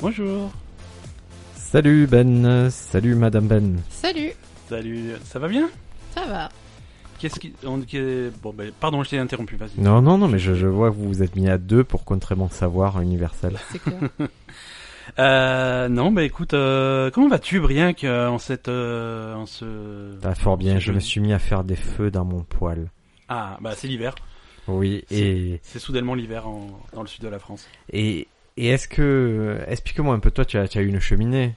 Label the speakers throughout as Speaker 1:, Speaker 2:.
Speaker 1: Bonjour.
Speaker 2: Salut Ben, salut Madame Ben.
Speaker 3: Salut,
Speaker 1: Salut. Ça va bien
Speaker 3: ça va.
Speaker 1: Qu'est-ce qui. on- qu'est- Bon, ben, pardon, je t'ai interrompu, vas-y.
Speaker 2: Non, non, non, mais je, je vois que vous vous êtes mis à deux pour contrer mon savoir universel.
Speaker 3: C'est clair.
Speaker 1: Euh, non, bah écoute, euh, comment vas-tu, Briac, euh, en cette. euh, en ce...
Speaker 2: Ah, fort bien, je me suis mis à faire des feux dans mon poil.
Speaker 1: Ah, bah c'est l'hiver.
Speaker 2: Oui, et,
Speaker 1: C'est soudainement l'hiver en- dans le sud de la France.
Speaker 2: et, et est-ce que, explique-moi un peu, toi, tu as, tu as eu une cheminée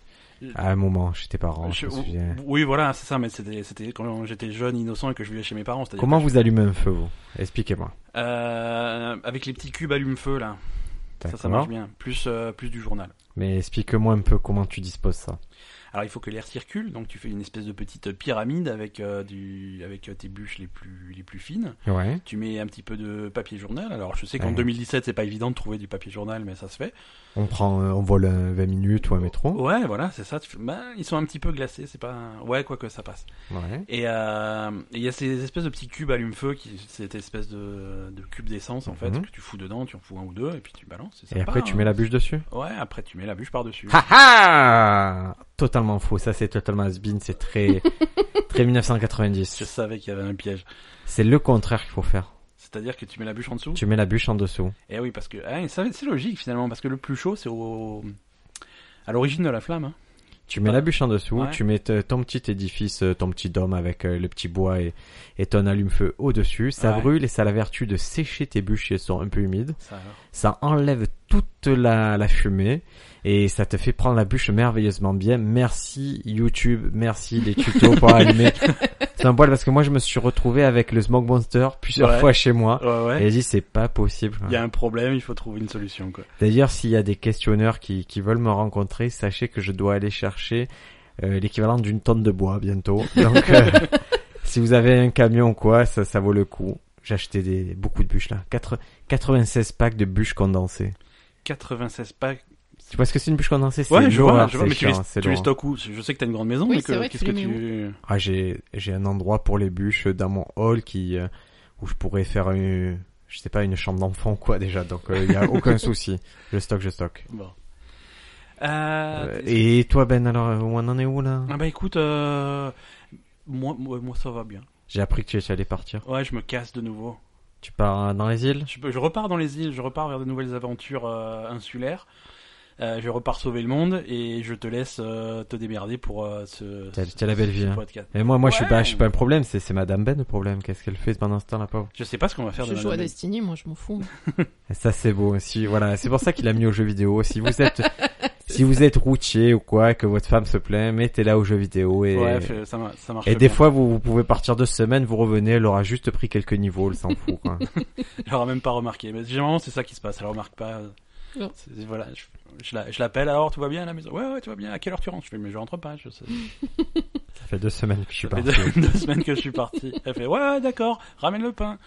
Speaker 2: à un moment chez tes parents, Oh, je
Speaker 1: Je-
Speaker 2: me souviens.
Speaker 1: Oui, voilà, c'est ça, mais c'était c'était quand j'étais jeune, innocent et que je vivais chez mes parents. c'est-à-dire
Speaker 2: Comment
Speaker 1: que
Speaker 2: vous allumez un feu, vous? Expliquez-moi.
Speaker 1: je- Euh, Avec les petits cubes allume-feu, là. Ça, ça marche
Speaker 2: D'accord.
Speaker 1: bien. Plus, euh, plus du journal.
Speaker 2: Mais explique-moi un peu comment tu disposes ça.
Speaker 1: Alors il faut que l'air circule, donc tu fais une espèce de petite pyramide avec euh, du avec euh, tes bûches les plus les plus fines.
Speaker 2: Ouais.
Speaker 1: Tu mets un petit peu de papier journal. Alors je sais qu'en
Speaker 2: Ouais.
Speaker 1: 2017 c'est pas évident de trouver du papier journal, mais ça se fait.
Speaker 2: On prend, euh, on vole un 20 minutes
Speaker 1: Oh,
Speaker 2: ou un métro.
Speaker 1: Ouais, voilà, c'est ça. Tu fais- bah, ils sont un petit peu glacés, c'est pas ouais quoi que ça passe.
Speaker 2: Ouais.
Speaker 1: Et euh, et il y a ces espèces de petits cubes allume-feu qui cette espèce de de cube d'essence en fait
Speaker 2: Mhm.
Speaker 1: que tu fous dedans, tu en fous un ou deux et puis tu balances. c'est
Speaker 2: Et
Speaker 1: sympa,
Speaker 2: après, tu
Speaker 1: hein.
Speaker 2: mets la Ah. bûche dessus.
Speaker 1: Ouais, après tu mets la bûche par dessus.
Speaker 2: Ha ha Totalement faux. Ça, c'est totalement has C'est très, très
Speaker 1: Je
Speaker 2: 1990.
Speaker 1: savais qu'il y avait un piège.
Speaker 2: C'est le contraire qu'il faut faire.
Speaker 1: C'est-à-dire que tu mets la bûche en dessous.
Speaker 2: Tu mets la bûche en dessous.
Speaker 1: Eh oui, parce que ah, ça, c'est logique finalement, parce que le plus chaud, c'est au... à l'origine de la flamme. hein.
Speaker 2: Tu mets
Speaker 1: Ah.
Speaker 2: la bûche en dessous.
Speaker 1: Ouais.
Speaker 2: Tu mets t- ton petit édifice, euh, ton petit dôme avec euh, le petit bois et, et ton allume-feu au-dessus. Ça
Speaker 1: Ouais.
Speaker 2: brûle et ça a la vertu de sécher tes bûches si elles sont un peu humides.
Speaker 1: Ça, alors.
Speaker 2: Ça enlève toute la, la fumée et ça te fait prendre la bûche merveilleusement bien. Merci YouTube, merci les tutos pour allumer. C'est un poil parce que moi je me suis retrouvé avec le Smoke Monster plusieurs
Speaker 1: Ouais.
Speaker 2: fois chez moi.
Speaker 1: Ouais,
Speaker 2: Et
Speaker 1: ouais.
Speaker 2: j'ai dit c'est pas possible.
Speaker 1: Il y a un problème, il faut trouver une solution quoi.
Speaker 2: D'ailleurs s'il y a des questionneurs qui, qui veulent me rencontrer, sachez que je dois aller chercher euh, l'équivalent d'une tonne de bois bientôt. Donc euh, si vous avez un camion ou quoi, ça, ça vaut le coup. J'ai acheté des, beaucoup de bûches là. Quatre- 96 packs de bûches condensées.
Speaker 1: 96 packs.
Speaker 2: Tu vois ce que c'est une bûche condensée C'est
Speaker 1: Ouais, je vois,
Speaker 2: l'horreur,
Speaker 1: je vois,
Speaker 2: c'est
Speaker 1: mais tu les,
Speaker 2: chiant, c'est
Speaker 1: tu les
Speaker 2: l'horreur.
Speaker 1: stocks où Je sais que t'as une grande maison, mais
Speaker 3: Oui, c'est
Speaker 1: que-
Speaker 3: vrai que
Speaker 1: qu'est-ce que
Speaker 3: tu les
Speaker 1: tu.
Speaker 2: Ah, j'ai j'ai un endroit pour les bûches dans mon hall qui euh, où je pourrais faire une je sais pas une chambre d'enfant ou quoi déjà donc il y a aucun souci. Je stocke, je stocke.
Speaker 1: Bon. Euh,
Speaker 2: Euh,
Speaker 1: est-ce que-
Speaker 2: et toi Ben alors euh, on en est où là
Speaker 1: Ah bah écoute, euh, moi, moi, moi, ça va bien.
Speaker 2: J'ai appris que tu étais allé partir.
Speaker 1: Ouais, je me casse de nouveau.
Speaker 2: Tu pars euh, dans les îles
Speaker 1: Je, peux- je repars dans les îles, je repars vers de nouvelles aventures euh, insulaires. Euh, je repars sauver le monde et je te laisse euh, te démerder pour euh, ce,
Speaker 2: T'as-
Speaker 1: ce-
Speaker 2: t'as la belle
Speaker 1: ce
Speaker 2: vie, hein.
Speaker 1: podcast.
Speaker 2: Et moi moi je suis
Speaker 1: Ouais.
Speaker 2: pas je suis pas un problème, c'est c'est madame Ben le problème. Qu'est-ce qu'elle fait pendant ce temps la pauvre
Speaker 1: Je sais pas ce qu'on va faire
Speaker 3: Je
Speaker 1: demain.
Speaker 3: joue à Destiny, moi je m'en fous.
Speaker 2: Et Ça c'est beau aussi. Voilà, c'est pour ça qu'il a mis aux jeux vidéo. Si vous êtes si vous êtes routier ou quoi que votre femme se plaint, mettez la aux jeux vidéo et
Speaker 1: Ouais, fait- ça, ma- ça marche.
Speaker 2: Et des
Speaker 1: bien.
Speaker 2: fois, vous, vous pouvez partir deux semaines, vous revenez, elle aura juste pris quelques niveaux, elle s'en fout. hein. Quoi.
Speaker 1: Elle aura même pas remarqué. Mais généralement, c'est ça qui se passe. Elle remarque pas.
Speaker 3: Non.
Speaker 1: C'est- Voilà, je, je la- je l'appelle alors, tout va bien à la maison. Ouais, ouais, tout va bien. À quelle heure tu rentres Je fais, mais je rentre pas. Je sais.
Speaker 2: Ça fait deux semaines que je suis
Speaker 1: Ça fait
Speaker 2: parti.
Speaker 1: deux, deux semaines que je suis parti. Elle fait, ouais, ouais, d'accord, ramène le pain.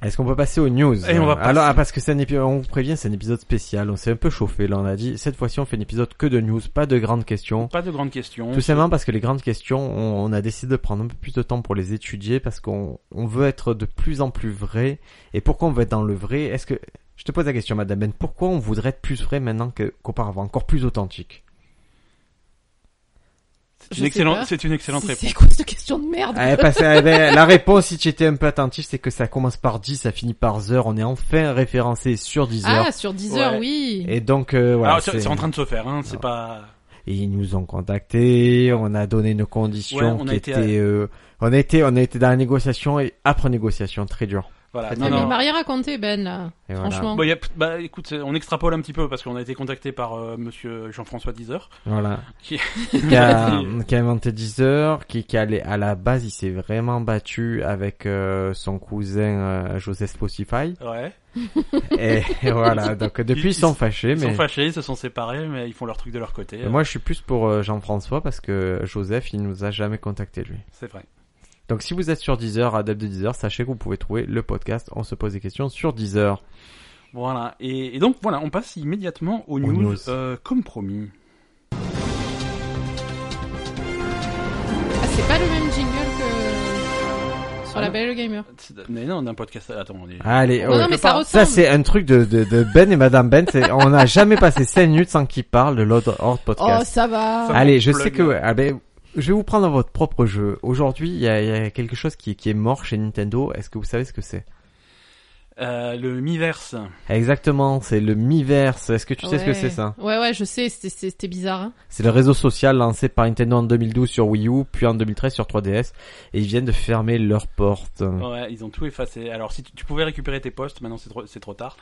Speaker 2: Est-ce qu'on peut passer aux news
Speaker 1: Et on va passer-
Speaker 2: Alors, ah, parce que c'est un épisode, on vous prévient, c'est un épisode spécial, on s'est un peu chauffé, là on a dit, cette fois-ci on fait un épisode que de news, pas de grandes questions.
Speaker 1: Pas de grandes questions.
Speaker 2: Tout simplement parce que les grandes questions, on, on a décidé de prendre un peu plus de temps pour les étudier, parce qu'on on veut être de plus en plus vrai. Et pourquoi on veut être dans le vrai Est-ce que... Je te pose la question, Madame Ben, pourquoi on voudrait être plus vrai maintenant que- qu'auparavant, encore plus authentique
Speaker 1: C'est
Speaker 3: Je
Speaker 1: une
Speaker 3: sais
Speaker 1: excellente,
Speaker 3: pas.
Speaker 1: c'est une excellente
Speaker 3: C'est
Speaker 1: réponse.
Speaker 3: c'est quoi cette question de merde
Speaker 2: Eh, parce que, eh ben, la réponse, si tu étais un peu attentif, c'est que ça commence par 10, ça finit par heure. On est enfin référencé sur 10 heures.
Speaker 3: Ah, sur 10 heures,
Speaker 1: Ouais.
Speaker 3: oui.
Speaker 2: Et donc, euh, voilà.
Speaker 1: alors, Ah, c'est c'est en train de se faire, hein. C'est
Speaker 2: Non.
Speaker 1: pas.
Speaker 2: Et ils nous ont contactés, on a donné nos conditions
Speaker 1: Ouais, on a
Speaker 2: qui
Speaker 1: été à-
Speaker 2: étaient... euh, on, a été, on a été dans la négociation et après négociation, très dur.
Speaker 1: Voilà.
Speaker 2: Très
Speaker 1: Non,
Speaker 2: bien.
Speaker 3: Mais
Speaker 1: non.
Speaker 3: il m'a rien raconté, Ben, là.
Speaker 2: Et voilà.
Speaker 3: Franchement.
Speaker 1: Bon, y a- bah, écoute, on extrapole un petit peu parce qu'on a été contacté par euh, Monsieur Jean-François Deezer.
Speaker 2: Voilà.
Speaker 1: Qui-
Speaker 2: qui, a, qui a inventé Deezer, qui, qui allait à la base, il s'est vraiment battu avec euh, son cousin euh, Joseph Spotify.
Speaker 1: Ouais.
Speaker 2: Et, voilà, donc depuis ils,
Speaker 1: ils
Speaker 2: sont
Speaker 1: sont-
Speaker 2: fâchés.
Speaker 1: Ils
Speaker 2: mais...
Speaker 1: sont fâchés, ils se sont séparés, mais ils font leur truc de leur côté.
Speaker 2: Et moi, je suis plus pour euh, Jean-François parce que Joseph, il nous a jamais contacté lui.
Speaker 1: C'est vrai.
Speaker 2: Donc, si vous êtes sur Deezer, adepte de Deezer, sachez que vous pouvez trouver le podcast. On se pose des questions sur Deezer.
Speaker 1: Voilà. Et, et donc voilà, on passe immédiatement aux news,
Speaker 2: news.
Speaker 1: euh, comme promis.
Speaker 3: Ah, c'est pas le même jingle que sur la
Speaker 1: non.
Speaker 3: Belle et le Gamer.
Speaker 1: C'est- Mais non, d'un podcast. Attends, on est.
Speaker 2: Allez,
Speaker 3: Non,
Speaker 2: ouais.
Speaker 3: non, mais
Speaker 1: je
Speaker 3: ça
Speaker 1: parle.
Speaker 2: Ça,
Speaker 3: ressemble.
Speaker 2: c'est un truc de, de, de Ben et Madame Ben. c'est- On n'a jamais passé 5 minutes sans qu'ils parlent de l'autre hors
Speaker 3: oh,
Speaker 2: podcast.
Speaker 3: ça va.
Speaker 1: Ça-
Speaker 2: Allez,
Speaker 1: mon
Speaker 2: je
Speaker 1: plug.
Speaker 2: sais que... ouais, ah ben, je vais vous prendre dans votre propre jeu. Aujourd'hui, il y a, il y a quelque chose qui, qui est mort chez Nintendo. Est-ce que vous savez ce que c'est
Speaker 1: Euh, le Miverse.
Speaker 2: Exactement, c'est le Miiverse. Est-ce que tu sais ce que
Speaker 3: Ouais.
Speaker 2: c'est ça
Speaker 3: Ouais, ouais, je sais, c'était- c'était bizarre. hein.
Speaker 2: C'est le réseau social lancé par Nintendo en 2012 sur Wii U, puis en 2013 sur 3DS. Et ils viennent de fermer leurs portes.
Speaker 1: Ouais, ils ont tout effacé. Alors, si tu, tu pouvais récupérer tes postes, maintenant c'est trop, c'est trop tard.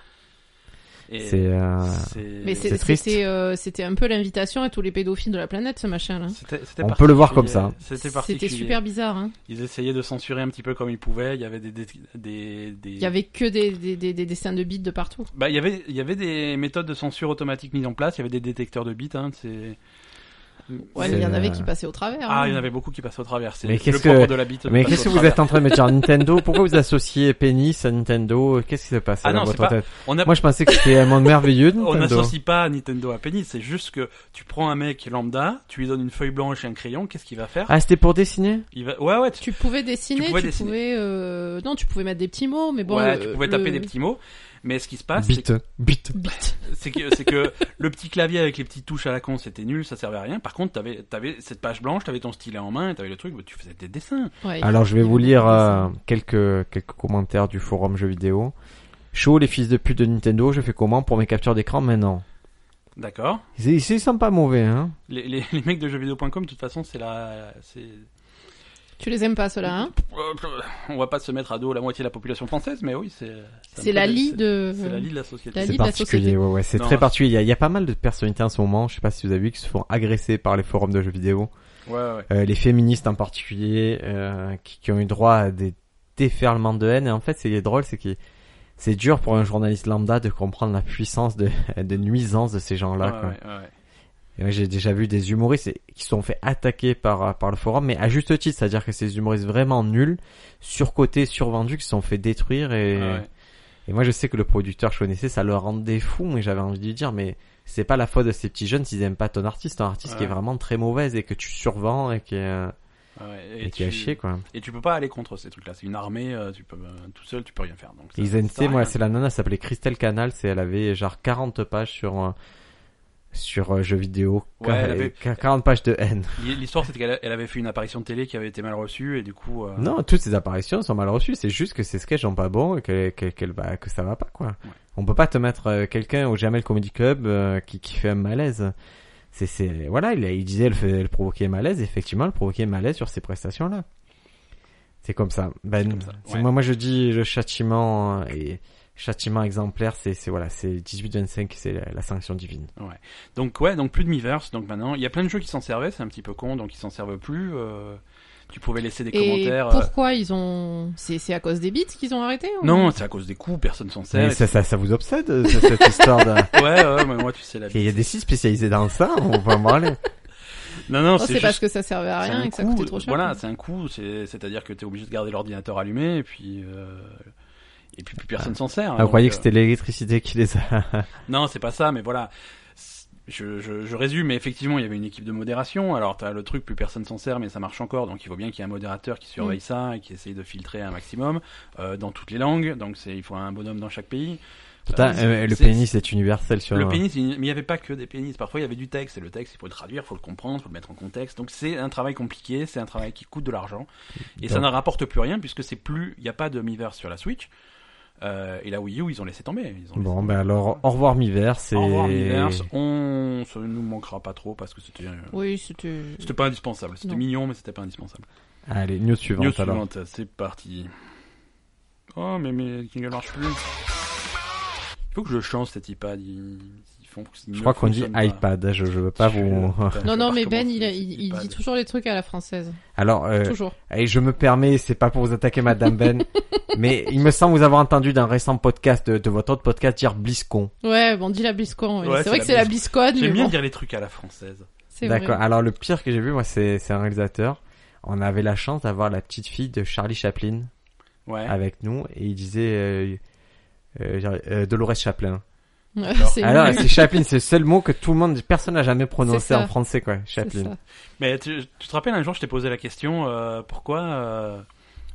Speaker 1: Et
Speaker 2: C'est... euh,
Speaker 1: c'est-
Speaker 3: Mais c'est-
Speaker 2: c'est triste.
Speaker 3: c'était euh, c'était un peu l'invitation à tous les pédophiles de la planète, ce machin-là.
Speaker 1: c'était- c'était
Speaker 2: On peut le voir
Speaker 1: particulier.
Speaker 2: comme ça.
Speaker 1: C'était particulier.
Speaker 3: super bizarre. Hein.
Speaker 1: Ils essayaient de censurer un petit peu comme ils pouvaient. Il y avait des, des, des, des-
Speaker 3: Il y avait que des, des, des, des dessins de bites de partout.
Speaker 1: Bah, il y avait, il y avait des méthodes de censure automatique mises en place. Il y avait des détecteurs de bits. Hein, c'est...
Speaker 3: Ouais,
Speaker 2: C'est-
Speaker 3: mais il y en avait qui passaient au travers.
Speaker 1: Ah,
Speaker 3: hein.
Speaker 1: il y en avait beaucoup qui passaient au travers. C'est
Speaker 2: Mais
Speaker 1: le
Speaker 2: qu'est-ce
Speaker 1: propre
Speaker 2: que-
Speaker 1: de la bite. de
Speaker 2: Mais
Speaker 1: passer
Speaker 2: qu'est-ce que
Speaker 1: au
Speaker 2: vous
Speaker 1: travers.
Speaker 2: êtes en train de me dire Nintendo Pourquoi vous associez pénis à Nintendo Qu'est-ce qui se passe
Speaker 1: Ah
Speaker 2: dans
Speaker 1: non, c'est
Speaker 2: votre
Speaker 1: pas-
Speaker 2: tête
Speaker 1: On a-
Speaker 2: Moi, je pensais que c'était un monde merveilleux de
Speaker 1: On
Speaker 2: Nintendo.
Speaker 1: n'associe pas Nintendo à pénis, c'est juste que tu prends un mec lambda, tu lui donnes une feuille blanche et un crayon, qu'est-ce qu'il va faire
Speaker 2: Ah, c'était pour dessiner
Speaker 1: Il va ouais ouais, tu,
Speaker 3: Tu pouvais dessiner,
Speaker 1: Tu
Speaker 3: tu
Speaker 1: pouvais
Speaker 3: pouvais,
Speaker 1: dessiner.
Speaker 3: euh, non, tu pouvais mettre des petits mots, mais bon. euh,
Speaker 1: ouais,
Speaker 3: le-
Speaker 1: tu pouvais
Speaker 3: le-
Speaker 1: taper des petits mots, mais ce qui se passe Ah, c'est
Speaker 2: Bite, bite.
Speaker 3: Bite.
Speaker 1: que- c'est que c'est que le petit clavier avec les petites touches à la con, c'était nul, ça servait à rien. Par contre, t'avais avais cette page blanche, t'avais ton stylet en main, et t'avais le truc, bah, tu faisais des dessins.
Speaker 3: Ouais.
Speaker 2: Alors, je vais
Speaker 3: il y
Speaker 2: vous
Speaker 3: avait
Speaker 2: lire
Speaker 3: des
Speaker 2: euh,
Speaker 3: dessins.
Speaker 2: quelques quelques commentaires du forum jeux vidéo. Chaud, les fils de pute de Nintendo, je fais comment pour mes captures d'écran maintenant
Speaker 1: D'accord
Speaker 2: Ils, ils, ils sont pas mauvais, hein
Speaker 1: les, les, les mecs de jeuxvideo.com, de toute façon, c'est la c'est
Speaker 3: Tu les aimes pas, ceux-là, hein
Speaker 1: on va pas se mettre à dos la moitié de la population française, mais oui, c'est ça me
Speaker 3: C'est la
Speaker 1: fait-
Speaker 3: lie
Speaker 1: c'est-
Speaker 3: de.
Speaker 1: c'est la lie de la société.
Speaker 3: Mhm. La
Speaker 2: C'est
Speaker 3: lie de la
Speaker 2: particulier,
Speaker 3: société.
Speaker 2: ouais, ouais, c'est
Speaker 1: Non,
Speaker 2: très
Speaker 1: je-
Speaker 2: particulier. Il y, a, il y a pas mal de personnalités en ce moment, je sais pas si vous avez vu, qui se font agresser par les forums de jeux vidéo.
Speaker 1: Ouais ouais.
Speaker 2: Euh, les féministes en particulier, euh, qui, qui ont eu droit à des déferlements de haine. Et en fait, ce qui est drôle, c'est que c'est dur pour un journaliste lambda de comprendre la puissance de, de nuisance de ces gens-là.
Speaker 1: Ouais,
Speaker 2: quoi.
Speaker 1: ouais, ouais.
Speaker 2: Et moi, J'ai déjà vu des humoristes et- qui se sont fait attaquer par, euh, par le forum, mais à juste titre, c'est-à-dire que c'est des humoristes vraiment nuls, surcotés, survendus, qui se sont fait détruire. Et,
Speaker 1: Ah Ouais, ouais.
Speaker 2: et moi, je sais que le producteur que je connaissais, ça le rendait fou, mais j'avais envie de lui dire, mais c'est pas la faute de ces petits jeunes s'ils aiment pas ton artiste, un artiste qui est
Speaker 1: Ouais.
Speaker 2: vraiment très mauvaise et que tu survends et qui est, euh,
Speaker 1: Ouais,
Speaker 2: et qui est à
Speaker 1: tu-
Speaker 2: chier, quoi.
Speaker 1: Et tu peux pas aller contre ces trucs-là. C'est une armée, euh, tu peux euh, tout seul, tu peux rien faire. Donc ça-
Speaker 2: Ils
Speaker 1: ça sert
Speaker 2: étaient,
Speaker 1: à
Speaker 2: moi,
Speaker 1: rien.
Speaker 2: c'est la nana, elle s'appelait Christelle Canal, c'est elle avait genre 40 pages sur euh, sur euh, jeux vidéo,
Speaker 1: Ouais, elle avait-
Speaker 2: 40 pages de haine.
Speaker 1: L'hi- L'histoire, c'était qu'elle elle avait fait une apparition de télé qui avait été mal reçue et du coup. euh,
Speaker 2: Non, toutes ces apparitions sont mal reçues, c'est juste que ces sketchs sont pas bons et que que, qu'elle va- que ça va pas quoi.
Speaker 1: Ouais.
Speaker 2: On peut pas te mettre euh, quelqu'un au Jamel Comedy Club euh, qui qui fait un malaise. C'est c'est voilà, il, a- il disait elle, fait- elle provoquait malaise, effectivement, elle provoquait malaise sur ces prestations là. C'est comme ça. Ben,
Speaker 1: comme ça,
Speaker 2: c'est-
Speaker 1: ouais.
Speaker 2: moi moi je dis le châtiment euh, et châtiment exemplaire, c'est c'est voilà, c'est 18-25, c'est la, la sanction divine.
Speaker 1: Donc ouais, donc plus de Miiverse. Donc maintenant, il y a plein de jeux qui s'en servaient. C'est un petit peu con, donc ils s'en servent plus. euh, Tu pouvais laisser des
Speaker 3: Et
Speaker 1: commentaires. euh,
Speaker 3: pourquoi ils ont. C'est c'est à cause des bits qu'ils ont arrêté ou-
Speaker 1: Non, c'est à cause des coups, personne s'en
Speaker 2: Mais
Speaker 1: sert.
Speaker 2: ça, ça ça vous obsède euh, cette cette histoire de...
Speaker 1: Ouais, ouais, mais moi tu sais la.
Speaker 2: Il y a des sites spécialisés dans ça, on va en parler.
Speaker 1: Ah Non, non,
Speaker 3: Oh,
Speaker 1: c'est
Speaker 3: C'est
Speaker 1: juste-
Speaker 3: parce que ça servait à
Speaker 1: c'est
Speaker 3: rien
Speaker 1: un
Speaker 3: et que ça
Speaker 1: coup,
Speaker 3: coûtait trop cher.
Speaker 1: Voilà, c'est un coup. c'est- C'est-à-dire que t'es obligé de garder l'ordinateur allumé et puis euh, et puis plus personne s'en sert. hein,
Speaker 2: Ah, vous
Speaker 1: donc,
Speaker 2: croyez que
Speaker 1: euh,
Speaker 2: c'était l'électricité qui les a
Speaker 1: Non, c'est pas ça, mais voilà. C'est- Je, je, je résume, mais effectivement, il y avait une équipe de modération. Alors, t'as le truc, plus personne s'en sert, mais ça marche encore. Donc, il faut bien qu'il y ait un modérateur qui surveille
Speaker 3: Mm.
Speaker 1: ça et qui essaye de filtrer un maximum euh, dans toutes les langues. Donc, c'est il faut un bonhomme dans chaque pays.
Speaker 2: Putain,
Speaker 1: Euh,
Speaker 2: euh, le
Speaker 1: c'est-
Speaker 2: pénis est universel sur
Speaker 1: Le pénis, il- mais il n'y avait pas que des pénis. Parfois, il y avait du texte. Et le texte, il faut le traduire, il faut le comprendre, il faut le mettre en contexte. Donc, c'est un travail compliqué, c'est un travail qui coûte de l'argent. Et ça
Speaker 2: Donc-
Speaker 1: ne rapporte plus rien, puisque c'est plus, il n'y a pas de miverse sur la Switch. Euh, et la Wii U, ils ont laissé tomber. Ils ont laissé
Speaker 2: Bon,
Speaker 1: tomber.
Speaker 2: ben alors, au revoir Miverse et...
Speaker 1: Au revoir Miiverse. on ça nous manquera pas trop parce que c'était euh,
Speaker 3: Oui, c'était.
Speaker 1: c'était pas indispensable. C'était
Speaker 3: Non.
Speaker 1: mignon mais c'était pas indispensable.
Speaker 2: Allez, news suivante
Speaker 1: News
Speaker 2: alors.
Speaker 1: suivante, c'est parti. Oh mais mes jingles marchent plus. Il faut que je change cet iPad. Ils, ils font que
Speaker 2: Je crois qu'on dit iPad, hein, je, je veux pas vous...
Speaker 3: Non, non, mais Ben, il, a- il, il dit toujours les trucs à la française.
Speaker 2: Alors, euh,
Speaker 3: Toujours.
Speaker 2: et je me permets, c'est pas pour vous attaquer Madame Ben, mais il me semble vous avoir entendu d'un récent podcast, euh, de, de votre autre podcast, dire BlizzCon.
Speaker 3: Ouais, bon, dis la BlizzCon. ouais.
Speaker 1: Ouais,
Speaker 3: c'est vrai que c'est la BlizzCon, mais
Speaker 1: J'aime bien
Speaker 3: bon,
Speaker 1: dire les trucs à la française.
Speaker 3: c'est vrai.
Speaker 2: D'accord, alors le pire que j'ai vu, moi, c'est c'est un réalisateur. On avait la chance d'avoir la petite fille de Charlie Chaplin
Speaker 1: Ouais.
Speaker 2: avec nous, et il disait... Euh, euh, genre, euh, Dolores Chaplin.
Speaker 3: Ouais,
Speaker 1: Alors,
Speaker 3: c'est
Speaker 2: Alors,
Speaker 3: nul.
Speaker 2: c'est Chaplin, c'est le seul mot que tout le monde, personne n'a jamais prononcé
Speaker 3: C'est ça.
Speaker 2: en français, quoi.
Speaker 3: C'est
Speaker 2: Chaplin.
Speaker 3: ça.
Speaker 1: Mais tu, tu te rappelles un jour je t'ai posé la question euh, pourquoi euh,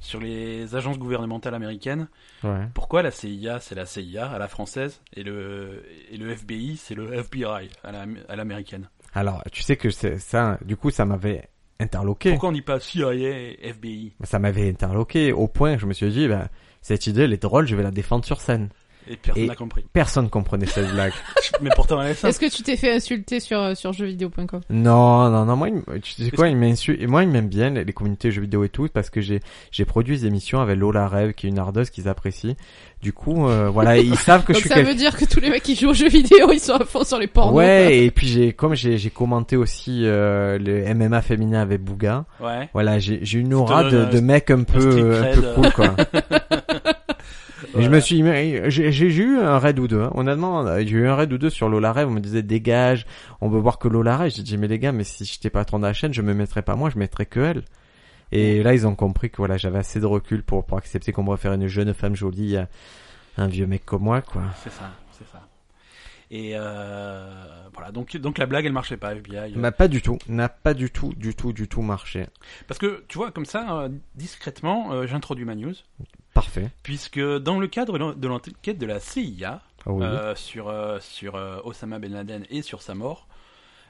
Speaker 1: sur les agences gouvernementales américaines.
Speaker 2: Ouais.
Speaker 1: Pourquoi la CIA, c'est la CIA à la française et le, et le FBI, c'est le FBI à la- à l'américaine
Speaker 2: Alors, tu sais que c'est- ça, du coup, ça m'avait interloqué.
Speaker 1: Pourquoi on dit pas CIA et FBI
Speaker 2: ça m'avait interloqué au point que je me suis dit, ben, cette idée, elle est drôle, je vais la défendre sur scène.
Speaker 1: Et personne
Speaker 2: Et-
Speaker 1: n'a compris.
Speaker 2: Personne comprenait cette blague.
Speaker 1: Mais pourtant, elle est simple.
Speaker 3: Est-ce que tu t'es fait insulter sur, euh, sur jeuxvideo.com
Speaker 2: Non, non, non, moi, il m- tu sais
Speaker 1: Qu'est-ce
Speaker 2: quoi, il m'insulte, et moi, il m'aime bien, les, les communautés jeux vidéo et tout, parce que j'ai, j'ai produit des émissions avec Lola Rev, qui est une ardeuse qu'ils apprécient. Du coup, euh, voilà, ils savent que je
Speaker 3: Donc
Speaker 2: suis
Speaker 3: ça
Speaker 2: quelqu'un.
Speaker 3: veut dire que tous les mecs qui jouent aux jeux vidéo, ils sont à fond sur les pornos.
Speaker 2: Ouais, et puis j'ai, comme j'ai, j'ai commenté aussi, euh, le MMA féminin avec Bouga,
Speaker 1: Ouais.
Speaker 2: voilà, j'ai, j'ai une aura
Speaker 1: te
Speaker 2: de,
Speaker 1: donne
Speaker 2: de mec un peu,
Speaker 1: street
Speaker 2: euh, un
Speaker 1: cred,
Speaker 2: peu cool, quoi. Et je
Speaker 1: Voilà.
Speaker 2: me suis, mais j'ai j'ai eu un raid ou deux. Hein. Honnêtement, j'ai eu un raid ou deux sur Lola Rêve. On me disait dégage, on veut voir que Lola Rêve. J'ai dit mais les gars, mais si j'étais patron de la chaîne, je me mettrais pas moi, je mettrais que elle. Et là, ils ont compris que voilà, j'avais assez de recul pour pour accepter qu'on me refaire une jeune femme jolie à un vieux mec comme moi, quoi.
Speaker 1: C'est ça, c'est ça. Et euh, voilà, donc, donc la blague, elle marchait pas, FBI.
Speaker 2: M'a pas du tout, n'a pas du tout, du tout, du tout marché.
Speaker 1: Parce que, tu vois, comme ça, euh, discrètement, euh, j'introduis ma news.
Speaker 2: Parfait.
Speaker 1: Puisque dans le cadre de l'en- de l'enquête de la CIA
Speaker 2: Ah Oui.
Speaker 1: euh, sur, euh, sur euh, Osama Ben Laden et sur sa mort,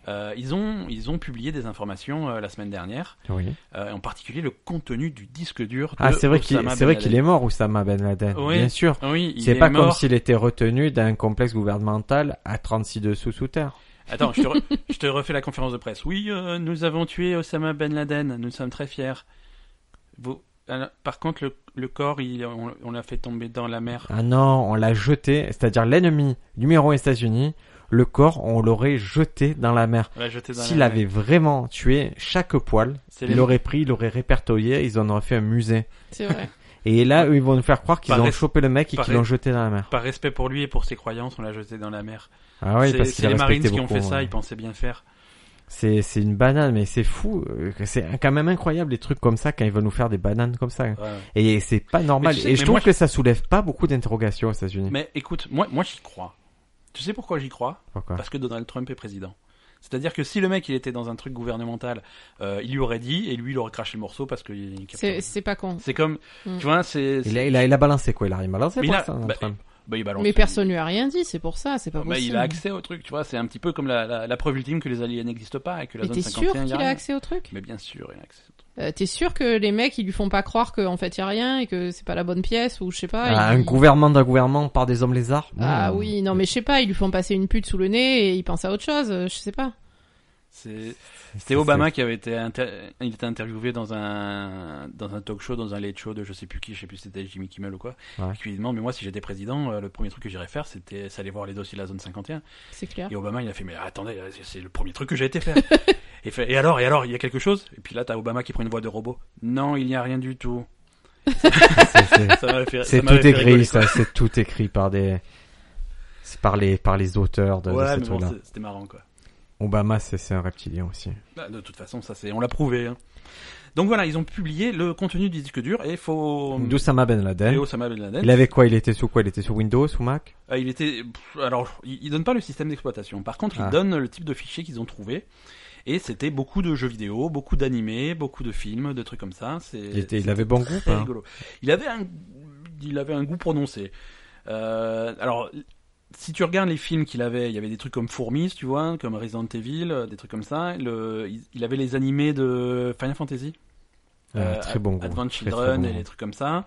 Speaker 1: euh, ils, ont, ils ont publié des informations euh, la semaine dernière,
Speaker 2: oui.
Speaker 1: euh, en particulier le contenu du disque dur. De
Speaker 2: Ah, c'est vrai qu'il,
Speaker 1: Osama
Speaker 2: c'est
Speaker 1: Ben
Speaker 2: vrai qu'il
Speaker 1: Laden.
Speaker 2: est mort, Oussama Ben Laden.
Speaker 1: Oui.
Speaker 2: Bien sûr.
Speaker 1: Oui, il
Speaker 2: C'est
Speaker 1: est
Speaker 2: pas
Speaker 1: mort.
Speaker 2: comme s'il était retenu d'un complexe gouvernemental à 36 dessous sous terre.
Speaker 1: Attends, je te, re- je te refais la conférence de presse. Oui, euh, nous avons tué Osama Ben Laden, nous sommes très fiers. Vous... alors, Par contre, le, le corps, il, on, on l'a fait tomber dans la mer.
Speaker 2: Ah non, on l'a jeté, c'est-à-dire l'ennemi numéro un aux États-Unis, le corps, on l'aurait jeté dans la mer.
Speaker 1: On l'a jeté dans
Speaker 2: S'il
Speaker 1: la
Speaker 2: avait
Speaker 1: mer.
Speaker 2: vraiment tué chaque poil,
Speaker 1: C'est les-
Speaker 2: il l'aurait pris, il l'aurait répertorié, ils en auraient fait un musée.
Speaker 3: C'est vrai.
Speaker 2: Et là, eux, ils vont nous faire croire qu'ils
Speaker 1: Par
Speaker 2: ont
Speaker 1: res-
Speaker 2: chopé le mec et
Speaker 1: par
Speaker 2: qu'ils
Speaker 1: res-
Speaker 2: l'ont jeté dans la mer.
Speaker 1: Par respect pour lui et pour ses croyances, on l'a jeté dans la mer.
Speaker 2: Ah oui,
Speaker 1: C'est-
Speaker 2: parce qu'il
Speaker 1: c'est
Speaker 2: a
Speaker 1: les Marines
Speaker 2: respecté
Speaker 1: qui ont
Speaker 2: beaucoup.
Speaker 1: fait ça,
Speaker 2: ouais.
Speaker 1: ils pensaient bien faire.
Speaker 2: C'est c'est une banane, mais c'est fou. euh, que C'est quand même incroyable les trucs comme ça quand ils veulent nous faire des bananes comme ça.
Speaker 1: Ouais.
Speaker 2: Et c'est pas normal.
Speaker 1: Mais tu sais-
Speaker 2: et je
Speaker 1: mais
Speaker 2: trouve
Speaker 1: moi,
Speaker 2: que ça soulève pas beaucoup d'interrogations aux États-Unis.
Speaker 1: Mais écoute, moi, moi j'y crois. Tu sais pourquoi j'y crois
Speaker 2: Pourquoi
Speaker 1: Parce que Donald Trump est président. C'est-à-dire que si le mec il était dans un truc gouvernemental, euh, il lui aurait dit et lui il aurait craché le morceau parce qu'il est
Speaker 3: C'est
Speaker 1: capable.
Speaker 3: c'est pas con.
Speaker 1: C'est comme,
Speaker 3: Mm.
Speaker 1: tu vois, c'est.
Speaker 2: il a, il, a, il a balancé quoi Il a rien balancé
Speaker 1: Mais
Speaker 2: pour
Speaker 1: il a-
Speaker 2: ça, hein,
Speaker 1: bah,
Speaker 2: Trump
Speaker 1: bah, il balance-
Speaker 3: Mais personne lui a rien dit, c'est pour ça, c'est pas
Speaker 1: Bah,
Speaker 3: possible.
Speaker 1: il a accès au truc, tu vois. C'est un petit peu comme la, la, la preuve ultime que les aliens n'existent pas et que la
Speaker 3: Mais
Speaker 1: zone
Speaker 3: t'es sûr
Speaker 1: 51 y
Speaker 3: qu'il
Speaker 1: a
Speaker 3: a
Speaker 1: rien.
Speaker 3: accès au truc
Speaker 1: Mais bien sûr, il a accès.
Speaker 3: Euh, T'es sûr que les mecs, ils lui font pas croire qu'en fait y a rien et que c'est pas la bonne pièce ou je sais pas.
Speaker 2: Ah,
Speaker 3: ils-
Speaker 2: un gouvernement d'un gouvernement par des hommes lézards
Speaker 3: Ah
Speaker 2: Mmh.
Speaker 3: oui, non mais je sais pas, ils lui font passer une pute sous le nez et ils pensent à autre chose, euh, je sais pas.
Speaker 1: C'est
Speaker 2: C'est-
Speaker 1: c'était Obama qui avait été inter- il était interviewé dans un dans un talk show, dans un late show de je sais plus qui, je sais plus si c'était Jimmy Kimmel ou quoi.
Speaker 2: Ouais.
Speaker 1: Et qui lui demande mais moi si j'étais président, euh, le premier truc que j'irais faire c'était c'est aller voir les dossiers de la zone 51.
Speaker 3: C'est clair.
Speaker 1: Et Obama il a fait mais attendez euh, c'est- c'est le premier truc que j'ai été faire. et fait et alors et alors il y a quelque chose Et puis là t'as Obama qui prend une voix de robot. Non il n'y a rien du tout.
Speaker 2: c'est- c'est-
Speaker 1: Ça m'avait fait- ça
Speaker 2: C'est
Speaker 1: m'avait
Speaker 2: tout
Speaker 1: fait rigoler,
Speaker 2: écrit,
Speaker 1: quoi.
Speaker 2: ça. C'est tout écrit par des, c'est par les, par les auteurs de, de
Speaker 1: Ouais
Speaker 2: ces
Speaker 1: mais bon,
Speaker 2: trucs-là.
Speaker 1: c'est- c'était marrant quoi.
Speaker 2: Obama, c'est c'est un reptilien aussi.
Speaker 1: Bah, de toute façon, ça c'est, on l'a prouvé. hein. Donc voilà, ils ont publié le contenu du disque dur et faut.
Speaker 2: D'Oussama Ben
Speaker 1: Et
Speaker 2: Laden.
Speaker 1: Osama Ben Laden.
Speaker 2: Il avait quoi Il était sous quoi Il était sous Windows, sous Mac
Speaker 1: Ah, il était. pff, Alors, il il donne pas le système d'exploitation. Par contre,
Speaker 2: Ah.
Speaker 1: il donne le type de fichier qu'ils ont trouvé. Et c'était beaucoup de jeux vidéo, beaucoup d'animés, beaucoup de films, de trucs comme ça. C'est.
Speaker 2: Il était, il avait bon goût.
Speaker 1: très
Speaker 2: hein.
Speaker 1: rigolo. Il avait un, il avait un goût prononcé. Euh, alors, si tu regardes les films qu'il avait, il y avait des trucs comme Fourmis, tu vois, comme Resident Evil, euh, des trucs comme ça. Le, il- il avait les animés de Final Fantasy.
Speaker 2: Ah,
Speaker 1: Euh,
Speaker 2: très bon goût.
Speaker 1: Advent
Speaker 2: Très, très
Speaker 1: Children
Speaker 2: bon
Speaker 1: et
Speaker 2: goût.
Speaker 1: les trucs comme ça.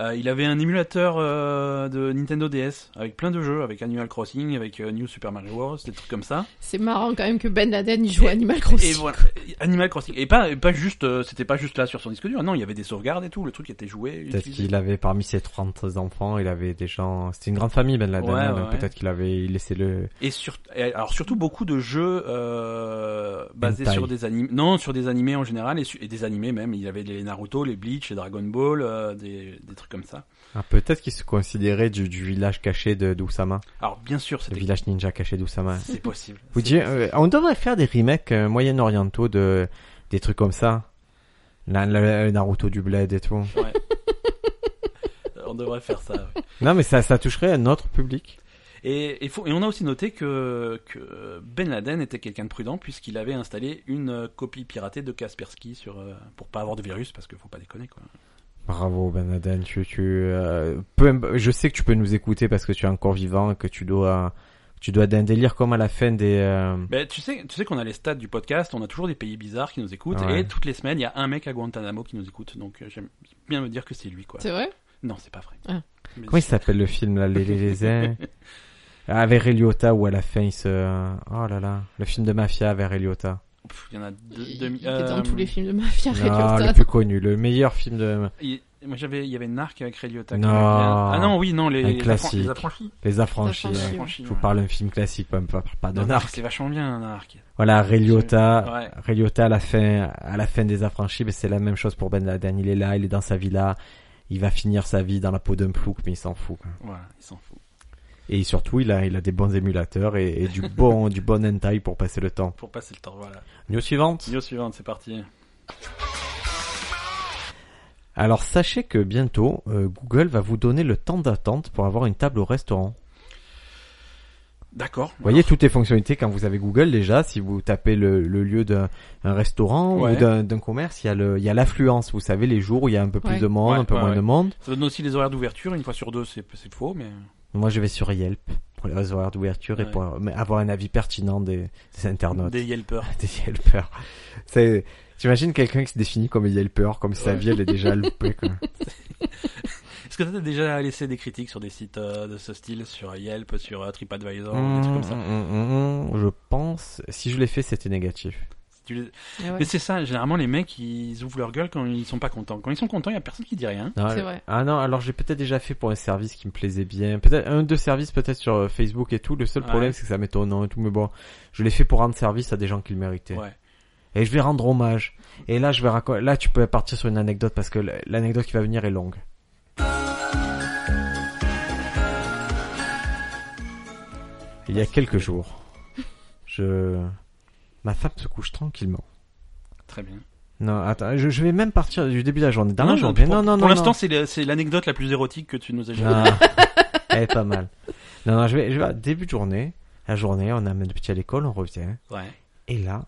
Speaker 1: Euh, il avait un émulateur euh, de Nintendo DS avec plein de jeux, avec Animal Crossing, avec euh, New Super Mario Bros, des trucs comme ça.
Speaker 3: C'est marrant quand même que Ben Laden il joue à Animal
Speaker 1: Et
Speaker 3: Crossing.
Speaker 1: voilà, Animal Crossing. Et pas, et pas juste, euh, c'était pas juste là sur son disque dur. Non, il y avait des sauvegardes et tout. Le truc était joué.
Speaker 2: Peut-être
Speaker 1: utilisé.
Speaker 2: qu'il avait parmi ses 30 enfants, il avait des gens. C'était une grande famille Ben Laden.
Speaker 1: Ouais,
Speaker 2: hein,
Speaker 1: ouais,
Speaker 2: donc
Speaker 1: ouais.
Speaker 2: Peut-être qu'il avait il laissait le.
Speaker 1: Et, sur, et alors surtout beaucoup de jeux euh, basés
Speaker 2: Hentai.
Speaker 1: sur des animés, non sur des animés en général et, su- et des animés même. Il y avait les Naruto, les Bleach, les Dragon Ball, euh, des, des trucs comme ça.
Speaker 2: Ah, peut-être qu'il se considérait du, du village caché de d'Oussama,
Speaker 1: Alors bien sûr,
Speaker 2: le
Speaker 1: c'était
Speaker 2: village ninja caché d'Oussama.
Speaker 1: c'est possible.
Speaker 2: Vous
Speaker 1: C'est-
Speaker 2: dites, euh, on devrait faire des remakes euh, moyen-orientaux de des trucs comme ça. La, la- la- Naruto du bled et tout.
Speaker 1: Ouais. Euh, On devrait faire ça. ouais.
Speaker 2: Non mais ça, ça toucherait un autre public.
Speaker 1: Et, et faut- et on a aussi noté que, que Ben Laden était quelqu'un de prudent puisqu'il avait installé une euh, copie piratée de Kaspersky sur, euh, pour pas avoir de virus parce que faut pas déconner quoi.
Speaker 2: Bravo Benadine, tu, tu euh, peu imp- je sais que tu peux nous écouter parce que tu es encore vivant, que tu dois, tu dois d'un délire comme à la fin des. euh,
Speaker 1: Ben, tu sais, tu sais qu'on a les stats du podcast, on a toujours des pays bizarres qui nous écoutent,
Speaker 2: Ouais.
Speaker 1: et toutes les semaines, il y a un mec à Guantanamo qui nous écoute, donc euh, j'aime bien me dire que c'est lui, quoi.
Speaker 3: C'est vrai
Speaker 1: Non, c'est pas vrai.
Speaker 3: Ah.
Speaker 1: Mais
Speaker 2: Comment il
Speaker 1: c'est-
Speaker 2: s'appelle le film là, les les Lézins Avec Eliota où à la fin il se. Oh là là, le film de mafia avec Eliota.
Speaker 1: Pff, Il y en a deux.
Speaker 3: Il,
Speaker 1: deux-
Speaker 3: il est dans
Speaker 1: euh,
Speaker 3: tous les films de mafia, Ray
Speaker 2: Non, le
Speaker 3: Liotta.
Speaker 2: plus connu, le meilleur film de
Speaker 1: il- Moi j'avais, il y avait Narc avec Ray Liotta.
Speaker 2: Non.
Speaker 1: Ah non, oui, non, les,
Speaker 2: Un
Speaker 1: les, affran-
Speaker 2: classique.
Speaker 1: les affranchis.
Speaker 2: Les Affranchis.
Speaker 3: Les Affranchis.
Speaker 2: ouais.
Speaker 1: Affranchis,
Speaker 2: Je vous
Speaker 1: ouais.
Speaker 2: parle d'un film classique, pas, pas, pas d'un arc.
Speaker 1: C'est vachement bien un arc.
Speaker 2: Voilà, Reliota,
Speaker 1: Ouais.
Speaker 2: Reliota à la fin, à la fin des affranchis, mais c'est la même chose pour Ben Laden. Il est là, il est dans sa villa, il va finir sa vie dans la peau d'un plouc, mais il s'en fout. quoi.
Speaker 1: Voilà, il s'en fout.
Speaker 2: Et surtout, il a, il a des bons émulateurs et, et du bon, du bon hentai pour passer le temps.
Speaker 1: Pour passer le temps, voilà.
Speaker 2: News suivante.
Speaker 1: Vidéo suivante, c'est parti.
Speaker 2: Alors sachez que bientôt, euh, Google va vous donner le temps d'attente pour avoir une table au restaurant.
Speaker 1: D'accord.
Speaker 2: Vous voyez toutes les fonctionnalités quand vous avez Google déjà, si vous tapez le, le lieu d'un un restaurant
Speaker 1: Ouais.
Speaker 2: ou d'un d'un commerce, il y a le- il y a l'affluence, vous savez, les jours où il y a un peu plus
Speaker 3: Ouais.
Speaker 2: de monde,
Speaker 1: Ouais,
Speaker 2: un peu
Speaker 1: ouais,
Speaker 2: moins
Speaker 1: ouais.
Speaker 2: de monde.
Speaker 1: Ça donne aussi les horaires d'ouverture, une fois sur deux, c'est c'est faux, mais.
Speaker 2: Moi, je vais sur Yelp pour les horaires d'ouverture
Speaker 1: Ouais.
Speaker 2: et pour mais avoir un avis pertinent des, des internautes,
Speaker 1: Des
Speaker 2: des,
Speaker 1: Yelpers.
Speaker 2: Yelpers. C'est, t'imagines quelqu'un qui se définit comme Yelper, comme si sa
Speaker 1: Ouais.
Speaker 2: vie elle est déjà loupée. Quoi.
Speaker 1: Est-ce que t'as déjà laissé des critiques sur des sites euh, de ce style, sur Yelp, sur euh, TripAdvisor, ou des trucs comme ça
Speaker 2: Mm, mm, mm, mm, je pense, si je l'ai fait, c'était négatif.
Speaker 1: Tu les-
Speaker 3: Ah ouais,
Speaker 1: Mais c'est ça, généralement les mecs ils ouvrent leur gueule quand ils sont pas contents. Quand ils sont contents, il y a personne qui dit rien.
Speaker 2: Non,
Speaker 3: C'est
Speaker 2: euh,
Speaker 3: vrai.
Speaker 2: Ah non, alors j'ai peut-être déjà fait pour un service qui me plaisait bien. Peut-être un deux services peut-être sur euh, Facebook et tout. Le seul
Speaker 1: Ouais.
Speaker 2: problème c'est que ça met ton nom et tout. Mais bon, je l'ai fait pour rendre service à des gens qui le méritaient.
Speaker 1: Ouais.
Speaker 2: Et je vais rendre hommage. Et là, je vais raconter. Là, tu peux partir sur une anecdote parce que l- l'anecdote qui va venir est longue. Il y a quelques jours, je, ma femme se couche tranquillement.
Speaker 1: Très bien.
Speaker 2: Non, attends, je, je vais même partir du début de la journée. Dans la journée.
Speaker 1: pour,
Speaker 2: non, non, non.
Speaker 1: Pour l'instant,
Speaker 2: non. Ah.
Speaker 1: c'est le- c'est l'anecdote la plus érotique que tu nous as jamais.
Speaker 2: Non. Elle est pas mal. Non, non, je vais, je vais à début de journée. La journée, on amène le petit à l'école, on revient.
Speaker 1: Ouais.
Speaker 2: Et là,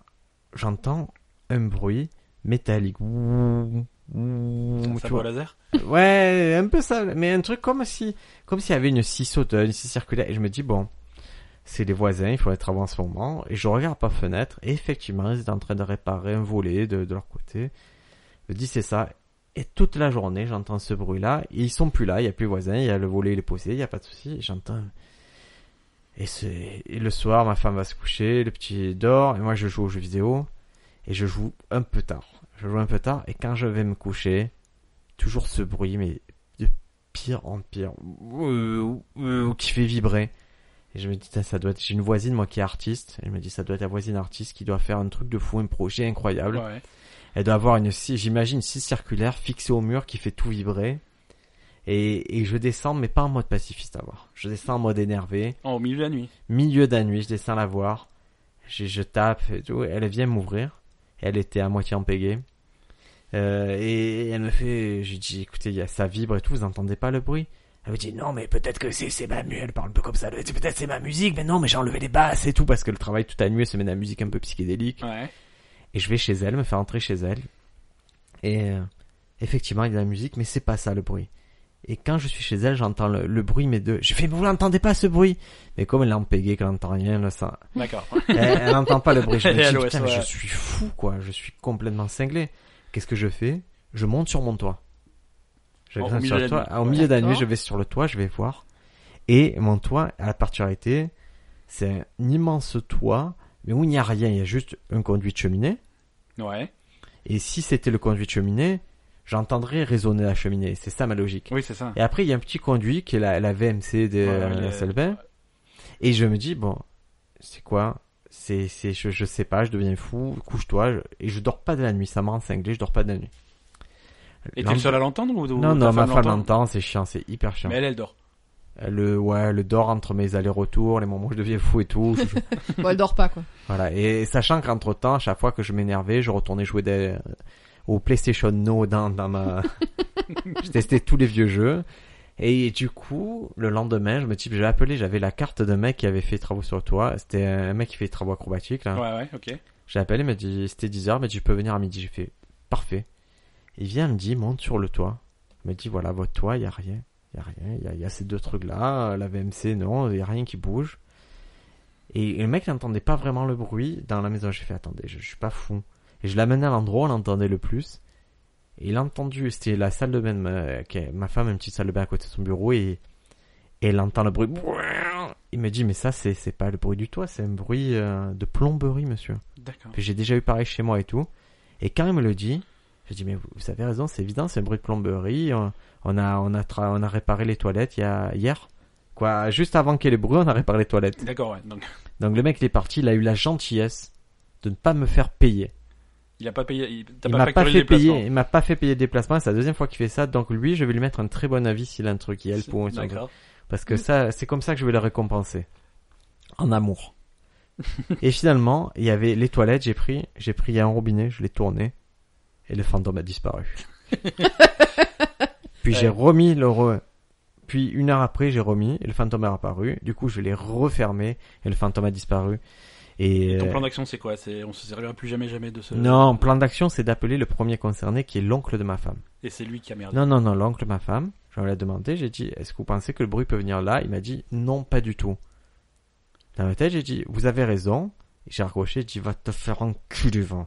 Speaker 2: j'entends un bruit métallique. Ouh, ouh,
Speaker 1: Ça,
Speaker 2: tu
Speaker 1: voit
Speaker 2: vois.
Speaker 1: au laser.
Speaker 2: Ouais, un peu ça, mais un truc comme si, comme s'il y avait une scie sauteuse, une scie circulaire. Et je me dis bon, c'est les voisins, il faut être avant ce moment. Et je regarde par fenêtre, et effectivement, ils étaient en train de réparer un volet de, de leur côté. Je me dis c'est ça. Et toute la journée, j'entends ce bruit-là. Et Ils sont plus là, il y a plus les voisins, il y a le volet, il est posé, il y a pas de souci. Et J'entends. Et, c'est- et le soir, ma femme va se coucher, le petit dort, et moi je joue aux jeux vidéo, et je joue un peu tard. Je joue un peu tard, et quand je vais me coucher, toujours ce bruit, mais de pire en pire, euh, euh, qui fait vibrer. Et je me dis, Tain, ça doit être, j'ai une voisine, moi, qui est artiste. Et je me dis, ça doit être la voisine artiste qui doit faire un truc de fou, un projet incroyable.
Speaker 1: Ouais.
Speaker 2: Elle doit avoir une scie, j'imagine, une scie circulaire fixée au mur qui fait tout vibrer. Et, et je descends, mais pas en mode pacifiste à voir. Je descends en mode énervé
Speaker 1: Oh, au milieu de la nuit.
Speaker 2: milieu de la nuit, je descends la voir, je, je tape et tout, elle vient m'ouvrir, elle était à moitié empégée, euh, et elle me fait, j'ai dit écoutez, il y a, ça vibre et tout, vous entendez pas le bruit Elle me dit non mais peut-être que c'est, c'est ma mu- elle parle un peu comme ça, elle dit, peut-être c'est ma musique, mais non mais j'ai enlevé les basses et tout, parce que le travail toute la nuit, elle se met de la musique un peu psychédélique,
Speaker 1: Ouais.
Speaker 2: et je vais chez elle, me faire entrer chez elle, et euh, effectivement il y a de la musique, mais c'est pas ça le bruit. Et quand je suis chez elle, j'entends le, le bruit, mais de... Je fais, vous l'entendez pas ce bruit Mais comme elle est empégée, qu'elle n'entend rien, là, ça,
Speaker 1: D'accord.
Speaker 2: elle, elle n'entend pas le bruit. Je me
Speaker 1: Elle est à
Speaker 2: dis,
Speaker 1: l'ouest,
Speaker 2: putain, mais
Speaker 1: ouais.
Speaker 2: je suis fou, quoi. Je suis complètement cinglé. Qu'est-ce que je fais Je monte sur mon toit. Je
Speaker 1: Au
Speaker 2: grimpe
Speaker 1: milieu
Speaker 2: sur
Speaker 1: de la
Speaker 2: le toit.
Speaker 1: nuit.
Speaker 2: Ah, Au milieu de la nuit,
Speaker 3: D'accord.
Speaker 2: je vais sur le toit, je vais voir. Et mon toit, à la particularité, c'est un immense toit, mais où il n'y a rien. Il y a juste un conduit de cheminée.
Speaker 1: Ouais.
Speaker 2: Et si c'était le conduit de cheminée, j'entendrais résonner la cheminée. C'est ça ma logique.
Speaker 1: Oui, c'est ça.
Speaker 2: Et après, il y a un petit conduit qui est la, la VMC
Speaker 1: Ouais,
Speaker 2: de euh,
Speaker 1: les-
Speaker 2: Selbin. Et je me dis, bon, c'est quoi c'est, c'est, je, je sais pas, je deviens fou, couche-toi. je- et je dors pas de la nuit, ça me rend cinglé, je dors pas de la nuit.
Speaker 1: Et t'es
Speaker 2: L'ent-
Speaker 1: le seul à l'entendre ou ou
Speaker 2: Non,
Speaker 1: ta
Speaker 2: non, ma femme
Speaker 1: l'entend
Speaker 2: l'entend, c'est chiant, c'est hyper chiant.
Speaker 1: Mais elle, elle dort.
Speaker 2: Le, ouais, le dort entre mes allers-retours, les moments où je deviens fou et tout. je- je-
Speaker 3: Bon, elle dort pas, quoi.
Speaker 2: voilà. Et sachant qu'entre temps, à chaque fois que je m'énervais, je retournais jouer des, au PlayStation No dans, dans ma, je testais tous les vieux jeux. Et du coup, le lendemain, je me dis, je vais appeler, j'avais la carte d'un mec qui avait fait des travaux sur toi. C'était un mec qui fait des travaux acrobatiques, là.
Speaker 1: Ouais, ouais, ok.
Speaker 2: J'ai appelé, il m'a dit, c'était 10h, mais tu peux venir à midi. J'ai fait, parfait. Il vient, il me dit, monte sur le toit. Il m'a dit voilà, votre toit, il y a rien, il y a rien, il y a, il y a ces deux trucs là, la VMC non, il y a rien qui bouge. Et, et le mec n'entendait pas vraiment le bruit dans la maison. J'ai fait attendez, je, je suis pas fou. Et je l'amène à l'endroit où on l'entendait le plus. Et il a entendu, c'était la salle de bain de ma, qui est- ma femme, a une petite salle de bain à côté de son bureau, et, et elle entend le bruit. Il m'a dit, mais ça, c'est c'est pas le bruit du toit, c'est un bruit euh, de plomberie, monsieur.
Speaker 1: D'accord.
Speaker 2: Puis J'ai déjà eu pareil chez moi et tout. Et quand il me le dit, j'ai dit, mais vous, vous avez raison, c'est évident, c'est un bruit de plomberie. On, on a, on, a tra- on a réparé les toilettes il y a, hier. Quoi, juste avant qu'il y ait les bruits, on a réparé les toilettes.
Speaker 1: D'accord, ouais. Donc,
Speaker 2: Donc le mec, il est parti, il a eu la gentillesse de ne pas me faire payer.
Speaker 1: il a pas payé. il- T'as
Speaker 2: Il
Speaker 1: pas
Speaker 2: m'a
Speaker 1: facturé
Speaker 2: pas
Speaker 1: le
Speaker 2: fait
Speaker 1: déplacement.
Speaker 2: payer, il m'a pas fait payer le déplacement, c'est la deuxième fois qu'il fait ça, donc lui, je vais lui mettre un très bon avis s'il a un truc, il a le
Speaker 1: C'est-
Speaker 2: pour un truc.
Speaker 1: D'accord.
Speaker 2: Parce que ça, c'est comme ça que je vais le récompenser. En amour. et finalement, il y avait les toilettes, j'ai pris, j'ai pris un robinet, je l'ai tourné, et le fantôme a disparu. Puis j'ai
Speaker 1: Ouais.
Speaker 2: remis le re- Puis une heure après, j'ai remis, et le fantôme est apparu. Du coup, je l'ai refermé, et le fantôme a disparu. Et,
Speaker 1: Et ton
Speaker 2: euh,
Speaker 1: plan d'action, c'est quoi C'est on se servira plus jamais, jamais de ce.
Speaker 2: non, plan d'action, c'est d'appeler le premier concerné qui est l'oncle de ma femme.
Speaker 1: Et c'est lui qui a merdé.
Speaker 2: Ah Non, non, non, l'oncle de ma femme, je lui ai demandé, j'ai dit, est-ce que vous pensez que le bruit peut venir là Il m'a dit, non, pas du tout. Dans ma tête, j'ai dit, vous avez raison. Et J'ai raccroché, j'ai dit, va te faire un cul du vent.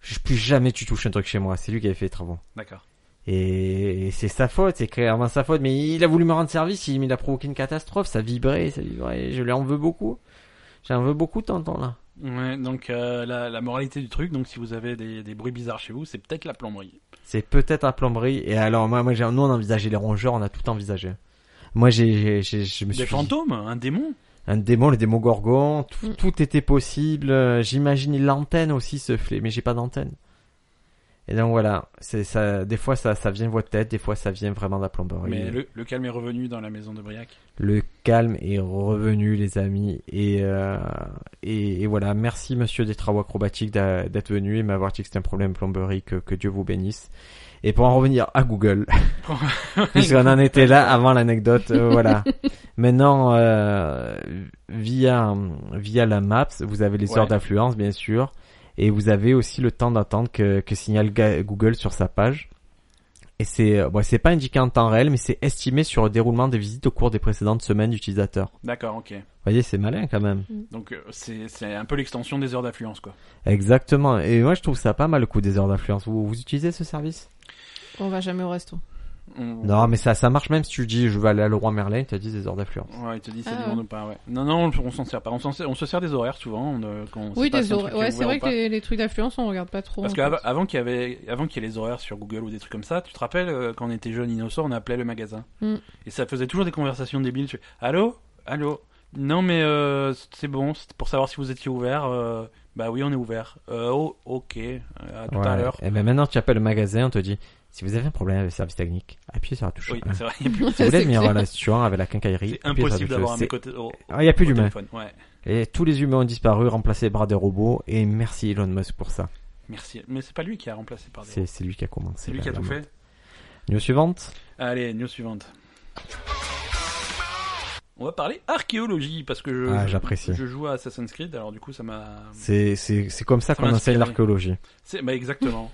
Speaker 2: Je plus jamais tu touches un truc chez moi, c'est lui qui avait fait les travaux.
Speaker 1: D'accord.
Speaker 2: Et c'est sa faute, c'est clairement sa faute, mais il a voulu me rendre service, il il a provoqué une catastrophe, ça vibrait, ça vibrait, je lui en veux beaucoup. J'en veux beaucoup, t'entends là.
Speaker 1: Ouais, donc euh, la, la moralité du truc, donc si vous avez des, des bruits bizarres chez vous, c'est peut-être la plomberie.
Speaker 2: C'est peut-être à plomberie. Et alors, moi, moi j'ai- nous, on a envisagé les rongeurs, on a tout envisagé. Moi, j'ai, j'ai- j'ai- je me suis
Speaker 1: Des
Speaker 2: dit,
Speaker 1: fantômes, un démon.
Speaker 2: un démon, le démon gorgon, tout,
Speaker 3: Mm.
Speaker 2: tout était possible. Euh, J'imagine l'antenne aussi se flé, mais j'ai pas d'antenne. Et donc voilà, c'est ça. Des fois, ça, ça vient de votre tête, des fois, ça vient vraiment de la plomberie.
Speaker 1: Mais le, le calme est revenu dans la maison de Briac.
Speaker 2: Le calme est revenu, les amis. Et, euh, et, et voilà, merci monsieur des travaux acrobatiques d'a- d'être venu et m'avoir dit que c'était un problème plomberie, que, que Dieu vous bénisse. Et pour en revenir à Google, puisqu'on en était là avant l'anecdote, euh, voilà. Maintenant, euh, via, via la Maps, vous avez les
Speaker 1: Ouais.
Speaker 2: heures d'affluence, bien sûr. Et vous avez aussi le temps d'attente que, que signale Ga- Google sur sa page. Et c'est, euh, bon, c'est pas indiqué en temps réel, mais c'est estimé sur le déroulement des visites au cours des précédentes semaines d'utilisateurs.
Speaker 1: D'accord, ok.
Speaker 2: Vous voyez, c'est malin quand même.
Speaker 1: Donc euh, c'est c'est un peu l'extension des heures d'affluence, quoi.
Speaker 2: Exactement. Et moi, je trouve ça pas mal le coup des heures d'affluence. Vous, vous utilisez ce service
Speaker 3: On va jamais au resto.
Speaker 1: On-
Speaker 2: Non, mais ça, ça marche même si tu dis je vais aller à Leroy Merlin, tu as dit des heures d'affluence.
Speaker 1: Ouais, il te dit c'est
Speaker 3: Ah,
Speaker 1: du monde ou pas. Ouais. Non, non, on, on s'en sert pas. On, s'en sert- on se sert des horaires souvent. On, euh, quand on sait
Speaker 3: Oui,
Speaker 1: pas
Speaker 3: des
Speaker 1: si un truc
Speaker 3: horaires. Ouais,
Speaker 1: est
Speaker 3: c'est
Speaker 1: ouvert ou
Speaker 3: vrai que
Speaker 1: pas.
Speaker 3: les, les trucs d'affluence, on regarde pas trop.
Speaker 1: Parce
Speaker 3: en
Speaker 1: qu'avant
Speaker 3: fait.
Speaker 1: avant qu'il y avait, avant qu'il y ait les horaires sur Google ou des trucs comme ça, tu te rappelles euh, quand on était jeune innocent, on appelait le magasin
Speaker 3: Mm.
Speaker 1: et ça faisait toujours des conversations débiles. Tu fais, Allô, allô. Non mais euh, c'est bon, c'était pour savoir si vous étiez ouvert. euh, bah oui, on est ouvert. Euh, oh, ok, euh, à tout à
Speaker 2: Ouais.
Speaker 1: l'heure.
Speaker 2: Et ben maintenant, tu appelles le magasin, on te dit si vous avez un problème avec le service technique, appuyez sur la touche.
Speaker 1: Oui,
Speaker 2: un.
Speaker 1: c'est vrai. il y a plus-
Speaker 2: Si vous voulez
Speaker 3: C'est
Speaker 2: venir en
Speaker 3: clair.
Speaker 2: relation avec la quincaillerie,
Speaker 1: C'est
Speaker 2: appuyez sur la
Speaker 1: impossible
Speaker 2: touche
Speaker 1: d'avoir un
Speaker 2: C'est-
Speaker 1: mec au, t- au-
Speaker 2: Ah, il y a plus
Speaker 1: au
Speaker 2: d'humains.
Speaker 1: téléphone. Ouais.
Speaker 2: Et tous les humains ont disparu, remplacés par des robots. Et merci Elon Musk pour ça.
Speaker 1: Merci. Mais c'est pas lui qui a remplacé par des.
Speaker 2: C'est c'est lui qui a commencé.
Speaker 1: C'est lui
Speaker 2: la-
Speaker 1: qui a
Speaker 2: la
Speaker 1: tout
Speaker 2: mode.
Speaker 1: fait.
Speaker 2: News suivante.
Speaker 1: Allez, news suivante. On va parler archéologie parce que je,
Speaker 2: Ah,
Speaker 1: je-
Speaker 2: j'apprécie.
Speaker 1: je joue à Assassin's Creed, alors du coup ça m'a.
Speaker 2: C'est c'est c'est comme
Speaker 1: Ça
Speaker 2: ça qu'on
Speaker 1: m'a
Speaker 2: enseigne
Speaker 1: inspiré.
Speaker 2: l'archéologie.
Speaker 1: C'est bah exactement.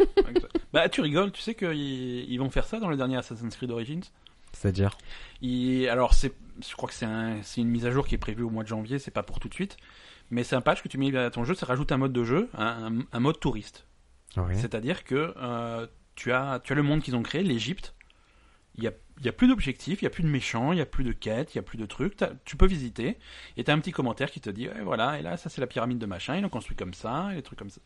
Speaker 1: bah tu rigoles, tu sais qu'ils ils vont faire ça dans le dernier Assassin's Creed Origins.
Speaker 2: C'est-à-dire.
Speaker 1: Ils- alors c'est, je crois que c'est un- c'est une mise à jour qui est prévue au mois de janvier. C'est pas pour tout de suite, mais c'est un patch que tu mets à ton jeu. Ça rajoute un mode de jeu, un, un- un mode touriste.
Speaker 2: Ouais.
Speaker 1: C'est-à-dire que euh, tu as tu as le monde qu'ils ont créé, l'Égypte. Il y a il y a plus d'objectifs, il y a plus de méchants, il y a plus de quêtes, il y a plus de trucs. T'as- Tu peux visiter et t'as un petit commentaire qui te dit ouais, voilà et là ça c'est la pyramide de machin, ils l'ont construit comme ça, et des trucs comme ça.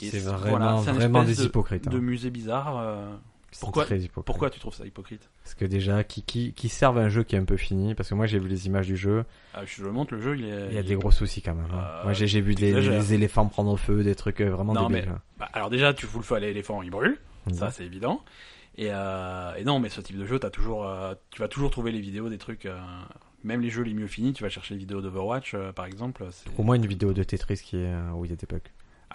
Speaker 1: Et
Speaker 2: C'est
Speaker 1: voilà,
Speaker 2: vraiment
Speaker 1: c'est un
Speaker 2: vraiment
Speaker 1: espèce
Speaker 2: des
Speaker 1: de-
Speaker 2: hypocrites. hein.
Speaker 1: de musée bizarre. euh,
Speaker 2: C'est
Speaker 1: pourquoi-
Speaker 2: très hypocrite.
Speaker 1: pourquoi tu trouves ça hypocrite
Speaker 2: Parce que déjà, qui qui qui servent un jeu qui est un peu fini. Parce que moi, j'ai vu les images du jeu.
Speaker 1: Ah, Je te le montre, le jeu, il est.
Speaker 2: Il y a des gros soucis quand même. hein.
Speaker 1: Euh,
Speaker 2: moi, j'ai j'ai vu des,
Speaker 1: t'exagères.
Speaker 2: des éléphants prendre feu, des trucs euh, vraiment
Speaker 1: Non,
Speaker 2: débiles.
Speaker 1: Bah, alors déjà, tu fous le feu à l'éléphant, il brûle,
Speaker 2: hein.
Speaker 1: ça c'est évident. Et, euh, et non, mais ce type de jeu, as toujours, euh, tu vas toujours trouver les vidéos des trucs. euh, même les jeux les mieux finis, tu vas chercher les vidéos d'Overwatch, euh, par exemple. c'est-
Speaker 2: Au moins une vidéo de Tetris qui est, euh, où il y a des bugs.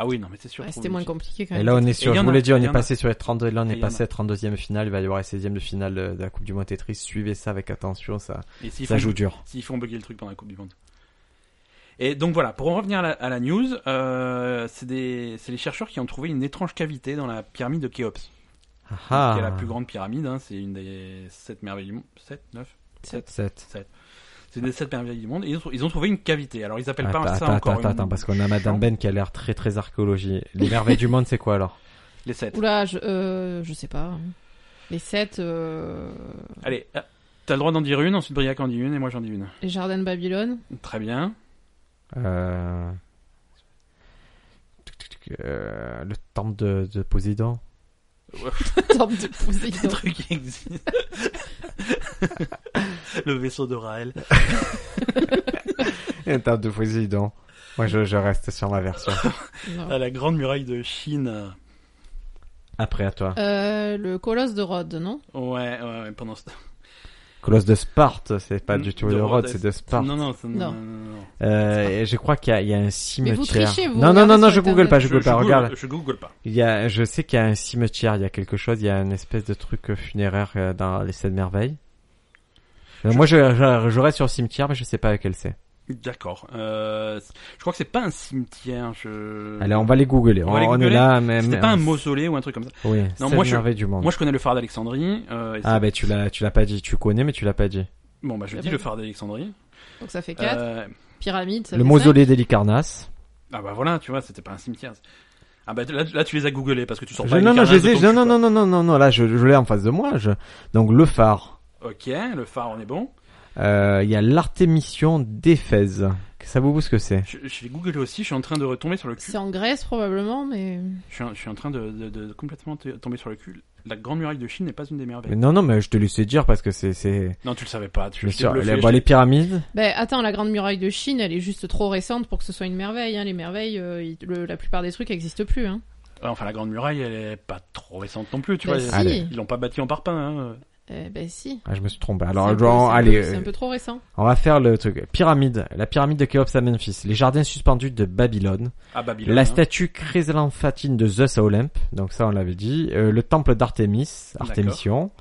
Speaker 1: Ah oui, non, mais c'est sûr.
Speaker 3: Ouais,
Speaker 1: trouve
Speaker 3: C'était
Speaker 1: les-
Speaker 3: moins compliqué quand
Speaker 2: Et
Speaker 3: même.
Speaker 2: là, on est
Speaker 1: Et
Speaker 2: sur,
Speaker 1: y
Speaker 2: je
Speaker 1: en
Speaker 2: vous
Speaker 1: a,
Speaker 2: l'ai dit,
Speaker 1: et
Speaker 2: on
Speaker 1: y
Speaker 2: est
Speaker 1: en a.
Speaker 2: passé sur les 32, là, on
Speaker 1: Et y
Speaker 2: est
Speaker 1: en
Speaker 2: passé à 32e finale, il va y avoir la 16e de finale euh, de la Coupe du Monde Tetris. Suivez ça avec attention, ça,
Speaker 1: Et s'ils
Speaker 2: ça
Speaker 1: font-
Speaker 2: joue dur.
Speaker 1: s'ils font bugger le truc pendant la Coupe du Monde. Et donc voilà, pour en revenir à la, à la news, euh, c'est des- c'est les chercheurs qui ont trouvé une étrange cavité dans la pyramide de Khéops.
Speaker 2: Ah.
Speaker 1: qui est la plus grande pyramide. hein, c'est une des sept merveilles du monde. Sept, neuf,
Speaker 2: ah.
Speaker 1: sept.
Speaker 2: 7.
Speaker 1: C'est des sept merveilles du monde. Et ils, ont, trou- ils ont trouvé une cavité. Alors ils appellent
Speaker 2: Ah, Attends,
Speaker 1: pas ça
Speaker 2: attends,
Speaker 1: hein, encore.
Speaker 2: attends,
Speaker 1: une
Speaker 2: attends, parce qu'on a Madame
Speaker 1: chambre.
Speaker 2: Ben qui a l'air très très archéologie. Les merveilles du monde, c'est quoi alors
Speaker 1: Les sept.
Speaker 3: Oula, je, euh, je sais pas. Les sept, euh,
Speaker 1: Allez, ah, t'as le droit d'en dire une. Ensuite Briac en dit une et moi j'en dis une.
Speaker 3: les jardins de Babylone.
Speaker 1: Très bien.
Speaker 2: euh... tuc, tuc, tuc, euh, Le temple de, de Poséidon.
Speaker 3: Temple de
Speaker 1: Des
Speaker 3: Poséidon.
Speaker 1: trucs qui existent. le vaisseau de Raël.
Speaker 2: Le temple de Poséidon. Moi, je, je reste sur ma version.
Speaker 3: Non.
Speaker 1: à la grande muraille de Chine.
Speaker 2: Après, à toi.
Speaker 3: Euh, le colosse de Rhodes, non
Speaker 1: Ouais, ouais, ouais, pendant ce temps.
Speaker 2: Colosse de Sparte, c'est pas du tout
Speaker 1: Mm, De
Speaker 2: de Rhodes,
Speaker 1: Rhodes.
Speaker 2: c'est de Sparte.
Speaker 1: Non, non, ça- non,
Speaker 3: Non.
Speaker 1: non, non, non.
Speaker 2: Euh, et je crois qu'il y, a- il y a un cimetière.
Speaker 3: vous trichez, vous
Speaker 2: non, non, non, non,
Speaker 3: regardez sur
Speaker 2: je
Speaker 3: Internet.
Speaker 2: google pas, Ah, je
Speaker 1: Je,
Speaker 2: google pas.
Speaker 1: google-
Speaker 2: Regarde,
Speaker 1: je google pas.
Speaker 2: il y a, je sais qu'il y a un cimetière, il y a quelque chose, il y a une espèce de truc euh, funéraire euh, dans les Sept Merveilles. Euh,
Speaker 1: Je-
Speaker 2: Moi, je, je, je reste sur cimetière, mais je sais pas lequel c'est.
Speaker 1: D'accord. Euh, je crois que c'est pas un cimetière. Je...
Speaker 2: Allez, on va les googler.
Speaker 1: On
Speaker 2: On,
Speaker 1: va les
Speaker 2: on est
Speaker 1: googler.
Speaker 2: là, mais
Speaker 1: C'était
Speaker 2: mais-
Speaker 1: pas un mausolée ou un truc comme ça.
Speaker 2: Oui,
Speaker 1: Non,
Speaker 2: Sept
Speaker 1: moi, je-
Speaker 2: Merveilles du monde.
Speaker 1: Moi, je connais le phare d'Alexandrie. euh, et
Speaker 2: Ah
Speaker 1: c'est-
Speaker 2: ben tu l'as, tu l'as pas dit. Tu connais, mais tu l'as pas dit.
Speaker 1: Bon, bah, je
Speaker 3: Ah
Speaker 1: dis
Speaker 3: bah.
Speaker 1: le phare d'Alexandrie.
Speaker 3: Donc ça fait quatre.
Speaker 1: Euh,
Speaker 3: Pyramide, ça
Speaker 2: Le
Speaker 3: fait
Speaker 2: mausolée d'Hélicarnasse.
Speaker 1: ah bah voilà, tu vois, c'était pas un cimetière. Ah bah là, là, tu les as googlés parce que tu sors
Speaker 2: Je-
Speaker 1: pas.
Speaker 2: Non, non,
Speaker 1: Halicarnasse
Speaker 2: je les
Speaker 1: de
Speaker 2: ai-
Speaker 1: ton
Speaker 2: non,
Speaker 1: cul,
Speaker 2: non, non, non, non, non, non, Là, je, je l'ai en face de moi. Je... Donc le phare.
Speaker 1: quoi. Ok, le phare, on est bon.
Speaker 2: Euh, Il y a l'Artémission d'Éphèse. Savez-vous ce que c'est
Speaker 1: Je, je l'ai googlé aussi. Je suis en train de retomber sur le
Speaker 3: cinq.
Speaker 1: cul.
Speaker 3: C'est en Grèce probablement, mais
Speaker 1: Je suis, en- je suis en train de, de- de complètement te- tomber sur le cul. La grande muraille de Chine n'est pas une des merveilles.
Speaker 2: Mais non, non, mais je te laissais dire parce que c'est, c'est,
Speaker 1: Non, tu le savais pas. Tu
Speaker 2: bien
Speaker 1: je t'ai
Speaker 2: sûr,
Speaker 1: bluffé,
Speaker 2: les,
Speaker 1: je
Speaker 2: bon,
Speaker 1: t'ai-
Speaker 2: les pyramides.
Speaker 3: Ben attends, la Grande Muraille de Chine, elle est juste trop récente pour que ce soit une merveille. Hein. Les merveilles, euh, ils- le- la plupart des trucs n'existent plus. Hein.
Speaker 1: Ouais, Ah, Enfin, la grande muraille, elle est pas trop récente non plus, tu
Speaker 3: Ben
Speaker 1: vois.
Speaker 3: si.
Speaker 2: Allez.
Speaker 1: Ils l'ont pas bâtie en parpaing. Hein.
Speaker 3: Eh ben si.
Speaker 2: Ah, je me suis trompé.
Speaker 3: C'est un
Speaker 2: Alors,
Speaker 3: peu-
Speaker 2: genre,
Speaker 3: c'est un peu-
Speaker 2: allez,
Speaker 3: c'est un
Speaker 2: euh,
Speaker 3: peu trop récent.
Speaker 2: on va faire le truc. Pyramide, la pyramide de Khéops à Memphis, les jardins suspendus de Babylone,
Speaker 1: À Babylone.
Speaker 2: la
Speaker 1: hein.
Speaker 2: statue chrysalemphatine de Zeus à Olympe, donc ça on l'avait dit, euh, le temple d'Artémis,
Speaker 1: D'accord.
Speaker 2: Artémission,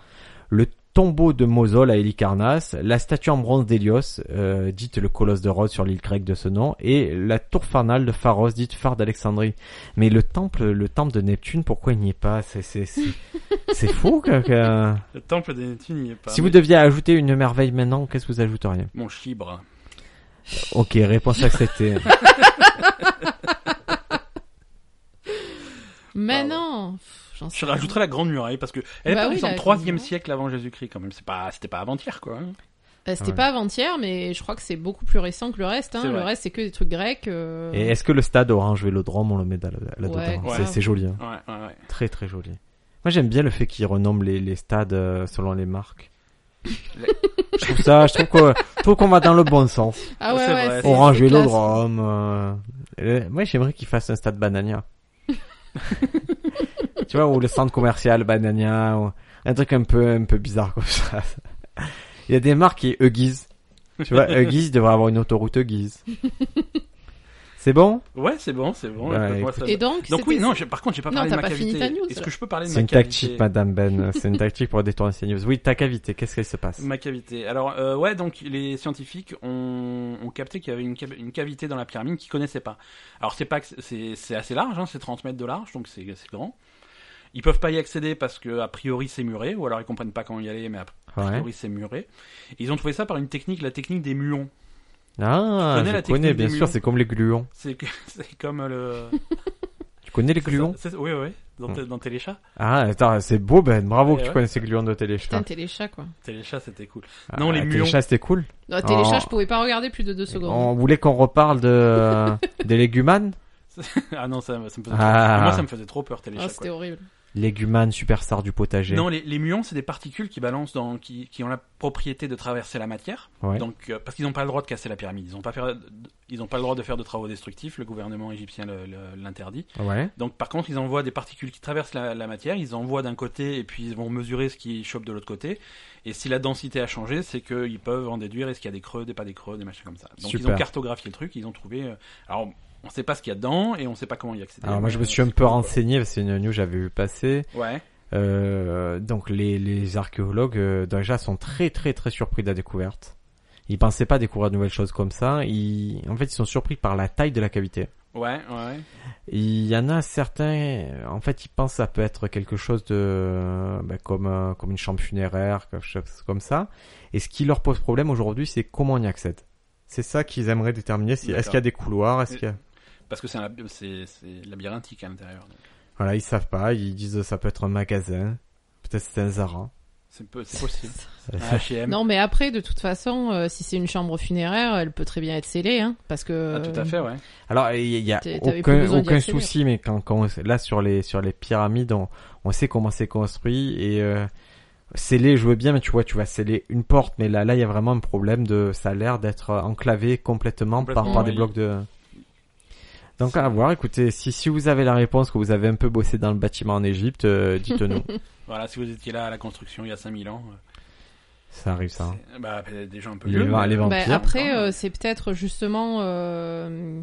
Speaker 2: le tombeau de Mosol à Hélicarnasse, la statue en bronze d'Hélios, euh, dite le colosse de Rhodes sur l'île grecque de ce nom, et la tour farnale de Pharos, dite phare d'Alexandrie. Mais le temple, le temple de Neptune, pourquoi il n'y est pas C'est c'est c'est c'est fou. que- que-
Speaker 1: Le temple des Neptune n'y est pas.
Speaker 2: Si vous deviez ajouter une merveille maintenant, qu'est-ce que vous ajouteriez
Speaker 1: Mon chibre.
Speaker 2: Ok, réponse acceptée.
Speaker 3: Mais
Speaker 1: Pardon.
Speaker 3: non. Pff, J'en sais
Speaker 1: Je rajouterais la grande muraille parce que elle est
Speaker 3: Bah
Speaker 1: par
Speaker 3: oui,
Speaker 1: exemple
Speaker 3: la grande
Speaker 1: 3
Speaker 3: muraille.
Speaker 1: siècle avant Jésus-Christ quand même. C'est pas, c'était pas avant-hier quoi. hein.
Speaker 3: Euh, C'était
Speaker 2: Ouais.
Speaker 3: pas avant-hier, mais je crois que c'est beaucoup plus récent que le reste. Hein.
Speaker 1: C'est
Speaker 3: Le
Speaker 1: vrai.
Speaker 3: reste, c'est que des trucs grecs. euh,
Speaker 2: Et est-ce que le stade Orange Vélodrome, on le met là- là-dedans
Speaker 3: Ouais,
Speaker 2: C'est-
Speaker 1: grave.
Speaker 2: C'est joli. hein.
Speaker 1: Ouais, ouais, ouais.
Speaker 2: Très très joli. Moi j'aime bien le fait qu'ils renomment les, les stades euh, selon les marques. je trouve ça, je trouve que- je trouve qu'on va dans le bon sens.
Speaker 3: Ah ouais,
Speaker 1: c'est
Speaker 3: ouais,
Speaker 1: vrai.
Speaker 3: c'est-
Speaker 2: Orange
Speaker 3: c'est classe.
Speaker 2: Vélodrome. Euh... euh, Moi j'aimerais qu'ils fassent un stade Banania. tu vois ou le centre commercial Banania ou un truc un peu un peu bizarre comme ça. Il y a des marques qui Huggies. Tu vois Huggies devrait avoir une autoroute Huggies. C'est bon
Speaker 1: Ouais, c'est bon, c'est bon.
Speaker 2: Bah,
Speaker 1: je peux- moi,
Speaker 2: écoute.
Speaker 1: ça-
Speaker 3: Et donc,
Speaker 1: Donc oui,
Speaker 3: c'était-
Speaker 1: non. j'ai- Par contre, j'ai pas
Speaker 3: Non,
Speaker 1: parlé
Speaker 3: t'as
Speaker 1: de ma
Speaker 3: pas fini
Speaker 1: cavité.
Speaker 3: ta news,
Speaker 1: Est-ce
Speaker 3: là.
Speaker 1: que je peux parler de
Speaker 2: C'est
Speaker 1: ma
Speaker 2: une
Speaker 1: cavité
Speaker 2: tactique, Madame Ben. C'est une tactique pour détourner ces news. Oui, ta cavité, qu'est-ce qu'elle se passe
Speaker 1: Ma cavité. Alors, euh, ouais, donc les scientifiques ont, ont capté qu'il y avait une, cav- une cavité dans la pyramide qu'ils connaissaient pas. Alors, c'est pas que c'est- c'est c'est assez large, hein, c'est 30 mètres de large, donc c'est c'est grand. Ils peuvent pas y accéder parce que a priori c'est muré, ou alors ils comprennent pas comment y aller, mais a
Speaker 2: Ouais.
Speaker 1: priori c'est muré. Ils ont trouvé ça par une technique, la technique des muons.
Speaker 2: Ah,
Speaker 1: Tu connais la
Speaker 2: je
Speaker 1: technique
Speaker 2: connais,
Speaker 1: des
Speaker 2: bien
Speaker 1: muons
Speaker 2: sûr, c'est comme les gluons.
Speaker 1: C'est que- c'est comme le.
Speaker 2: Tu connais les
Speaker 1: c'est ça-
Speaker 2: gluons
Speaker 1: c'est- Oui, oui, dans,
Speaker 2: Hmm.
Speaker 1: Té- dans Téléchat.
Speaker 2: Ah, attends, c'est beau, Ben. Bravo
Speaker 1: Ouais,
Speaker 2: que tu
Speaker 1: ouais.
Speaker 2: connais ces gluons de Téléchat.
Speaker 3: Putain, Téléchat, quoi.
Speaker 1: Téléchat, c'était cool.
Speaker 2: Ah,
Speaker 1: non, les muons.
Speaker 2: Téléchat, c'était cool.
Speaker 3: Non, Téléchat,
Speaker 2: Oh.
Speaker 3: je pouvais pas regarder plus de deux secondes. Ah,
Speaker 2: On voulait qu'on reparle de des légumanes.
Speaker 1: Ah non, ça, me- ça me faisait.
Speaker 2: Ah.
Speaker 1: Moi, ça me faisait trop peur, Téléchat.
Speaker 3: Ah,
Speaker 1: quoi.
Speaker 3: c'était horrible.
Speaker 2: Légumanes, superstar du potager.
Speaker 1: Non, les, les muons, c'est des particules qui balancent dans, qui, qui ont la propriété de traverser la matière.
Speaker 2: Ouais.
Speaker 1: Donc, euh, parce qu'ils n'ont pas le droit de casser la pyramide. Ils n'ont pas, faire- ils ont pas le droit de faire de travaux destructifs. Le gouvernement égyptien le- le- l'interdit.
Speaker 2: Ouais.
Speaker 1: Donc, par contre, ils envoient des particules qui traversent la, la matière. Ils envoient d'un côté et puis ils vont mesurer ce qu'ils chopent de l'autre côté. Et si la densité a changé, c'est qu'ils peuvent en déduire est-ce qu'il y a des creux, des pas des creux, des machins comme ça. Donc, ils
Speaker 2: Super.
Speaker 1: ont cartographié le truc. Ils ont trouvé. euh, alors, on ne sait pas ce qu'il y a dedans et on ne sait pas comment y accéder.
Speaker 2: Alors moi, je
Speaker 1: Mais,
Speaker 2: me
Speaker 1: euh,
Speaker 2: suis un
Speaker 1: c'est
Speaker 2: peu
Speaker 1: cool, quoi.
Speaker 2: renseigné. C'est une news que j'avais vu passer.
Speaker 1: Ouais.
Speaker 2: Euh, donc les, les archéologues euh, déjà sont très très très surpris de la découverte. Ils pensaient pas découvrir de nouvelles choses comme ça. Ils, en fait, ils sont surpris par la taille de la cavité.
Speaker 1: Ouais, ouais.
Speaker 2: Il y en a certains, en fait, ils pensent que ça peut être quelque chose de, ben, comme, euh, comme une chambre funéraire, quelque chose comme ça. Et ce qui leur pose problème aujourd'hui, c'est comment on y accède. C'est ça qu'ils aimeraient déterminer. c'est Est-ce
Speaker 1: D'accord.
Speaker 2: qu'il y a des couloirs Est-ce
Speaker 1: Et-
Speaker 2: qu'il y a...
Speaker 1: Parce que c'est un lab- c'est- c'est labyrinthique à l'intérieur. donc.
Speaker 2: Voilà, ils savent pas. Ils disent que ça peut être un magasin. Peut-être c'est un Zara.
Speaker 1: C'est peu- c'est possible. Un H&M.
Speaker 3: Non, mais après, de toute façon, euh, si c'est une chambre funéraire, elle peut très bien être scellée, hein, parce que.
Speaker 1: Ah, tout à fait, ouais.
Speaker 2: Alors, il y a- il y a
Speaker 3: T'es- t'avais plus
Speaker 2: aucun,
Speaker 3: besoin d'y
Speaker 2: aucun
Speaker 3: accéder.
Speaker 2: souci, mais quand, quand on- là sur les sur les pyramides, on, on sait comment c'est construit et euh, sceller, je veux bien, mais tu vois, tu vas sceller une porte, mais là là il y a vraiment un problème de, ça a l'air d'être enclavé complètement, par
Speaker 1: Complètement,
Speaker 2: par des
Speaker 1: oui.
Speaker 2: blocs de. Donc à voir, écoutez, si si vous avez la réponse que vous avez un peu bossé dans le bâtiment en Égypte, euh, dites-nous.
Speaker 1: Voilà, si vous étiez là à la construction il y a 5000 ans, euh,
Speaker 2: ça arrive ça. hein.
Speaker 1: c'est- bah, des gens un peu
Speaker 2: Les
Speaker 1: vieux.
Speaker 2: vents-
Speaker 1: mais-
Speaker 2: les hein. vents-
Speaker 3: Bah,
Speaker 2: vampire.
Speaker 3: après,
Speaker 1: hein.
Speaker 3: euh, c'est peut-être justement euh,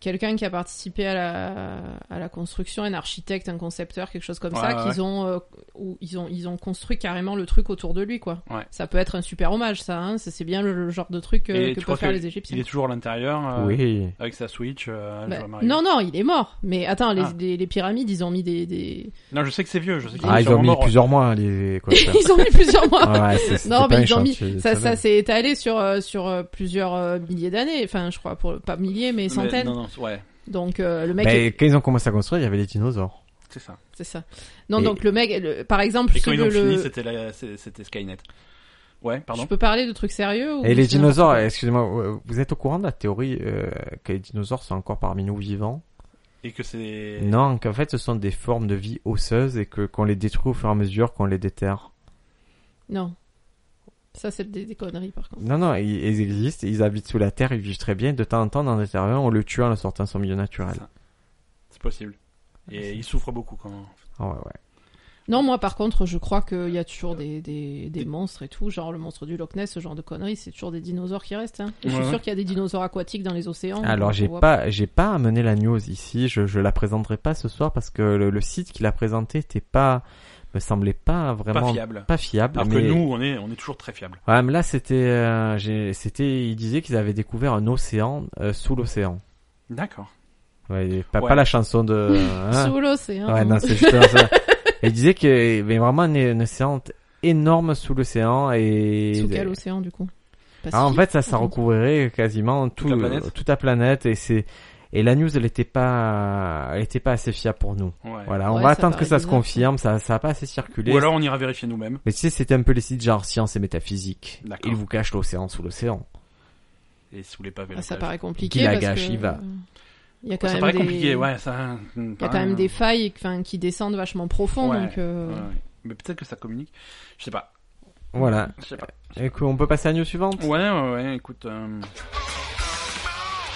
Speaker 3: quelqu'un qui a participé à la, à la construction, un architecte, un concepteur, quelque chose comme
Speaker 1: Ouais,
Speaker 3: ça,
Speaker 1: ouais,
Speaker 3: qu'ils ont, euh, où ils ont, ils ont construit carrément le truc autour de lui, quoi.
Speaker 1: Ouais.
Speaker 3: Ça peut être un super hommage, ça. Hein Ça, c'est bien le, le genre de truc euh,
Speaker 1: Et
Speaker 3: que
Speaker 1: tu
Speaker 3: peuvent
Speaker 1: crois
Speaker 3: faire
Speaker 1: que
Speaker 3: les Égyptiens.
Speaker 1: Il est toujours à l'intérieur, euh,
Speaker 2: hein. Oui.
Speaker 1: avec sa Switch. euh,
Speaker 3: Bah,
Speaker 1: je vois Mario.
Speaker 3: non, non, il est mort. Mais attends, les,
Speaker 1: Ah.
Speaker 3: les- les pyramides, ils ont mis des, des-
Speaker 1: Non, je sais que c'est vieux, je sais qu'il
Speaker 2: Ah
Speaker 1: est
Speaker 2: ils ont
Speaker 1: sûrement
Speaker 2: mis
Speaker 1: mort.
Speaker 2: plusieurs mois les. quoi, ça.
Speaker 3: ils ont mis plusieurs mois.
Speaker 2: Ouais, c'est- c'était
Speaker 3: Non,
Speaker 2: pas
Speaker 3: mais
Speaker 2: un
Speaker 3: ils ont mis-
Speaker 2: chantier,
Speaker 3: Ça, ça
Speaker 2: savais.
Speaker 3: s'est étalé sur euh, sur euh, plusieurs euh, milliers d'années, enfin je crois pour pas milliers mais
Speaker 1: Mais-
Speaker 3: centaines.
Speaker 1: Non, non, ouais,
Speaker 3: Donc euh, le mec,
Speaker 2: Ben,
Speaker 3: est-
Speaker 2: quand ils ont commencé à construire, il y avait les dinosaures.
Speaker 1: c'est ça.
Speaker 3: c'est ça. Non
Speaker 2: Et-
Speaker 3: donc le mec, le- par exemple,
Speaker 1: Et
Speaker 3: ceux
Speaker 1: quand ils
Speaker 3: de
Speaker 1: ont
Speaker 3: le-
Speaker 1: fini, c'était la- c'est- c'était Skynet. Ouais,
Speaker 3: je
Speaker 1: pardon.
Speaker 3: peux parler de trucs sérieux ou
Speaker 2: Et les
Speaker 3: c'est
Speaker 2: dinosaures,
Speaker 3: n'importe
Speaker 2: excusez-moi, euh, vous êtes au courant de la théorie euh, que les dinosaures sont encore parmi nous vivants
Speaker 1: Et que c'est.
Speaker 2: Non, qu'en fait ce sont des formes de vie osseuses et que qu'on les détruit au fur et à mesure qu'on les déterre.
Speaker 3: quoi. Non, ça c'est des, des conneries par contre.
Speaker 2: Non, non, ils, ils existent, ils habitent sous la terre, ils vivent très bien. De temps en temps, d'en déterre un, on le tue en le sortant de son milieu naturel.
Speaker 1: C'est ça. C'est possible.
Speaker 3: Ah, bah,
Speaker 1: Et il souffre beaucoup quand.
Speaker 2: Ah ouais, ouais.
Speaker 3: Non moi par contre je crois qu'il y a toujours des, des, des monstres et tout, genre le monstre du Loch Ness, ce genre de conneries, c'est toujours des dinosaures qui restent. Hein. Et je
Speaker 1: Ouais,
Speaker 3: suis
Speaker 1: ouais.
Speaker 3: sûr qu'il y a des dinosaures aquatiques dans les océans.
Speaker 2: Ah, Alors
Speaker 3: Ah, on
Speaker 2: j'ai
Speaker 3: voit
Speaker 2: pas, j'ai pas amené la news ici. Je, je la présenterai pas ce soir parce que le, le site qui l'a présenté était pas, me semblait pas vraiment
Speaker 1: Pas fiable.
Speaker 2: pas fiable,
Speaker 1: Alors que
Speaker 2: mais-
Speaker 1: nous, on est, on est toujours très fiable.
Speaker 2: Ouais, mais là, c'était, euh, j'ai- c'était, ils disaient qu'ils avaient découvert un océan euh, sous l'océan.
Speaker 1: D'accord.
Speaker 2: Ouais, pas,
Speaker 1: Ouais.
Speaker 2: pas la chanson de. hein.
Speaker 3: Sous l'océan.
Speaker 2: ouais, non, c'est juste un océan. Et Ils disaient que, mais vraiment un, un océan énorme sous l'océan et.
Speaker 3: Sous quel océan du coup
Speaker 2: Ah, en
Speaker 3: Pacifique
Speaker 2: fait, ça, ça
Speaker 3: Atlantique.
Speaker 2: recouvrirait quasiment tout,
Speaker 1: la planète
Speaker 2: toute la planète et c'est. Et la news, elle était pas, elle était pas assez fiable pour nous.
Speaker 1: Ouais.
Speaker 2: Voilà, on
Speaker 3: Ouais,
Speaker 2: va
Speaker 3: ça
Speaker 2: attendre que
Speaker 3: paraît
Speaker 2: ça se
Speaker 3: bizarre, ça.
Speaker 2: confirme. Ça, ça a pas assez circulé.
Speaker 1: Ou alors on ira vérifier nous-mêmes.
Speaker 2: Mais tu sais, c'était un peu les sites genre science et métaphysique.
Speaker 1: D'accord.
Speaker 2: Ils vous cachent l'océan sous l'océan.
Speaker 1: Et sous les pavés.
Speaker 3: Ah, ça
Speaker 1: la plage.
Speaker 3: paraît compliqué.
Speaker 2: Qui la
Speaker 3: parce
Speaker 2: gâche,
Speaker 3: que,
Speaker 2: il va.
Speaker 3: euh, Il y a quand
Speaker 1: Ça
Speaker 3: même
Speaker 1: paraît
Speaker 3: des...
Speaker 1: compliqué, ouais. Ça. hmm,
Speaker 3: Il y a quand même des failles enfin, qui descendent vachement profond.
Speaker 1: Ouais.
Speaker 3: Donc, euh,
Speaker 1: Mais peut-être que ça communique. Je sais pas.
Speaker 2: Voilà.
Speaker 1: Je sais pas.
Speaker 2: Écoute, on peut passer à la news suivante
Speaker 1: Ouais, ouais, ouais, écoute. euh,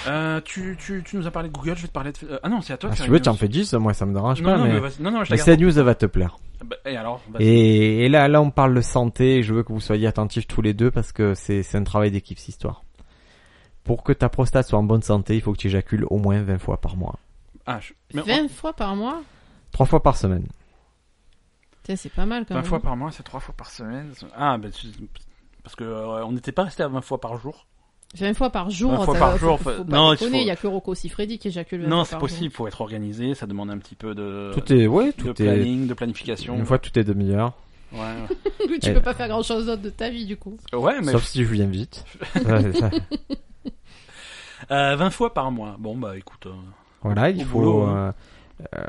Speaker 1: euh, tu, tu, tu nous as parlé de Google, je vais te parler de. euh, Ah non, c'est à toi de
Speaker 2: Ah, Si
Speaker 1: faire
Speaker 2: tu veux,
Speaker 1: une
Speaker 2: t'en
Speaker 1: news.
Speaker 2: fais 10, moi ça me dérange
Speaker 1: Non,
Speaker 2: pas,
Speaker 1: non,
Speaker 2: mais,
Speaker 1: mais vas-y. non, non, je
Speaker 2: mais
Speaker 1: la
Speaker 2: cette
Speaker 1: garde.
Speaker 2: news elle va te plaire.
Speaker 1: Bah, et alors vas-y.
Speaker 2: Et, et là, là, on parle de santé, et je veux que vous soyez attentifs tous les deux parce que c'est c'est un travail d'équipe, cette histoire. Pour que ta prostate soit en bonne santé, il faut que tu éjacules au moins 20 fois par mois.
Speaker 1: Ah, je- mais on-
Speaker 3: 20 fois par mois
Speaker 2: 3 fois par semaine.
Speaker 3: Putain, c'est pas mal quand
Speaker 1: 20
Speaker 3: même.
Speaker 1: fois par mois, c'est 3 fois par semaine. Ah, ben, tu- parce que euh, on n'était pas resté à 20 fois par jour.
Speaker 3: 20 fois par jour. hein,
Speaker 1: 20 fois
Speaker 3: ça-
Speaker 1: par
Speaker 3: faut-
Speaker 1: jour,
Speaker 3: faut-
Speaker 1: faut-
Speaker 3: faut
Speaker 1: non,
Speaker 3: pas
Speaker 1: il faut-
Speaker 3: déconner, il y a que Rocco Siffredi qui éjacule 20
Speaker 1: non,
Speaker 3: fois
Speaker 1: c'est
Speaker 3: par
Speaker 1: possible, faut être organisé, ça demande un petit peu de,
Speaker 2: Tout est,
Speaker 1: Euh,
Speaker 2: ouais,
Speaker 1: de
Speaker 2: tout est,
Speaker 1: planning, de planification.
Speaker 2: une fois toutes les demi-heures.
Speaker 1: Ouais,
Speaker 3: jour. tu
Speaker 2: Eh.
Speaker 3: peux pas faire grand chose d'autre de ta vie du coup.
Speaker 1: ouais mais
Speaker 2: Sauf si je viens vite. Ça, c'est ça.
Speaker 1: euh, 20 fois par mois. Bon, bah écoute. euh,
Speaker 2: Voilà, il
Speaker 1: Au
Speaker 2: faut.
Speaker 1: boulot, hein.
Speaker 2: euh, euh,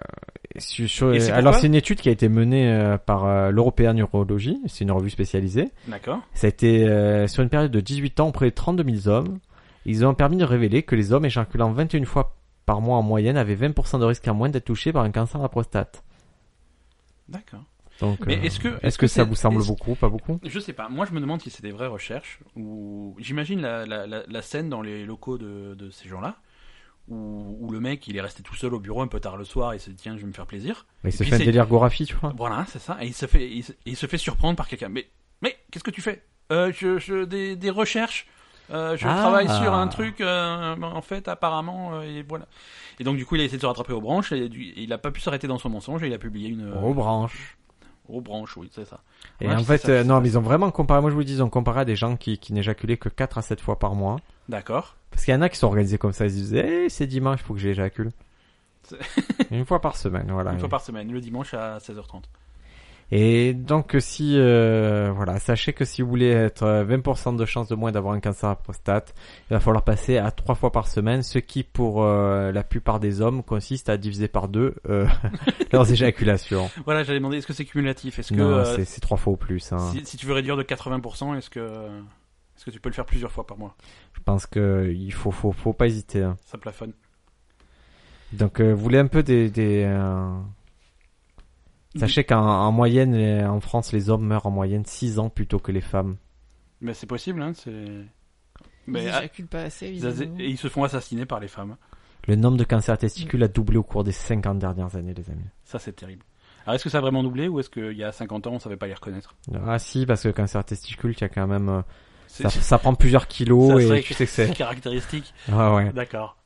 Speaker 2: sur- sur-
Speaker 1: Et c'est
Speaker 2: alors
Speaker 1: pourquoi
Speaker 2: c'est une étude qui a été menée euh, par euh, l'Européen Neurologie, c'est une revue spécialisée.
Speaker 1: D'accord.
Speaker 2: Ça a été euh, sur une période de 18 ans auprès de 32 000 hommes. Ils ont permis de révéler que les hommes éjaculant 21 fois par mois en moyenne avaient 20% de risque en moins d'être touchés par un cancer de la prostate.
Speaker 1: D'accord.
Speaker 2: Donc,
Speaker 1: Mais
Speaker 2: euh,
Speaker 1: est-ce que-
Speaker 2: est-ce
Speaker 1: est-ce
Speaker 2: que
Speaker 1: que
Speaker 2: ça
Speaker 1: c'est-
Speaker 2: vous semble
Speaker 1: est-ce-
Speaker 2: beaucoup, pas beaucoup
Speaker 1: Je sais pas. Moi, je me demande si c'est des vraies recherches ou j'imagine la, la, la, la scène dans les locaux de, de ces gens-là où, où le mec il est resté tout seul au bureau un peu tard le soir et s'est dit tiens je vais me faire plaisir.
Speaker 2: Mais il se
Speaker 1: puis
Speaker 2: fait un
Speaker 1: c'est-
Speaker 2: délire Gorafi, tu vois.
Speaker 1: Voilà, c'est ça. Et il se fait il se, il se fait surprendre par quelqu'un. Mais mais qu'est-ce que tu fais euh, je, je des, des recherches. Euh, je
Speaker 2: Ah.
Speaker 1: travaille sur un truc euh, en fait apparemment euh, et voilà. Et donc du coup il a essayé de se rattraper aux branches et du- il a pas pu s'arrêter dans son mensonge et il a publié une euh,
Speaker 2: Aux branches.
Speaker 1: aux branches oui c'est ça.
Speaker 2: Et
Speaker 1: Ouais,
Speaker 2: en
Speaker 1: c'est
Speaker 2: fait,
Speaker 1: ça,
Speaker 2: euh,
Speaker 1: c'est
Speaker 2: non,
Speaker 1: ça.
Speaker 2: mais ils ont vraiment comparé, moi je vous dis, ils ont comparé à des gens qui, qui n'éjaculaient que 4 à 7 fois par mois.
Speaker 1: D'accord.
Speaker 2: Parce qu'il y en a qui sont organisés comme ça, ils se disent Eh, c'est dimanche, faut que j'éjacule.
Speaker 1: C'est-
Speaker 2: Une fois par semaine, voilà.
Speaker 1: Une fois par semaine, le dimanche à 16h30.
Speaker 2: Et donc si euh, voilà, sachez que si vous voulez être euh, 20% de chance de moins d'avoir un cancer à la prostate, il va falloir passer à trois fois par semaine, ce qui pour euh, la plupart des hommes consiste à diviser par deux euh, leurs éjaculations.
Speaker 1: Voilà, j'allais demander, est-ce que c'est cumulatif Est-ce que
Speaker 2: Non,
Speaker 1: euh,
Speaker 2: c'est- c'est trois fois au plus. hein.
Speaker 1: si, si tu veux réduire de 80%, est-ce que, est-ce que tu peux le faire plusieurs fois par mois
Speaker 2: Je pense que il faut faut faut pas hésiter. hein.
Speaker 1: Ça plafonne.
Speaker 2: Donc euh, vous voulez un peu des, des euh, sachez qu'en en moyenne les- en France les hommes meurent en moyenne 6 ans plutôt que les femmes.
Speaker 1: Mais c'est possible, hein, c'est.
Speaker 3: ils
Speaker 1: Mais ah,
Speaker 3: éjaculent pas assez,
Speaker 1: ils,
Speaker 3: évidemment.
Speaker 1: et ils se font assassiner par les femmes.
Speaker 2: Le nombre de cancers testicules a doublé au cours des 50 dernières années les amis.
Speaker 1: Ça, c'est terrible. Alors, est-ce que ça a vraiment doublé ou est-ce qu'il y a 50 ans, on savait pas les reconnaître
Speaker 2: Ah si, parce que le cancer testicule, tu as quand même, euh,
Speaker 1: C'est
Speaker 2: ça, ça prend plusieurs kilos
Speaker 1: ça,
Speaker 2: et
Speaker 1: c'est-
Speaker 2: tu sais que c'est.
Speaker 1: caractéristique.
Speaker 2: Ah ouais.
Speaker 1: D'accord.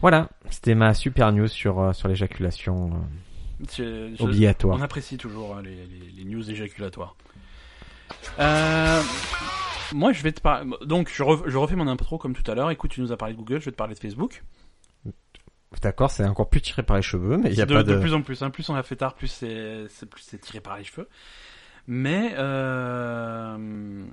Speaker 2: Voilà, c'était ma super news sur euh, sur l'éjaculation euh,
Speaker 1: Je- je-
Speaker 2: obligatoire.
Speaker 1: On apprécie toujours hein, les, les- les news éjaculatoires. Euh, moi, je vais te parler. Donc, je, re- je refais mon intro comme tout à l'heure. Écoute, tu nous as parlé de Google, je vais te parler de Facebook.
Speaker 2: D'accord, c'est encore plus tiré par les cheveux, mais il y a
Speaker 1: de,
Speaker 2: pas
Speaker 1: de
Speaker 2: de.
Speaker 1: plus en plus. hein. Plus on a fait tard, plus c'est c'est- plus c'est tiré par les cheveux. Mais euh,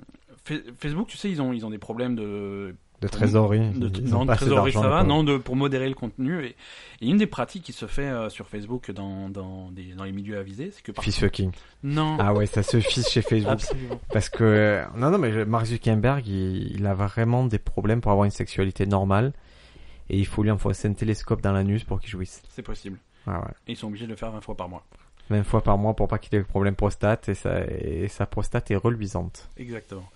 Speaker 1: Fa- Facebook, tu sais, ils ont ils ont des problèmes de
Speaker 2: De trésorerie.
Speaker 1: de,
Speaker 2: Ils ont
Speaker 1: non, de
Speaker 2: pas assez
Speaker 1: trésorerie, ça
Speaker 2: d'argent,
Speaker 1: va,
Speaker 2: les pauvres.
Speaker 1: non, de, pour modérer le contenu. Et, et une des pratiques qui se fait euh, sur Facebook dans, dans, des, dans les milieux avisés, c'est que par...
Speaker 2: Fist fucking.
Speaker 1: Non,
Speaker 2: Ah ouais, ça se fiche chez Facebook.
Speaker 1: absolument.
Speaker 2: Parce que euh, non non mais je- Mark Zuckerberg il, il a vraiment des problèmes pour avoir une sexualité normale et il faut lui enfoncer un télescope dans l'anus pour qu'il jouisse.
Speaker 1: C'est possible.
Speaker 2: Ah ouais.
Speaker 1: Et ils sont obligés de le faire 20 fois par mois.
Speaker 2: 20 fois par mois pour pas qu'il ait le problème prostate et sa, et sa prostate est reluisante.
Speaker 1: Exactement.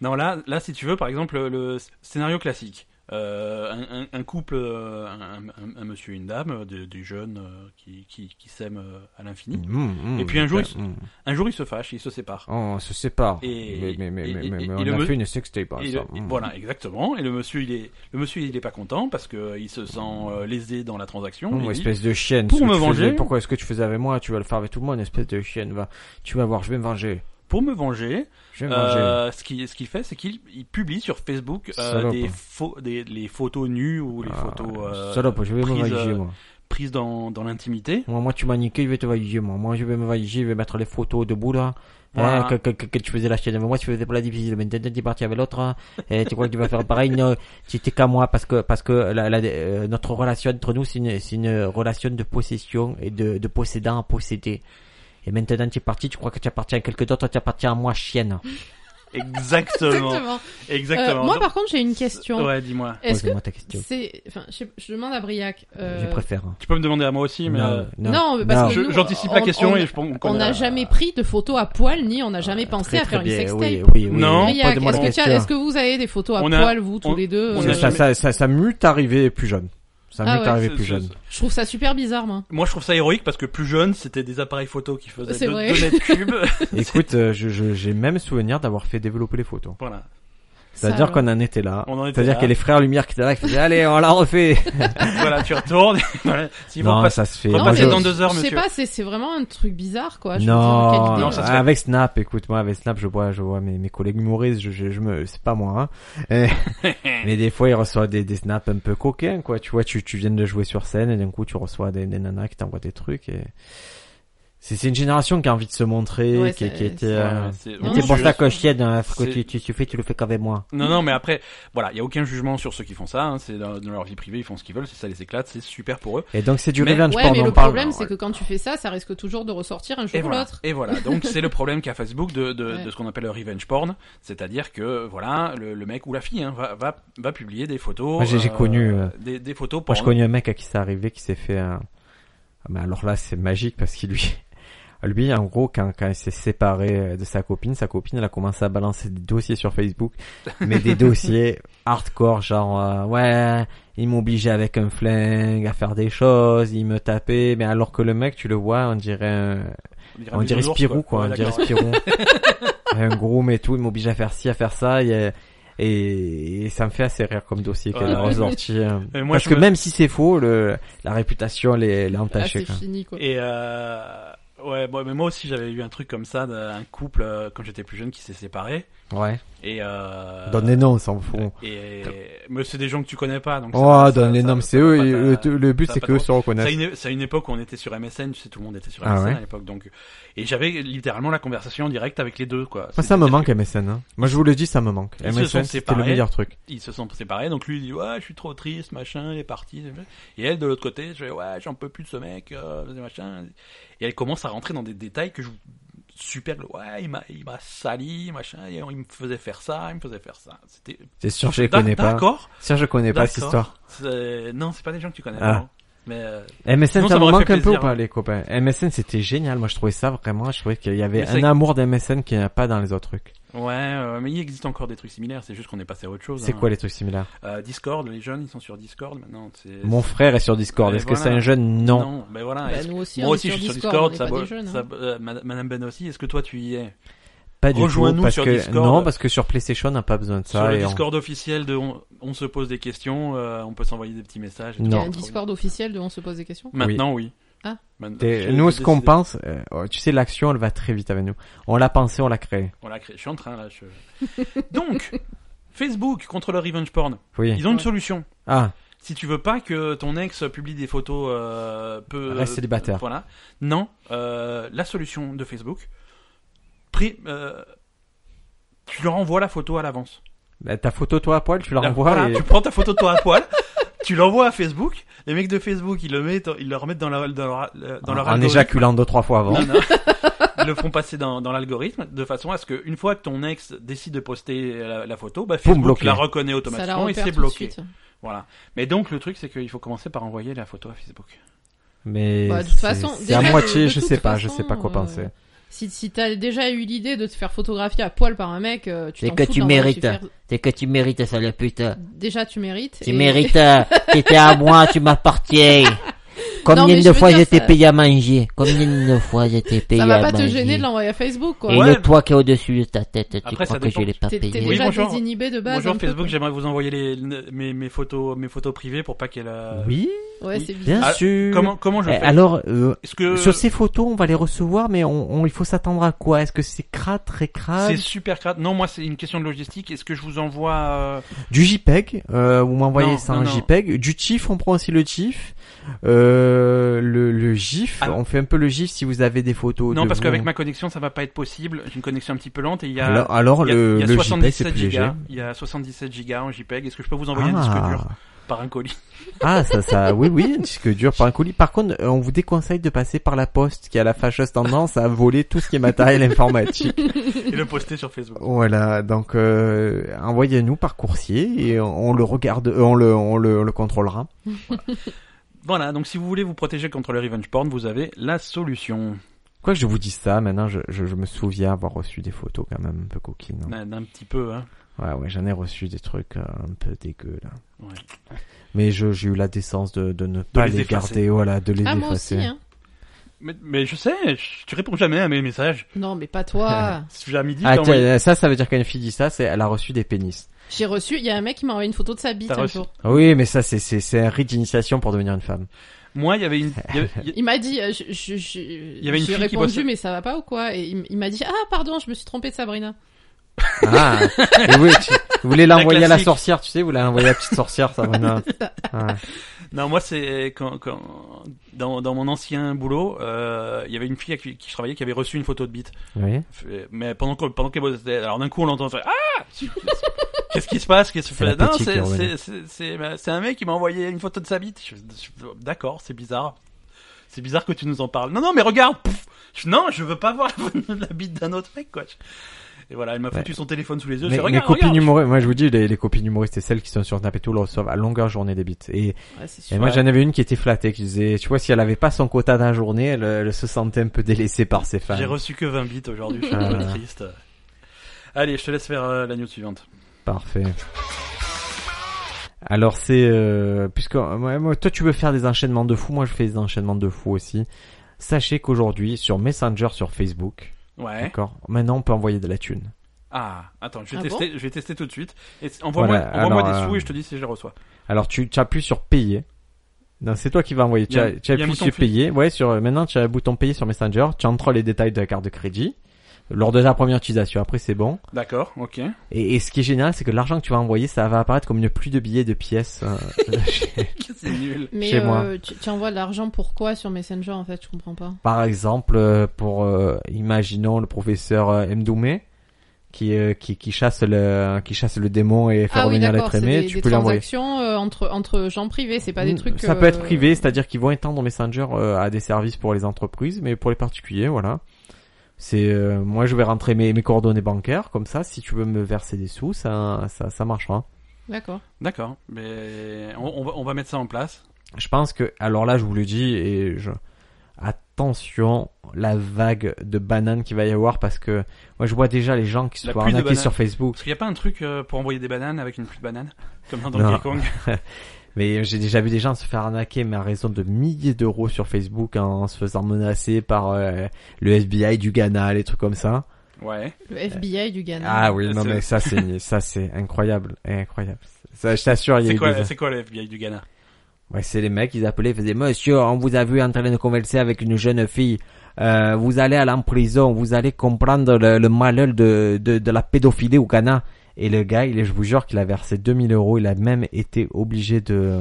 Speaker 1: Non, là, là si tu veux, par exemple, le, le sc- scénario classique. Euh, un, un- un couple, euh, un, un- un monsieur et une dame, euh, des, des jeunes euh, qui, qui, qui s'aiment euh, à l'infini.
Speaker 2: Mm, mm,
Speaker 1: Et puis un jour, il se-
Speaker 2: mm.
Speaker 1: Un jour, ils se fâchent, ils se séparent.
Speaker 2: Oh, on se sépare.
Speaker 1: Et-
Speaker 2: mais mais, mais,
Speaker 1: et-
Speaker 2: mais,
Speaker 1: et-
Speaker 2: mais
Speaker 1: et
Speaker 2: on
Speaker 1: le
Speaker 2: a
Speaker 1: me-
Speaker 2: fait une sextape
Speaker 1: Et
Speaker 2: ensemble.
Speaker 1: le- et-
Speaker 2: Mm.
Speaker 1: Voilà, exactement. Et le monsieur, il est, le monsieur, il est pas content parce que il se sent euh, lésé dans la transaction.
Speaker 2: Oh,
Speaker 1: Il dit-
Speaker 2: espèce de chienne.
Speaker 1: Pour
Speaker 2: ce que
Speaker 1: me
Speaker 2: tu faisais-
Speaker 1: venger.
Speaker 2: pourquoi est-ce que tu faisais avec moi Tu vas le faire avec tout le monde, espèce de chienne. Va. Tu vas voir, je vais me venger.
Speaker 1: pour me venger,
Speaker 2: Je vais me venger.
Speaker 1: euh, ce qu'il ce qu'il fait, c'est qu'il il publie sur Facebook euh,
Speaker 2: Salope.
Speaker 1: des, faux- des les photos nues ou les
Speaker 2: Ah,
Speaker 1: photos euh,
Speaker 2: Salope, je vais me
Speaker 1: prises,
Speaker 2: venger,
Speaker 1: euh,
Speaker 2: moi.
Speaker 1: prises dans, dans l'intimité.
Speaker 2: Moi, moi, tu m'as niqué, je vais te valider, moi. Moi, je vais me valider, je vais mettre les photos debout, là.
Speaker 1: Voilà.
Speaker 2: Hein, que, que, que, que tu faisais la chienne avec moi, tu faisais pas la difficile. Maintenant, t'es parti avec l'autre, hein. Et tu crois que tu vas faire pareil? Non, tu t'es qu'à moi, parce que, parce que la, la- euh, notre relation entre nous, c'est une, c'est une relation de possession et de, de possédant à posséder. Et maintenant, tu es parti, tu crois que tu appartiens à quelqu'un d'autre, tu appartiens à moi, chienne.
Speaker 1: Exactement,
Speaker 3: Exactement.
Speaker 1: exactement.
Speaker 3: Euh, moi, par contre, j'ai une question.
Speaker 1: Ouais, dis-moi.
Speaker 3: Est-ce que
Speaker 2: Pose-moi ta question.
Speaker 3: c'est. Enfin, je, sais- je demande à Briac. euh,
Speaker 2: Je préfère. hein.
Speaker 1: Tu peux me demander à moi aussi, mais euh,
Speaker 3: Non, mais parce que
Speaker 1: je-
Speaker 3: nous,
Speaker 1: j'anticipe la
Speaker 3: on-
Speaker 1: question
Speaker 3: on-
Speaker 1: et je pense qu'on
Speaker 3: On
Speaker 1: connaît.
Speaker 3: n'a jamais pris de photos à poil, ni on n'a jamais pensé
Speaker 2: Ah, Très,
Speaker 3: à
Speaker 2: très
Speaker 3: faire
Speaker 2: bien,
Speaker 3: une sextape.
Speaker 2: oui, oui, oui.
Speaker 1: Non.
Speaker 3: Briac,
Speaker 2: Pose-moi
Speaker 3: est-ce
Speaker 2: la
Speaker 3: que, tu as-
Speaker 2: question.
Speaker 3: est-ce que vous avez des photos à
Speaker 1: On a-
Speaker 3: poil, vous, tous
Speaker 1: on-
Speaker 3: les deux
Speaker 1: on
Speaker 3: euh,
Speaker 1: a
Speaker 2: Ça, ça, ça, ça, ça m'eût arrivé plus jeune. Ça
Speaker 3: Ah
Speaker 2: m'eût
Speaker 3: ouais.
Speaker 2: arrivé
Speaker 1: C'est-
Speaker 2: plus
Speaker 1: c'est-
Speaker 2: jeune.
Speaker 3: Je trouve ça super bizarre, moi.
Speaker 1: Moi, je trouve ça héroïque parce que plus jeune, c'était des appareils photos qui faisaient
Speaker 3: C'est
Speaker 1: deux,
Speaker 3: vrai.
Speaker 1: deux mètres cubes.
Speaker 2: Écoute, euh, je- je- j'ai même souvenir d'avoir fait développer les photos.
Speaker 1: voilà.
Speaker 2: C'est-à-dire
Speaker 3: Ça,
Speaker 2: qu'on en était là.
Speaker 1: On en était
Speaker 2: C'est-à-dire
Speaker 1: là.
Speaker 2: qu'il y a les frères Lumière qui étaient là, qui faisaient, allez, on la refait.
Speaker 1: voilà, tu retournes. voilà. S'ils vont
Speaker 2: non,
Speaker 1: pas-
Speaker 2: ça se fait.
Speaker 1: on va
Speaker 3: Non,
Speaker 1: passer
Speaker 3: mais-
Speaker 1: dans deux heures,
Speaker 3: Je sais
Speaker 1: monsieur.
Speaker 3: pas, c'est c'est vraiment un truc bizarre, quoi. Je veux dire,
Speaker 2: non,
Speaker 3: quelle idée.
Speaker 2: non,
Speaker 1: ça se fait.
Speaker 2: avec Snap, écoute, moi, avec Snap, je vois, je vois mes, mes collègues humoristes, je, je, je me, c'est pas moi, hein. Eh, mais des fois, ils reçoivent des, des snaps un peu coquins, quoi. Tu vois, tu, tu viens de jouer sur scène et d'un coup, tu reçois des, des nanas qui t'envoient des trucs et c'est, c'est une génération qui a envie de se montrer,
Speaker 3: Ouais,
Speaker 2: qui,
Speaker 3: c'est-
Speaker 2: qui était,
Speaker 3: c'est-
Speaker 2: euh,
Speaker 1: c'est-
Speaker 3: Non,
Speaker 2: c'est
Speaker 3: non,
Speaker 2: pour
Speaker 3: je-
Speaker 2: ça que je tienne, hein, ce que
Speaker 1: c'est-
Speaker 2: tu, tu, tu fais, tu le fais qu'avec moi.
Speaker 1: Non, non, mais après, voilà, il n'y a aucun jugement sur ceux qui font ça. hein. C'est dans, dans leur vie privée, ils font ce qu'ils veulent, si ça les éclate, c'est super pour eux.
Speaker 2: Et donc, c'est du
Speaker 1: Mais-
Speaker 2: revenge
Speaker 3: Ouais,
Speaker 2: porn,
Speaker 3: mais
Speaker 2: on
Speaker 3: le
Speaker 2: parle. hein,
Speaker 3: problème, c'est que quand tu fais ça, ça risque toujours de ressortir un jour
Speaker 1: Et
Speaker 3: ou
Speaker 1: voilà.
Speaker 3: l'autre.
Speaker 1: Et voilà. Donc c'est le problème qu'a Facebook de, de,
Speaker 3: Ouais.
Speaker 1: de ce qu'on appelle le revenge porn, c'est-à-dire que voilà, le, le mec ou la fille hein, va, va va publier des photos.
Speaker 2: Moi, j'ai- j'ai connu, euh,
Speaker 1: des, des photos
Speaker 2: Moi,
Speaker 1: porn.
Speaker 2: je connais un mec à qui c'est arrivé qui s'est fait un. Ah, Mais alors là, c'est magique parce qu'il lui. Lui, en gros, quand, quand il s'est séparé euh, de sa copine, sa copine, elle a commencé à balancer des dossiers sur Facebook, mais des dossiers hardcore, genre, euh, ouais, il m'obligeait avec un flingue à faire des choses, il me tapait, mais alors que le mec, tu le vois, on dirait un,
Speaker 1: dirait
Speaker 2: on
Speaker 1: un
Speaker 2: dirait
Speaker 1: bisounours,
Speaker 2: Spirou, quoi.
Speaker 1: Ouais,
Speaker 2: on dirait
Speaker 1: d'accord.
Speaker 2: Spirou. un groom et tout, il m'oblige à faire ci, à faire ça. Et, et, et ça me fait assez rire comme dossier qu'elle a
Speaker 1: Ouais.
Speaker 2: ressorti. hein.
Speaker 1: Et moi,
Speaker 2: Parce
Speaker 1: je
Speaker 2: que
Speaker 1: me-
Speaker 2: même si c'est faux, le, la réputation, elle est, elle est
Speaker 3: Ah,
Speaker 2: entachée.
Speaker 3: c'est
Speaker 2: quoi.
Speaker 3: fini, quoi.
Speaker 1: Et euh, ouais, bon, mais moi aussi j'avais eu un truc comme ça d'un couple euh, quand j'étais plus jeune qui s'est séparé.
Speaker 2: Ouais.
Speaker 1: Et, euh,
Speaker 2: Donne les noms, on s'en fout.
Speaker 1: et- mais c'est des gens que tu connais pas. Donc
Speaker 2: Oh,
Speaker 1: ça- ça-
Speaker 2: donne les
Speaker 1: ça-
Speaker 2: noms,
Speaker 1: ça
Speaker 2: c'est
Speaker 1: va
Speaker 2: eux,
Speaker 1: pas
Speaker 2: et le,
Speaker 1: t'a-
Speaker 2: le but
Speaker 1: ça va
Speaker 2: c'est
Speaker 1: pas
Speaker 2: que eux
Speaker 1: trop.
Speaker 2: se
Speaker 1: C'est à
Speaker 2: reconnaissent.
Speaker 1: une, c'est à une époque où on était sur MSN, tu sais, tout le monde était sur
Speaker 2: Ah
Speaker 1: MSN
Speaker 2: ouais.
Speaker 1: à l'époque, donc euh, et j'avais littéralement la conversation en direct avec les deux, quoi.
Speaker 2: Moi, ça me
Speaker 1: C'est-à-dire
Speaker 2: manque
Speaker 1: que
Speaker 2: MSN. Hein. Moi, je vous le dis, ça me manque.
Speaker 1: Ils se sont
Speaker 2: MSN, c'était le
Speaker 1: séparés.
Speaker 2: meilleur truc.
Speaker 1: Ils se sont séparés, donc lui il dit ouais, je suis trop triste, machin, il est parti. Et elle de l'autre côté, je fais, ouais, j'en peux plus de ce mec, euh, machin. Et elle commence à rentrer dans des détails que je super ouais il m'a il m'a sali machin et il me faisait faire ça il me faisait faire ça c'était
Speaker 2: C'est sûr, je les connais pas.
Speaker 1: d'accord
Speaker 2: Sûr, je connais pas cette
Speaker 1: D'accord.
Speaker 2: histoire.
Speaker 1: C'est- non c'est pas des gens que tu connais
Speaker 2: Ah.
Speaker 1: non. mais euh,
Speaker 2: MSN,
Speaker 1: Sinon,
Speaker 2: ça,
Speaker 1: ça
Speaker 2: me
Speaker 1: m'aurait
Speaker 2: manque
Speaker 1: fait
Speaker 2: un peu ou
Speaker 1: plaisir.
Speaker 2: pas, les copains MSN, c'était génial. Moi, je trouvais ça vraiment. Je trouvais qu'il y avait
Speaker 1: Mais
Speaker 2: un
Speaker 1: c'est-
Speaker 2: amour d'MSN qu'il n'y a pas dans les autres trucs.
Speaker 1: ouais euh, mais il existe encore des trucs similaires c'est juste qu'on est passé à autre chose
Speaker 2: C'est
Speaker 1: hein.
Speaker 2: quoi les trucs similaires
Speaker 1: Euh, Discord, les jeunes, ils sont sur Discord maintenant. c'est-
Speaker 2: Mon frère est sur Discord.
Speaker 1: Mais
Speaker 2: Est-ce que
Speaker 1: voilà.
Speaker 2: c'est un jeune
Speaker 1: non.
Speaker 2: Non.
Speaker 1: mais voilà.
Speaker 3: Bah,
Speaker 1: est-ce-
Speaker 3: nous aussi,
Speaker 1: Moi
Speaker 3: on
Speaker 1: aussi,
Speaker 3: est
Speaker 1: je suis sur Discord.
Speaker 3: Discord, on
Speaker 1: ça
Speaker 3: n'est
Speaker 1: bo-
Speaker 3: pas des jeunes,
Speaker 1: ça
Speaker 3: hein.
Speaker 1: bo- euh, Mad- Madame Ben aussi, est-ce que toi tu y es
Speaker 2: Pas du tout.
Speaker 1: Rejoins-nous
Speaker 2: Parce
Speaker 1: sur
Speaker 2: que
Speaker 1: Discord.
Speaker 2: non, parce que sur PlayStation, on n'a pas besoin de ça.
Speaker 1: Sur le
Speaker 2: et on-
Speaker 1: Discord officiel de on, on se pose des questions, euh, on peut s'envoyer des petits messages. et
Speaker 2: Non.
Speaker 1: tout,
Speaker 3: Il y a
Speaker 1: c'est
Speaker 3: un
Speaker 1: trop
Speaker 3: Discord officiel de On se pose des questions
Speaker 1: bien. Maintenant, oui.
Speaker 3: Ah.
Speaker 1: Maintenant,
Speaker 2: T'es-
Speaker 1: j'ai-
Speaker 2: Nous,
Speaker 1: j'ai
Speaker 2: ce qu'on
Speaker 1: décidé-
Speaker 2: pense, euh, oh, tu sais, l'action, elle va très vite avec nous. On l'a pensé, on l'a créé.
Speaker 1: On l'a créé. Je suis en train là. je- Donc, Facebook contre le revenge porn.
Speaker 2: Oui.
Speaker 1: Ils ont une
Speaker 3: Ouais.
Speaker 1: solution.
Speaker 2: Ah,
Speaker 1: Si tu veux pas que ton ex publie des photos euh, peu
Speaker 2: Reste célibataire.
Speaker 1: voilà. Non, euh, la solution de Facebook, pri- euh, tu leur envoies la photo à l'avance.
Speaker 2: bah, ta photo, toi, à poil, tu la
Speaker 1: Là,
Speaker 2: renvoies.
Speaker 1: voilà,
Speaker 2: et-
Speaker 1: Tu prends ta photo de toi à poil, tu l'envoies à Facebook. Les mecs de Facebook, ils le mettent, ils le remettent dans, la- dans leur euh, dans leur
Speaker 2: en, en
Speaker 1: algorithme.
Speaker 2: éjaculant deux, trois fois avant.
Speaker 1: Non, non. Ils le font passer dans, dans l'algorithme de façon à ce que une fois que ton ex décide de poster la, la photo, bah, Facebook
Speaker 2: bloqué.
Speaker 1: la reconnaît
Speaker 3: Ça la
Speaker 1: automatiquement et
Speaker 3: repère
Speaker 1: c'est
Speaker 3: tout de
Speaker 1: bloqué.
Speaker 3: suite.
Speaker 1: Voilà. Mais donc le truc c'est qu'il faut commencer par envoyer la photo à Facebook.
Speaker 2: Mais
Speaker 3: Bah, de toute
Speaker 2: c'est-
Speaker 3: façon,
Speaker 2: c'est
Speaker 3: déjà,
Speaker 2: à
Speaker 3: de-
Speaker 2: moitié,
Speaker 3: de
Speaker 2: je
Speaker 3: toute
Speaker 2: sais pas,
Speaker 3: façon,
Speaker 2: je sais pas quoi
Speaker 3: euh,
Speaker 2: penser.
Speaker 3: Si, si t'as déjà eu l'idée de te faire photographier à poil par un mec, euh, tu
Speaker 4: C'est
Speaker 3: t'en
Speaker 4: que
Speaker 3: fous
Speaker 4: tu
Speaker 3: d'en avoir
Speaker 4: mérites.
Speaker 3: te faire-
Speaker 4: C'est que tu mérites, sale pute.
Speaker 3: Déjà, tu mérites.
Speaker 4: Tu
Speaker 3: et-
Speaker 4: mérites. euh, T'étais à moi, tu m'appartiens.
Speaker 3: Non, mais
Speaker 4: Combien
Speaker 3: je
Speaker 4: de
Speaker 3: veux
Speaker 4: fois
Speaker 3: dire,
Speaker 4: je t'ai
Speaker 3: ça-
Speaker 4: payé à manger Combien de fois je t'ai payé
Speaker 3: Ça
Speaker 4: à
Speaker 3: va
Speaker 4: manger
Speaker 3: pas te gêner de l'envoyer à Facebook, quoi.
Speaker 4: Et
Speaker 1: Ouais,
Speaker 4: le toit qui est au-dessus de ta tête, tu
Speaker 1: Après,
Speaker 4: crois
Speaker 1: ça
Speaker 4: que je
Speaker 1: dépend.
Speaker 4: l'ai pas
Speaker 3: T'es t'es
Speaker 4: payé
Speaker 1: Oui,
Speaker 3: déjà
Speaker 1: bonjour.
Speaker 3: désinhibé de base. hein.
Speaker 1: Bonjour
Speaker 3: un peu,
Speaker 1: Facebook,
Speaker 3: quoi.
Speaker 1: j'aimerais vous envoyer les, mes, mes photos mes photos privées pour pas qu'elles. euh,
Speaker 2: Oui,
Speaker 3: Ouais,
Speaker 1: Oui.
Speaker 3: c'est bizarre.
Speaker 2: bien
Speaker 1: Ah,
Speaker 2: sûr.
Speaker 1: Comment comment je
Speaker 2: Eh,
Speaker 1: fais
Speaker 2: Alors, euh,
Speaker 1: Est-ce que
Speaker 2: sur ces photos, on va les recevoir, mais on, on- il faut s'attendre à quoi Est-ce que c'est crade, très crade
Speaker 1: c'est super crade Non, moi c'est une question de logistique. Est-ce que je vous envoie euh,
Speaker 2: Du JPEG, euh, vous m'envoyez
Speaker 1: Non,
Speaker 2: ça
Speaker 1: non,
Speaker 2: en
Speaker 1: non.
Speaker 2: JPEG. Du TIFF, on prend aussi le TIFF. Euh, le, le GIF,
Speaker 1: Ah.
Speaker 2: on fait un peu le GIF si vous avez des photos.
Speaker 1: Non,
Speaker 2: de
Speaker 1: parce
Speaker 2: vous.
Speaker 1: qu'avec ma connexion, ça va pas être possible. J'ai une connexion un petit peu lente et il y a
Speaker 2: Alors, alors
Speaker 1: il y a-
Speaker 2: le,
Speaker 1: il y a
Speaker 2: le JPEG, c'est
Speaker 1: 77
Speaker 2: plus léger.
Speaker 1: gigas. Il y a 77 gigas en JPEG. Est-ce que je peux vous envoyer un disque dur par un colis
Speaker 2: ah, ça, ça, oui, oui, un disque dur par un colis. Par contre, euh, on vous déconseille de passer par la poste qui a la fâcheuse tendance à voler tout ce qui est matériel informatique.
Speaker 1: et le poster sur Facebook
Speaker 2: Voilà, donc euh, envoyez-nous par coursier et on, on le regarde, euh, on le, on le, on le contrôlera.
Speaker 1: Voilà, donc si vous voulez vous protéger contre le revenge porn, vous avez la solution
Speaker 2: Quoi que je vous dise ça, maintenant je, je, je me souviens avoir reçu des photos quand même un peu coquines. hein.
Speaker 1: d'un d'un petit peu. Hein.
Speaker 2: Ouais, ouais, j'en ai reçu des trucs euh, un peu dégueux là.
Speaker 1: Ouais.
Speaker 2: Mais je- j'ai eu la décence de, de ne pas
Speaker 1: les
Speaker 2: les,
Speaker 1: effacer.
Speaker 2: garder, voilà, de les
Speaker 3: Ah, moi
Speaker 2: effacer.
Speaker 3: aussi, hein.
Speaker 1: Mais, mais je sais, je- tu réponds jamais à mes messages.
Speaker 3: Non, mais pas toi.
Speaker 1: Si à midi,
Speaker 2: Ah,
Speaker 1: t'as envoyé-
Speaker 2: tiens, ça, ça veut dire qu'une fille dit ça, c'est elle a reçu des pénis.
Speaker 3: J'ai reçu, il y a un mec qui m'a envoyé une photo de sa bite
Speaker 1: T'as
Speaker 3: un
Speaker 1: reçu.
Speaker 3: jour.
Speaker 2: Oui, mais ça, c'est c'est c'est un rite d'initiation pour devenir une femme.
Speaker 1: moi, il y avait une. il y avait- il y-
Speaker 3: Il m'a dit, euh, je, je, je-
Speaker 1: y avait une fille
Speaker 3: j'ai
Speaker 1: qui
Speaker 3: répondu,
Speaker 1: bossait.
Speaker 3: mais ça va pas ou quoi Et il, il m'a dit, ah pardon, je me suis trompé de Sabrina.
Speaker 2: Ah, et oui, tu, vous voulez
Speaker 1: La
Speaker 2: l'envoyer à la
Speaker 1: classique.
Speaker 2: sorcière, tu sais, vous voulez l'envoyer à la petite sorcière, ça va. Ah, non. Ouais.
Speaker 1: Non, moi, c'est quand, quand dans, dans mon ancien boulot, euh, il y avait une fille à qui, qui je travaillais qui avait reçu une photo de bite.
Speaker 2: Oui.
Speaker 1: Fait- Mais pendant qu'on- pendant qu'elle bossait, alors d'un coup, on l'entend faire ah. Qu'est-ce qui se passe Qu'est-ce que
Speaker 2: C'est la
Speaker 1: fait Non,
Speaker 2: petite qui est
Speaker 1: c'est
Speaker 2: revenue.
Speaker 1: c'est c'est- c'est bah, c'est un mec qui m'a envoyé une photo de sa bite. Je- je- D'accord, c'est bizarre. C'est bizarre que tu nous en parles. Non, non, mais regarde. Pouf. Je- non, je veux pas voir la photo de la bite d'un autre mec, quoi. Et voilà, elle m'a
Speaker 2: Ouais.
Speaker 1: foutu son téléphone sous les yeux. je
Speaker 2: Mais,
Speaker 1: fais,
Speaker 2: mes
Speaker 1: regarde,
Speaker 2: copines
Speaker 1: regarde.
Speaker 2: humoristes, moi je vous dis, les, les copines humoristes, c'est celles qui sont sur Snap et tout, le reçoivent à longueur journée des bites. Et,
Speaker 3: Ouais, c'est
Speaker 2: et
Speaker 3: sûr.
Speaker 2: moi j'en avais une qui était flattée, qui disait, tu vois, si elle avait pas son quota d'un journée, elle, elle se sentait un peu délaissée par ses fans.
Speaker 1: J'ai reçu que 20 bits aujourd'hui.
Speaker 2: Ah,
Speaker 1: Je suis un peu triste. Allez, je te laisse faire euh, la news suivante.
Speaker 2: Parfait. Alors c'est euh, puisque euh, ouais, moi, toi tu veux faire des enchaînements de fous, moi je fais des enchaînements de fous aussi. Sachez qu'aujourd'hui sur Messenger, sur Facebook,
Speaker 1: Ouais.
Speaker 2: d'accord, maintenant on peut envoyer de la thune.
Speaker 1: Ah, attends, je vais
Speaker 3: Ah
Speaker 1: tester. je vais tester tout de suite. Et Envoie-moi
Speaker 2: Voilà,
Speaker 1: envoie-moi
Speaker 2: alors,
Speaker 1: des sous
Speaker 2: euh,
Speaker 1: et je te dis si je les reçois.
Speaker 2: Alors tu, tu appuies sur payer. Non, c'est toi qui vas envoyer. Tu,
Speaker 1: Il y a-
Speaker 2: as- tu
Speaker 1: il y a un
Speaker 2: appuies
Speaker 1: bouton
Speaker 2: sur
Speaker 1: payer.
Speaker 2: payer. Ouais, sur euh, maintenant tu as le bouton payer sur Messenger. Tu entres les détails de la carte de crédit. lors de la première utilisation. Après, c'est bon.
Speaker 1: D'accord, ok.
Speaker 2: Et, et ce qui est génial, c'est que l'argent que tu vas envoyer, ça va apparaître comme une pluie de billets de pièces. euh, chez-
Speaker 1: C'est nul.
Speaker 3: Mais
Speaker 2: Chez
Speaker 3: euh,
Speaker 2: moi.
Speaker 3: tu, tu envoies de l'argent pour quoi sur Messenger en fait Je comprends pas.
Speaker 2: Par exemple, euh, pour euh, imaginons le professeur euh, Mdoumé qui, euh, qui qui chasse le qui chasse le démon et fait
Speaker 3: ah oui,
Speaker 2: revenir
Speaker 3: d'accord,
Speaker 2: l'être
Speaker 3: c'est
Speaker 2: aimé,
Speaker 3: des,
Speaker 2: tu
Speaker 3: des
Speaker 2: peux l'envoyer.
Speaker 3: transactions euh, entre, entre gens privés, c'est pas des
Speaker 2: Mm,
Speaker 3: trucs.
Speaker 2: Ça peut être
Speaker 3: euh,
Speaker 2: privé, c'est-à-dire qu'ils vont étendre Messenger euh, à des services pour les entreprises, mais pour les particuliers, voilà. C'est euh, moi, je vais rentrer mes, mes coordonnées bancaires, comme ça, si tu veux me verser des sous, ça ça, ça marchera.
Speaker 3: D'accord.
Speaker 1: D'accord, mais on, on va, on va mettre ça en place.
Speaker 2: Je pense que, alors là, je vous le dis et je attention la vague de bananes qu'il va y avoir parce que moi je vois déjà les gens qui se
Speaker 1: La
Speaker 2: font
Speaker 1: pluie de
Speaker 2: arnaquer
Speaker 1: bananes.
Speaker 2: sur Facebook.
Speaker 1: Parce qu'il n'y a pas un truc euh, pour envoyer des bananes avec une pluie de bananes Comme dans
Speaker 2: Non.
Speaker 1: Donkey Kong
Speaker 2: Mais j'ai déjà vu des gens se faire arnaquer, mais à raison de milliers d'euros sur Facebook en se faisant menacer par euh, le FBI du Ghana, les trucs comme ça.
Speaker 1: Ouais.
Speaker 3: Le FBI du Ghana.
Speaker 2: Euh, Ah oui, non
Speaker 1: C'est-
Speaker 2: mais ça c'est ça c'est incroyable, incroyable. Ça, je t'assure, Ah, il y a
Speaker 1: C'est
Speaker 2: eu
Speaker 1: quoi,
Speaker 2: des-
Speaker 1: c'est quoi le FBI du Ghana
Speaker 2: Ouais, c'est les mecs, ils appelaient, ils faisaient Monsieur, on vous a vu en train de converser avec une jeune fille. Euh, vous allez à l'emprison, vous allez comprendre le, le malheur de, de, de la pédophilie au Ghana. Et le gars, il, est- je vous jure qu'il a versé 2000 euros. Il a même été obligé de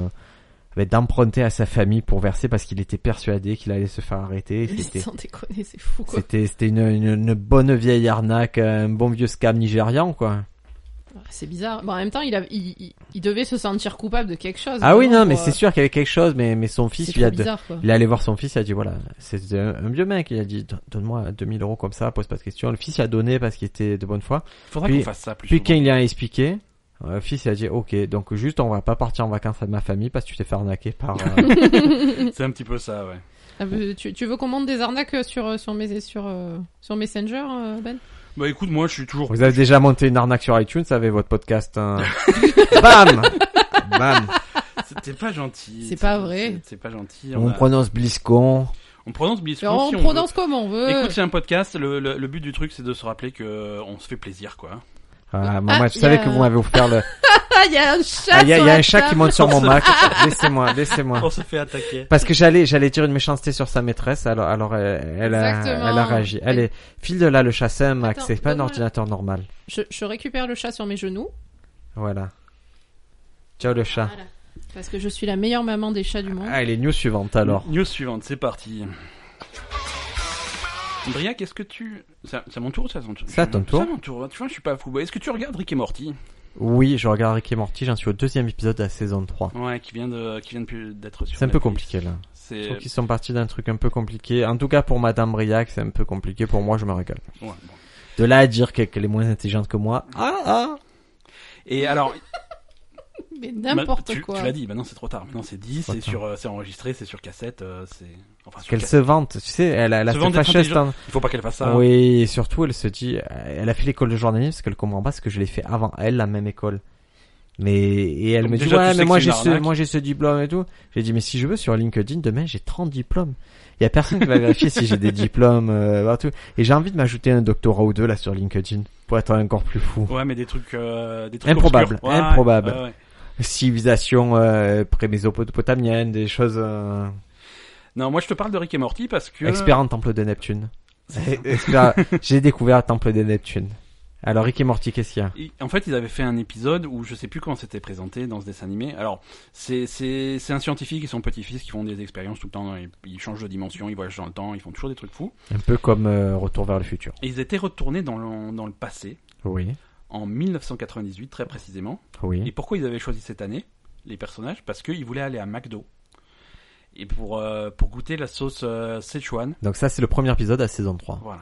Speaker 2: ben, d'emprunter à sa famille pour verser parce qu'il était persuadé qu'il allait se faire arrêter. C'était
Speaker 3: Sans déconner, c'est fou quoi.
Speaker 2: c'était c'était une, une, une bonne vieille arnaque, un bon vieux scam nigérian quoi.
Speaker 3: Ah, C'est bizarre. Bon, en même temps, il, a, il, il- il devait se sentir coupable de quelque chose.
Speaker 2: Ah oui,
Speaker 3: vraiment,
Speaker 2: non, mais
Speaker 3: pour,
Speaker 2: c'est
Speaker 3: euh,
Speaker 2: sûr qu'il y avait quelque chose, mais, mais son
Speaker 3: c'est
Speaker 2: fils, il
Speaker 3: trop
Speaker 2: a, de-
Speaker 3: bizarre quoi.
Speaker 2: il est allé voir son fils, il a dit voilà, c'était un, un vieux mec, il a dit Don- donne-moi 2000 euros comme ça, pose pas de questions. Le fils il a donné parce qu'il était de bonne foi.
Speaker 1: Faudrait
Speaker 2: Puis-
Speaker 1: qu'on fasse ça plus
Speaker 2: Puis
Speaker 1: souvent.
Speaker 2: quand il a expliqué, euh, le fils il a dit ok, donc juste on va pas partir en vacances avec ma famille parce que tu t'es fait arnaquer par. euh,
Speaker 1: C'est un petit peu ça, ouais.
Speaker 3: Ah, mais tu, tu veux qu'on monte des arnaques sur, euh, sur, mes, sur, euh, sur Messenger, euh, Ben
Speaker 1: Bah écoute, moi je suis toujours.
Speaker 2: Vous avez déjà monté une arnaque sur iTunes avec votre podcast. hein. Bam, bam.
Speaker 1: C'était pas gentil.
Speaker 3: C'est pas vrai.
Speaker 1: c'est- C'est pas gentil.
Speaker 2: On
Speaker 1: a-
Speaker 2: prononce BlizzCon.
Speaker 1: on prononce Blizzcon
Speaker 3: Alors, On
Speaker 1: si on
Speaker 3: prononce comment on
Speaker 1: veut.
Speaker 3: veut.
Speaker 1: Écoute, c'est un podcast. Le, le, le but du truc, c'est de se rappeler que euh, on se fait plaisir, quoi.
Speaker 2: Ah,
Speaker 3: Ah,
Speaker 2: maman, je
Speaker 3: il y
Speaker 2: savais
Speaker 3: a-
Speaker 2: que vous m'avez offert le.
Speaker 3: Ah, il y a un chat
Speaker 2: Ah, il y a,
Speaker 3: sur
Speaker 2: il y a
Speaker 3: la
Speaker 2: un chat qui
Speaker 3: table.
Speaker 2: monte sur mon
Speaker 1: se-
Speaker 2: Mac. Laissez-moi, laissez-moi.
Speaker 1: On se fait attaquer.
Speaker 2: Parce que j'allais, j'allais dire une méchanceté sur sa maîtresse, alors, alors elle, elle a,
Speaker 3: Exactement.
Speaker 2: elle a réagi. Elle est, file de là le chat, c'est un Mac,
Speaker 3: Attends,
Speaker 2: c'est pas un
Speaker 3: donne-moi-
Speaker 2: ordinateur normal.
Speaker 3: Je, je récupère le chat sur mes genoux.
Speaker 2: Voilà. Ciao le chat.
Speaker 3: Voilà. Parce que je suis la meilleure maman des chats du monde.
Speaker 2: Ah, elle est news suivante alors.
Speaker 1: News suivante, c'est parti. Briac, est-ce que tu. C'est à- c'est à mon tour ou c'est à ton tour
Speaker 2: C'est à ton tour.
Speaker 1: C'est à mon tour. Tu vois, je suis pas fou. Bah, Est-ce que tu regardes Rick et Morty
Speaker 2: Oui, je regarde Rick et Morty, j'en suis au deuxième épisode de la saison 3.
Speaker 1: Ouais, qui vient de- qui vient de pu- d'être sur.
Speaker 2: C'est un peu
Speaker 1: Netflix.
Speaker 2: compliqué là. Je
Speaker 1: C'est.
Speaker 2: trouve qu'ils sont partis d'un truc un peu compliqué. En tout cas pour Madame Briac, c'est un peu compliqué. Pour moi, je me régale.
Speaker 1: ouais, bon.
Speaker 2: De là à dire qu'elle qu'elle est moins intelligente que moi. Ah ah.
Speaker 1: Et alors,
Speaker 3: Mais n'importe
Speaker 1: Ma- tu-
Speaker 3: quoi.
Speaker 1: Tu l'as dit, maintenant c'est trop tard. Maintenant c'est dit, c'est
Speaker 2: Attends.
Speaker 1: sur, euh, c'est enregistré, c'est sur cassette, euh, c'est. Enfin, sur
Speaker 2: Qu'elle
Speaker 1: cassette.
Speaker 2: se vante, tu sais, elle, elle a
Speaker 1: Se
Speaker 2: ce
Speaker 1: vante d'être
Speaker 2: fasciste.
Speaker 1: intelligente.
Speaker 2: hein.
Speaker 1: Il faut pas qu'elle fasse ça.
Speaker 2: Oui, et surtout, elle se dit, euh, elle a fait l'école de journalisme parce qu'elle comprend pas ce que je l'ai fait avant elle, la même école. Mais, et elle
Speaker 1: Donc
Speaker 2: me dit,
Speaker 1: déjà, tu
Speaker 2: ouais,
Speaker 1: sais
Speaker 2: mais
Speaker 1: que
Speaker 2: moi
Speaker 1: c'est une
Speaker 2: j'ai ce,
Speaker 1: arnaque.
Speaker 2: moi j'ai ce diplôme et tout. J'ai dit, mais si je veux sur LinkedIn, demain j'ai 30 diplômes. Il y a personne qui va vérifier si j'ai des diplômes, euh, voilà, tout. Et j'ai envie de m'ajouter un doctorat ou deux là sur LinkedIn pour être encore plus fou.
Speaker 1: Ouais, mais des trucs, euh, des trucs
Speaker 2: Improbable,
Speaker 1: obscurs. Ouais,
Speaker 2: improbable.
Speaker 1: ouais, ouais.
Speaker 2: Civilisation, euh, pré-mésopotamienne, des choses, euh,
Speaker 1: Non, moi je te parle de Rick et Morty parce que.
Speaker 2: expert en temple de Neptune. Expert- j'ai découvert le temple de Neptune. Alors, Rick et Morty, qu'est-ce qu'il y a?
Speaker 1: Ils- En fait, ils avaient fait un épisode où je sais plus comment c'était présenté dans ce dessin animé. Alors, c'est c'est c'est un scientifique et son petit-fils qui font des expériences tout le temps. Ils, ils changent de dimension, ils voyagent dans le temps, ils font toujours des trucs fous.
Speaker 2: Un peu comme euh, Retour vers le futur.
Speaker 1: Et ils étaient retournés dans le, dans le passé,
Speaker 2: Oui,
Speaker 1: en 1998 très précisément. Et
Speaker 2: oui.
Speaker 1: pourquoi ils avaient choisi cette année les personnages Parce qu'ils voulaient aller à McDo et pour euh, pour goûter la sauce euh, Szechuan.
Speaker 2: Donc ça, c'est le premier épisode à saison 3.
Speaker 1: Voilà.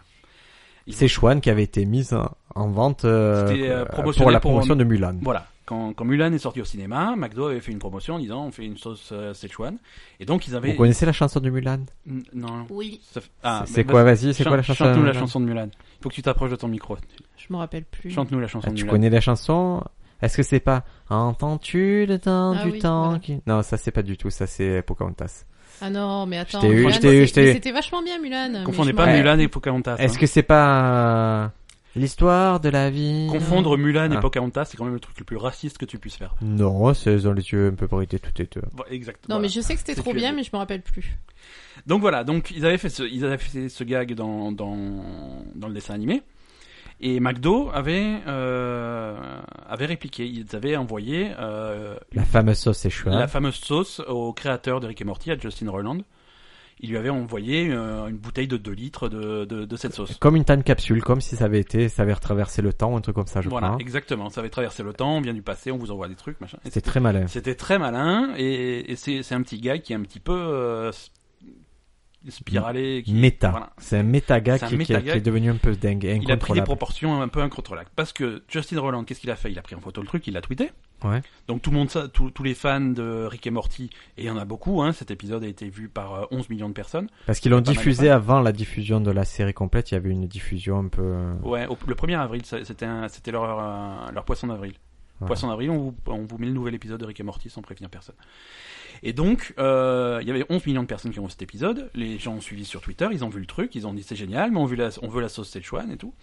Speaker 1: Ils
Speaker 2: C'est Chouane qui avait été mise en- en vente euh,
Speaker 1: C'était, euh,
Speaker 2: euh,
Speaker 1: promotionné
Speaker 2: pour la
Speaker 1: pour-
Speaker 2: promotion de Mulan.
Speaker 1: Voilà. Quand, quand Mulan est sorti au cinéma, McDo avait fait une promotion en disant on fait une sauce euh, Szechuan. Et donc ils avaient.
Speaker 2: Vous connaissez la chanson de Mulan
Speaker 1: N- Non.
Speaker 3: Oui,
Speaker 1: ça fait- ah,
Speaker 2: C'est- C'est
Speaker 1: bah,
Speaker 2: quoi, vas-y, c'est
Speaker 1: chan-
Speaker 2: quoi la chanson de
Speaker 1: Chante-nous la
Speaker 2: Mulan
Speaker 1: chanson de Mulan. Il faut que tu t'approches de ton micro.
Speaker 3: je me rappelle plus.
Speaker 1: Chante-nous la chanson
Speaker 2: Ah,
Speaker 1: de
Speaker 2: Tu
Speaker 1: Mulan.
Speaker 2: connais la chanson Est-ce que c'est pas Entends-tu le temps
Speaker 3: Ah
Speaker 2: du
Speaker 3: oui,
Speaker 2: temps
Speaker 3: voilà.
Speaker 2: qui... Non, ça c'est pas du tout, ça c'est Pocahontas.
Speaker 3: Ah non, mais attends.
Speaker 2: Je t'ai eu,
Speaker 3: Mulan,
Speaker 2: je t'ai eu,
Speaker 3: c'est-
Speaker 2: je t'ai eu.
Speaker 3: mais C'était vachement bien, Mulan.
Speaker 1: Confondez
Speaker 3: mais je
Speaker 1: pas
Speaker 3: me-
Speaker 2: Ouais.
Speaker 1: Mulan et Pocahontas.
Speaker 2: Est-ce
Speaker 1: hein.
Speaker 2: que c'est pas euh, l'histoire de la vie
Speaker 1: Confondre Mulan et
Speaker 2: Ah.
Speaker 1: Pocahontas, c'est quand même le truc le plus raciste que tu puisses faire.
Speaker 2: Non, c'est dans les yeux un peu bridés tout et tout.
Speaker 1: Bon, exact.
Speaker 3: Non,
Speaker 1: voilà.
Speaker 3: mais je sais que c'était
Speaker 1: C'est
Speaker 3: trop
Speaker 1: que-
Speaker 3: bien, mais je me rappelle plus.
Speaker 1: Donc voilà, donc ils avaient fait ce, ils avaient fait ce gag dans, dans, dans le dessin animé. Et McDo avait, euh, avait répliqué. Ils avaient envoyé euh,
Speaker 2: La fameuse sauce Szechuan.
Speaker 1: la fameuse sauce au créateur d'Eric et Morty, à Justin Roiland. Il lui avait envoyé euh, une bouteille de 2 litres de, de, de cette sauce.
Speaker 2: Comme une tan capsule, comme si ça avait été, ça avait retraversé le temps, un truc comme ça, Ah, je
Speaker 1: Voilà,
Speaker 2: crois.
Speaker 1: exactement. Ça avait traversé le temps, on vient du passé, on vous envoie des trucs, machin. Et
Speaker 2: C'était très malin.
Speaker 1: C'était très malin et, et c'est c'est un petit gars qui est un petit peu euh, s- spiralé. Qui,
Speaker 2: Méta.
Speaker 1: voilà.
Speaker 2: C'est un métaga
Speaker 1: C'est un
Speaker 2: qui, qui-
Speaker 1: métaga
Speaker 2: qui est devenu un peu dingue,
Speaker 1: Il
Speaker 2: et
Speaker 1: a pris des
Speaker 2: incontrôlable.
Speaker 1: proportions un peu incontrôlables. Parce que Justin Roland, qu'est-ce qu'il a fait Il a pris en photo le truc, il l'a tweeté.
Speaker 2: Ouais.
Speaker 1: Donc tout le monde, ça, tous tous les fans de Rick et Morty, et il y en a beaucoup, hein, cet épisode a été vu par euh, 11 millions de personnes.
Speaker 2: Parce qu'ils l'ont
Speaker 1: pas mal,
Speaker 2: diffusé avant la diffusion de la série complète, il y avait une diffusion un peu... euh,
Speaker 1: Ouais, au- le 1er avril, ça- c'était un- c'était leur, euh, leur poisson d'avril.
Speaker 2: Ouais.
Speaker 1: Poisson d'avril, on vous, on vous met le nouvel épisode de Rick et Morty sans prévenir personne. Et donc, euh, il y avait 11 millions de personnes qui ont vu cet épisode. Les gens ont suivi sur Twitter, ils ont vu le truc, ils ont dit c'est génial, mais on veut, la, on veut la sauce Szechuan et tout.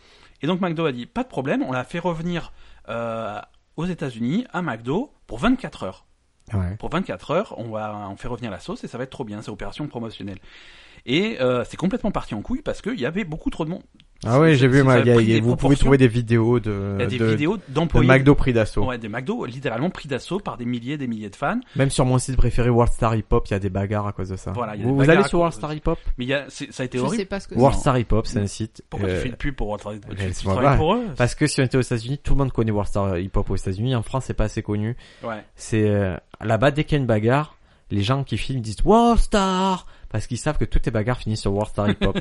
Speaker 1: Et donc McDo a dit pas de problème, on l'a fait revenir euh, aux États-Unis, à McDo, pour 24 heures
Speaker 2: Ouais.
Speaker 1: pour 24 heures, on va on fait revenir la sauce et ça va être trop bien, c'est opération promotionnelle. Et euh, c'est complètement parti en couille parce qu'il y avait beaucoup trop de monde.
Speaker 2: Ah ouais,
Speaker 1: Ça-
Speaker 2: j'ai vu,
Speaker 1: ça-
Speaker 2: moi,
Speaker 1: ça a
Speaker 2: il y a-
Speaker 1: pris des
Speaker 2: vous pouvez
Speaker 1: proportions.
Speaker 2: trouver des vidéos de,
Speaker 1: Il y a des
Speaker 2: Euh, de-
Speaker 1: vidéos
Speaker 2: de
Speaker 1: d'employés.
Speaker 2: McDo pris d'assaut.
Speaker 1: Ouais, des McDo, littéralement pris d'assaut par des milliers et des milliers de fans.
Speaker 2: Même sur mon site préféré, World Star Hip Hop, il y a des bagarres à cause de ça.
Speaker 1: Voilà, il y a des
Speaker 2: vous, vous
Speaker 1: bagarres
Speaker 2: allez
Speaker 1: à
Speaker 2: sur World
Speaker 1: cause de
Speaker 2: Star
Speaker 1: ça.
Speaker 2: Hip Hop
Speaker 1: Mais il y a, c'est- ça a été
Speaker 3: Je sais
Speaker 1: horrible.
Speaker 3: pas ce que
Speaker 1: Wow.
Speaker 2: World Star Hip Hop, c'est un site...
Speaker 1: Pourquoi
Speaker 2: euh,
Speaker 1: tu fais une pub pour World Trade
Speaker 2: je
Speaker 1: Tu,
Speaker 2: sais
Speaker 1: tu
Speaker 2: pas.
Speaker 1: travailles pour eux
Speaker 2: Parce que si on était aux États-Unis, tout le monde connaît World Star Hip Hop aux États-Unis. En France, c'est pas assez connu.
Speaker 1: Ouais.
Speaker 2: C'est euh, là-bas dès qu'il y a une bagarre, les gens qui filment disent World Star parce qu'ils savent que toutes les bagarres finissent sur World Star Hip Hop.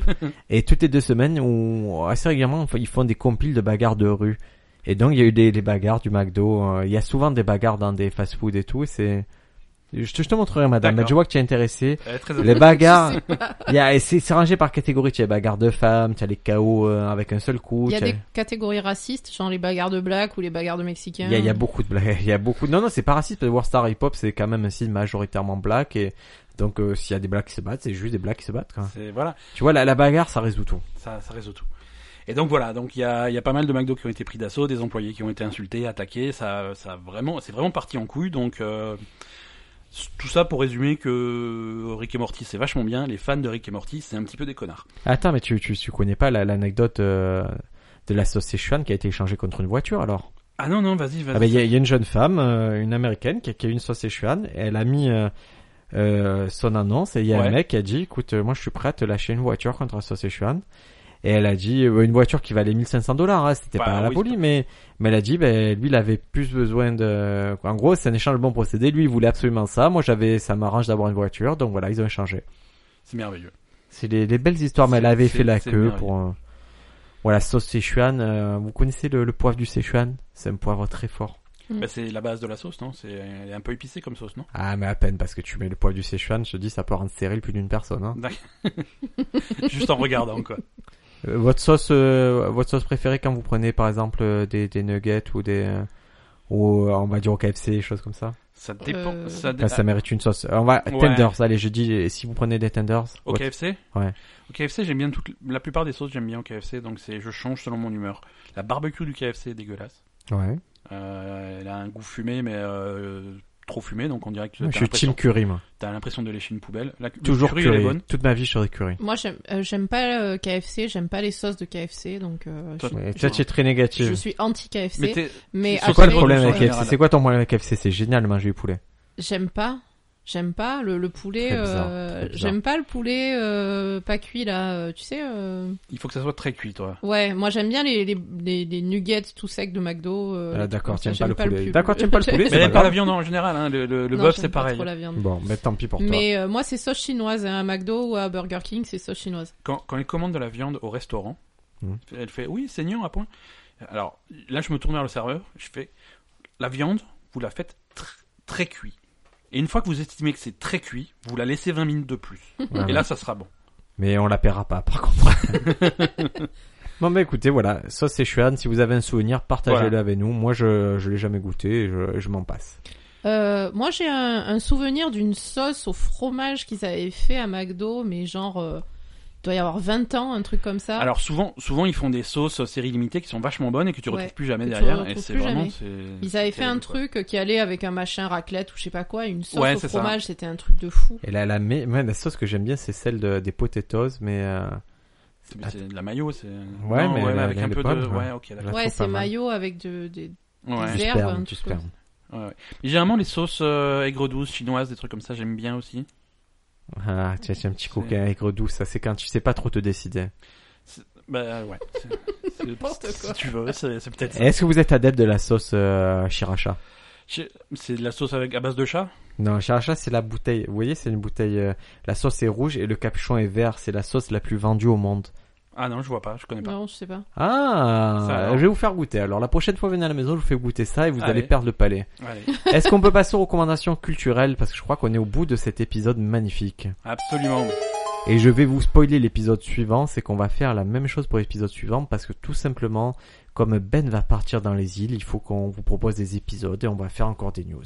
Speaker 2: et toutes les deux semaines ou assez régulièrement, ils font des compiles de bagarres de rue. Et donc il y a eu des, des bagarres du McDo. euh, Il y a souvent des bagarres dans des fast-food et tout. et C'est je te, je te montrerai madame, mais
Speaker 1: D'accord.
Speaker 2: je vois que tu es intéressé.
Speaker 1: Euh, très
Speaker 2: Les bagarres, il y a, et c'est c'est rangé par catégorie. Tu as les bagarres de femmes, tu as les KO euh, avec un seul coup.
Speaker 3: Il y a
Speaker 2: tu as-
Speaker 3: des catégories racistes, genre les bagarres de black ou les bagarres de mexicains.
Speaker 2: Il y, a, il y a beaucoup de blagues. Il y a beaucoup. Non, non, c'est pas raciste. Parce que World Star Hip Hop, c'est quand même un site majoritairement black. Et donc, euh, s'il y a des blagues qui se battent, c'est juste des blagues qui se battent. Quoi.
Speaker 1: C'est- Voilà,
Speaker 2: Tu vois, la, la bagarre, ça résout tout.
Speaker 1: ça, ça résout tout. Et donc voilà, donc il y a, il y a pas mal de McDo qui ont été pris d'assaut, des employés qui ont été insultés, attaqués. Ça, ça a vraiment, c'est vraiment parti en couille. Donc euh, tout ça pour résumer que Rick et Morty c'est vachement bien. Les fans de Rick et Morty c'est un petit peu des connards.
Speaker 2: Attends, mais tu, tu, tu connais pas la- l'anecdote euh, de la sauce Szechuan qui a été échangée contre une voiture alors
Speaker 1: Ah non non, vas-y vas-y.
Speaker 2: Ah ben, il y, a- il y a une jeune femme, euh, une américaine, qui a, qui a eu une sauce Szechuan. et Elle a mis euh, euh, son annonce et il y a
Speaker 1: Ouais.
Speaker 2: un mec qui a dit "Écoute, euh, moi, je suis prêt à te lâcher une voiture contre la sauce Szechuan." Et elle a dit euh, une voiture qui valait 1500 dollars, hein, c'était
Speaker 1: Bah,
Speaker 2: pas à la
Speaker 1: oui,
Speaker 2: folie,
Speaker 1: c'est-
Speaker 2: mais mais elle a dit ben lui il avait plus besoin de en gros c'est un échange de bon procédé, lui il voulait absolument ça, moi j'avais ça m'arrange d'avoir une voiture, donc voilà ils ont échangé.
Speaker 1: C'est merveilleux.
Speaker 2: C'est des, des belles histoires, mais elle
Speaker 1: C'est-
Speaker 2: avait
Speaker 1: c'est-
Speaker 2: fait la
Speaker 1: c'est
Speaker 2: queue
Speaker 1: merveilleux.
Speaker 2: pour un- voilà sauce Sichuan, euh, vous connaissez le, le poivre du Sichuan, c'est un poivre très fort.
Speaker 1: Bah, c'est la base de la sauce, non C'est elle est un peu épicée comme sauce, non
Speaker 2: Ah, mais à peine, parce que tu mets le poids du Sichuan, je te dis, ça peut rendre stérile plus d'une personne. Hein.
Speaker 1: Juste en regardant, quoi.
Speaker 2: Euh, votre sauce, euh, votre sauce préférée quand vous prenez, par exemple, euh, des, des nuggets ou des, euh, ou euh, on va dire au KFC, des choses comme ça.
Speaker 1: Ça dépend.
Speaker 3: Euh,
Speaker 1: Ça dé-
Speaker 2: Là, ça mérite une sauce. Euh, On va
Speaker 1: Ouais.
Speaker 2: tenders. Allez, je dis, si vous prenez des tenders.
Speaker 1: Au
Speaker 2: votre-
Speaker 1: KFC
Speaker 2: Ouais.
Speaker 1: Au KFC, j'aime bien toute la plupart des sauces, j'aime bien au KFC, donc c'est je change selon mon humeur. La barbecue du KFC est dégueulasse.
Speaker 2: Ouais.
Speaker 1: Euh, elle a un goût fumé, mais euh, trop fumé, donc on dirait que
Speaker 2: Moi,
Speaker 1: t'as
Speaker 2: je suis
Speaker 1: l'impression-
Speaker 2: team curry, moi.
Speaker 1: t'as l'impression de lécher une poubelle. La, le
Speaker 2: Toujours
Speaker 1: curry,
Speaker 2: curry.
Speaker 1: elle est bonne.
Speaker 2: Toute ma vie, je serai curry.
Speaker 3: Moi, j'aime euh, j'aime pas euh, KFC, j'aime pas les sauces de KFC, donc euh,
Speaker 1: Toi,
Speaker 3: je,
Speaker 2: Ouais,
Speaker 1: je-
Speaker 2: toi, tu es très
Speaker 3: je
Speaker 2: négatif.
Speaker 3: suis anti-KFC.
Speaker 1: Mais
Speaker 3: Mais,
Speaker 1: t'es- c'est
Speaker 2: C'est
Speaker 1: sur
Speaker 2: quoi
Speaker 3: après,
Speaker 2: le problème
Speaker 1: en
Speaker 2: avec
Speaker 1: général.
Speaker 2: KFC? C'est quoi ton problème avec KFC? C'est génial, manger du poulet.
Speaker 3: j'aime pas. J'aime pas le, le poulet.
Speaker 2: Très bizarre,
Speaker 3: euh,
Speaker 2: très bizarre.
Speaker 3: j'aime pas le poulet euh, pas cuit là. euh, Tu sais. euh,
Speaker 1: il faut que ça soit très cuit, toi.
Speaker 3: Ouais, moi j'aime bien les, les, les, les nuggets tout secs de McDo. euh,
Speaker 2: Ah, d'accord,
Speaker 3: comme ça,
Speaker 2: t'aimes
Speaker 3: j'aime
Speaker 2: pas le poulet.
Speaker 3: pub-
Speaker 2: D'accord, t'aimes pas le poulet,
Speaker 1: Mais
Speaker 2: pas
Speaker 1: elle pas
Speaker 2: grave.
Speaker 1: la viande en général, hein, le, le, le
Speaker 3: Non,
Speaker 1: bœuf
Speaker 3: j'aime
Speaker 1: c'est
Speaker 3: pas
Speaker 1: pareil.
Speaker 3: Trop la viande.
Speaker 2: Bon, mais tant pis pour toi.
Speaker 3: Mais euh, moi, c'est sauce chinoise. hein, À McDo ou à Burger King, c'est sauce chinoise.
Speaker 1: quand, quand elle commande de la viande au restaurant,
Speaker 2: Mhm.
Speaker 1: elle fait oui, saignant à point. Alors là, je me tourne vers le serveur, je fais la viande, vous la faites tr- très cuit. Et une fois que vous estimez que c'est très cuit, vous la laissez 20 minutes de plus.
Speaker 2: Ouais,
Speaker 1: Et là, ça sera bon.
Speaker 2: Mais on la paiera pas, par contre. bon, mais écoutez, voilà. Sauce Sichuan, si vous avez un souvenir, partagez-le
Speaker 1: Voilà.
Speaker 2: avec nous. Moi, je, je l'ai jamais goûté et je, je m'en passe.
Speaker 3: Euh, moi, j'ai un, un souvenir d'une sauce au fromage qu'ils avaient fait à McDo, mais genre, euh, il doit y avoir 20 ans, un truc comme ça.
Speaker 1: Alors souvent, souvent ils font des sauces euh, séries limitées qui sont vachement bonnes et que tu
Speaker 3: Ouais.
Speaker 1: retrouves plus jamais
Speaker 3: Que tu
Speaker 1: derrière.
Speaker 3: retrouves
Speaker 1: Et c'est
Speaker 3: plus
Speaker 1: vraiment.
Speaker 3: jamais.
Speaker 1: c'est-
Speaker 3: Ils
Speaker 1: Mm. c'est
Speaker 3: avaient fait un
Speaker 1: terrible, quoi.
Speaker 3: truc qui allait avec un machin raclette ou je sais pas quoi, une sauce
Speaker 1: Ouais,
Speaker 3: au
Speaker 1: c'est ça.
Speaker 3: fromage, c'était un truc de fou.
Speaker 2: Et là, la, mais, la sauce que j'aime bien, c'est celle de, des potatoes, mais euh,
Speaker 1: C'est c'est de la maillot, c'est.
Speaker 2: Ouais,
Speaker 1: Non,
Speaker 2: mais la-
Speaker 1: avec
Speaker 2: la-
Speaker 1: un
Speaker 2: les
Speaker 1: peu de.
Speaker 2: pommes, ouais.
Speaker 1: Ouais, ok, d'accord.
Speaker 2: la
Speaker 3: Ouais,
Speaker 2: trouve
Speaker 3: c'est
Speaker 2: pas mal.
Speaker 3: maillot avec de, des
Speaker 1: Ouais.
Speaker 3: Des
Speaker 2: Tu
Speaker 3: herbes,
Speaker 2: spermes,
Speaker 3: un
Speaker 2: tu
Speaker 3: truc comme
Speaker 2: spermes.
Speaker 1: Ouais, ouais. Généralement, les sauces euh, aigres douces chinoises, des trucs comme ça, j'aime bien aussi.
Speaker 2: Ah, tiens, tiens, un petit coquin
Speaker 1: C'est-
Speaker 2: aigre doux, ça c'est quand tu sais pas trop te décider.
Speaker 1: Bah ouais. C'est- c'est-
Speaker 3: N'importe
Speaker 1: si
Speaker 3: quoi.
Speaker 1: tu veux, c'est c'est peut-être ça.
Speaker 2: Est-ce que vous êtes adepte de la sauce euh, Shiracha
Speaker 1: Je- C'est de la sauce avec, à base de chat
Speaker 2: Non, Shiracha c'est la bouteille. Vous voyez, c'est une bouteille. euh, la sauce est rouge et le capuchon est vert. C'est la sauce la plus vendue au monde.
Speaker 1: Ah non, je vois pas, je connais pas.
Speaker 3: Non, je sais pas.
Speaker 2: Ah,
Speaker 1: Ça, alors.
Speaker 2: je vais vous faire goûter. Alors la prochaine fois, venez à la maison, je vous fais goûter ça et vous
Speaker 1: Allez.
Speaker 2: allez perdre le palais.
Speaker 1: Allez,
Speaker 2: Est-ce qu'on peut passer aux recommandations culturelles parce que je crois qu'on est au bout de cet épisode magnifique.
Speaker 1: absolument.
Speaker 2: Et je vais vous spoiler l'épisode suivant, c'est qu'on va faire la même chose pour l'épisode suivant parce que tout simplement, comme Ben va partir dans les îles, il faut qu'on vous propose des épisodes et on va faire encore des news.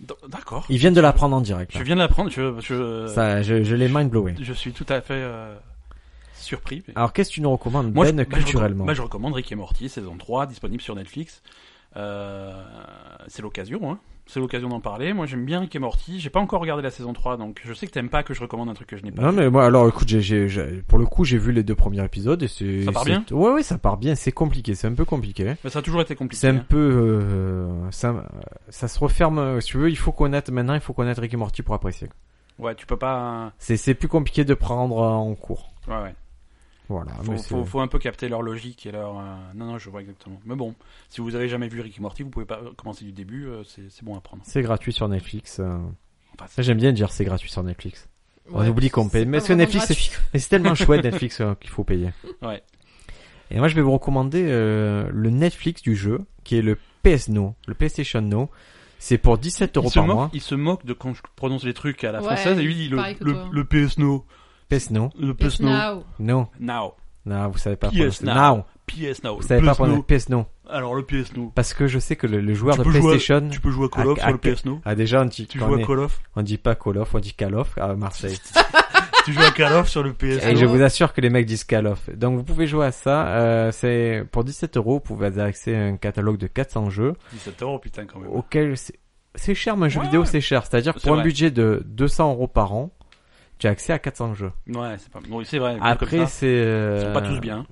Speaker 1: D- D'accord.
Speaker 2: Il vient de l'apprendre en direct.
Speaker 1: Je
Speaker 2: là.
Speaker 1: viens de l'apprendre, je, je,
Speaker 2: Ah. Ça, je, je l'ai mind blowé.
Speaker 1: je suis tout à fait euh, surpris. mais-
Speaker 2: Alors qu'est-ce que tu nous recommandes
Speaker 1: Moi,
Speaker 2: Ah, Ben
Speaker 1: je, bah, je-
Speaker 2: culturellement
Speaker 1: bah, je recommande Rick et Morty, saison 3, disponible sur Netflix. Euh, c'est l'occasion, hein. C'est l'occasion d'en parler. Moi, j'aime bien Rick et Morty. J'ai pas encore regardé la saison 3, donc je sais que t'aimes pas que je recommande un truc que je n'ai pas
Speaker 2: Non
Speaker 1: vu.
Speaker 2: mais moi alors écoute j'ai, j'ai- j'ai- pour le coup j'ai vu les deux premiers épisodes et c'est
Speaker 1: Ça part
Speaker 2: c'est-
Speaker 1: bien
Speaker 2: ouais ouais ça part bien c'est compliqué c'est un peu compliqué
Speaker 1: Mais ça a toujours été compliqué.
Speaker 2: c'est un
Speaker 1: hein.
Speaker 2: peu euh, ça ça se referme euh, si tu veux il faut connaître maintenant il faut connaître Rick et Morty pour apprécier
Speaker 1: Ouais, tu peux pas. hein.
Speaker 2: c'est c'est plus compliqué de prendre euh, en cours
Speaker 1: Ouais, ouais.
Speaker 2: voilà
Speaker 1: faut,
Speaker 2: Ah mais c'est-
Speaker 1: faut, faut un peu capter leur logique et leur. euh, Non, non, je vois exactement. Mais bon, si vous avez jamais vu Rick et Morty, vous pouvez pas commencer du début. euh, c'est c'est bon à prendre.
Speaker 2: c'est gratuit sur Netflix euh.
Speaker 1: Enfin,
Speaker 2: ça j'aime bien dire c'est gratuit sur Netflix on
Speaker 3: Ouais,
Speaker 2: oublie qu'on
Speaker 3: c'est
Speaker 2: paye
Speaker 3: pas
Speaker 2: mais parce que
Speaker 3: vraiment
Speaker 2: Netflix c'est
Speaker 3: gratuit, quoi.
Speaker 2: Mais c'est tellement chouette Netflix euh, qu'il faut payer.
Speaker 1: Ouais.
Speaker 2: Et moi, je vais vous recommander euh, le Netflix du jeu, qui est le PS No, le PlayStation No. C'est pour 17 euros
Speaker 1: il, se
Speaker 2: par
Speaker 1: moque,
Speaker 2: mois.
Speaker 1: il se moque de quand je prononce les trucs à la
Speaker 3: Ouais,
Speaker 1: française et lui dit le,
Speaker 3: pareil que
Speaker 1: le,
Speaker 3: toi.
Speaker 1: le PS No.
Speaker 2: PS No.
Speaker 1: Le PS
Speaker 3: Yes,
Speaker 1: No.
Speaker 3: now.
Speaker 2: Non.
Speaker 1: Now.
Speaker 2: Non, vous savez pas
Speaker 1: PS
Speaker 2: prononcer.
Speaker 1: Now.
Speaker 2: Non.
Speaker 1: PS Now.
Speaker 2: Vous
Speaker 1: le
Speaker 2: savez pas
Speaker 1: PS No.
Speaker 2: prononcer PS No.
Speaker 1: Alors le PS No.
Speaker 2: Parce que je sais que le, le joueur
Speaker 1: Tu
Speaker 2: de
Speaker 1: peux jouer à-
Speaker 2: PlayStation
Speaker 1: Tu peux jouer à Call
Speaker 2: À-
Speaker 1: of sur
Speaker 2: à-
Speaker 1: le PS No.
Speaker 2: a déjà un petit...
Speaker 1: Tu
Speaker 2: on,
Speaker 1: joues à
Speaker 2: est-
Speaker 1: Call of.
Speaker 2: on dit pas Call of, on dit Call of à Marseille.
Speaker 1: tu joues à Call of sur le PS
Speaker 2: Et
Speaker 1: No.
Speaker 2: je vous assure que les mecs disent Call of. Donc vous pouvez jouer à ça. euh, c'est pour 17 euros, vous pouvez avoir accès à un catalogue de 400 jeux.
Speaker 1: 17 euros, putain, quand même.
Speaker 2: auquel c'est c'est cher, mais un jeu
Speaker 1: Ouais,
Speaker 2: vidéo
Speaker 1: ouais.
Speaker 2: c'est cher. C'est-à-dire
Speaker 1: C'est
Speaker 2: pour un
Speaker 1: vrai.
Speaker 2: budget de 200 euros par an, tu as accès à 400 jeux.
Speaker 1: Ouais, c'est pas. Bon, c'est vrai. vu
Speaker 2: Après
Speaker 1: comme ça,
Speaker 2: c'est
Speaker 1: ils
Speaker 2: euh,
Speaker 1: sont pas tous bien. hein.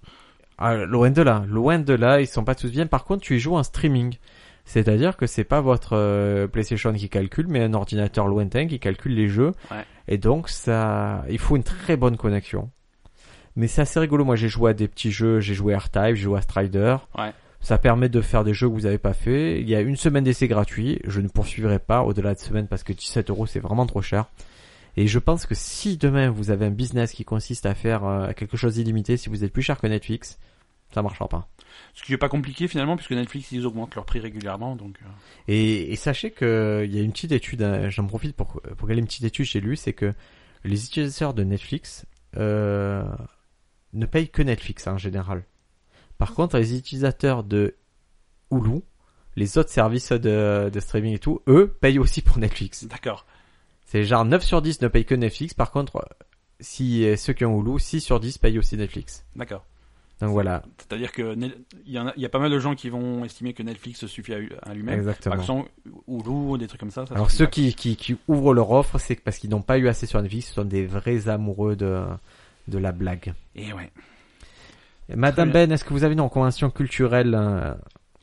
Speaker 2: ah, loin de là, loin de là, ils sont pas tous bien. Par contre, tu y joues en streaming. C'est-à-dire que c'est pas votre euh, PlayStation qui calcule, mais un ordinateur lointain qui calcule les jeux.
Speaker 1: Ouais.
Speaker 2: Et donc ça, il faut une très bonne connexion. Mais c'est assez rigolo. Moi, j'ai joué à des petits jeux. J'ai joué à R-Type, j'ai joué à Strider.
Speaker 1: Ouais.
Speaker 2: Ça permet de faire des jeux que vous avez pas fait. Il y a une semaine d'essai gratuit. Je ne poursuivrai pas au-delà de semaine parce que 17 euros c'est vraiment trop cher. Et je pense que si demain vous avez un business qui consiste à faire euh, quelque chose d'illimité, si vous êtes plus cher que Netflix, ça marchera pas.
Speaker 1: Ce qui est pas compliqué finalement, puisque Netflix ils augmentent leur prix régulièrement, donc. euh,
Speaker 2: Et, et sachez que il y a une petite étude, hein, j'en profite pour pour qu'elle ait une petite étude j'ai lu, c'est que les utilisateurs de Netflix euh, ne payent que Netflix hein, en général. Par contre, les utilisateurs de Hulu, les autres services de, de streaming et tout, eux payent aussi pour Netflix.
Speaker 1: D'accord.
Speaker 2: C'est genre 9 sur 10 ne payent que Netflix. Par contre, si euh, ceux qui ont Hulu, 6 sur 10 payent aussi Netflix.
Speaker 1: D'accord.
Speaker 2: Donc voilà,
Speaker 1: C'est-à-dire que Nel- il y, en a- il y a pas mal de gens qui vont estimer que Netflix suffit à, à lui-même. Par
Speaker 2: exactement.
Speaker 1: exemple, Hulu, des trucs comme ça. ça
Speaker 2: Alors
Speaker 1: suffit
Speaker 2: ceux
Speaker 1: pas.
Speaker 2: qui, qui, qui ouvrent leur offre, c'est parce qu'ils n'ont pas eu assez sur Netflix, ce sont des vrais amoureux de, de la blague.
Speaker 1: Et ouais.
Speaker 2: Madame
Speaker 1: bien.
Speaker 2: Ben, est-ce que vous avez une recommandation culturelle euh,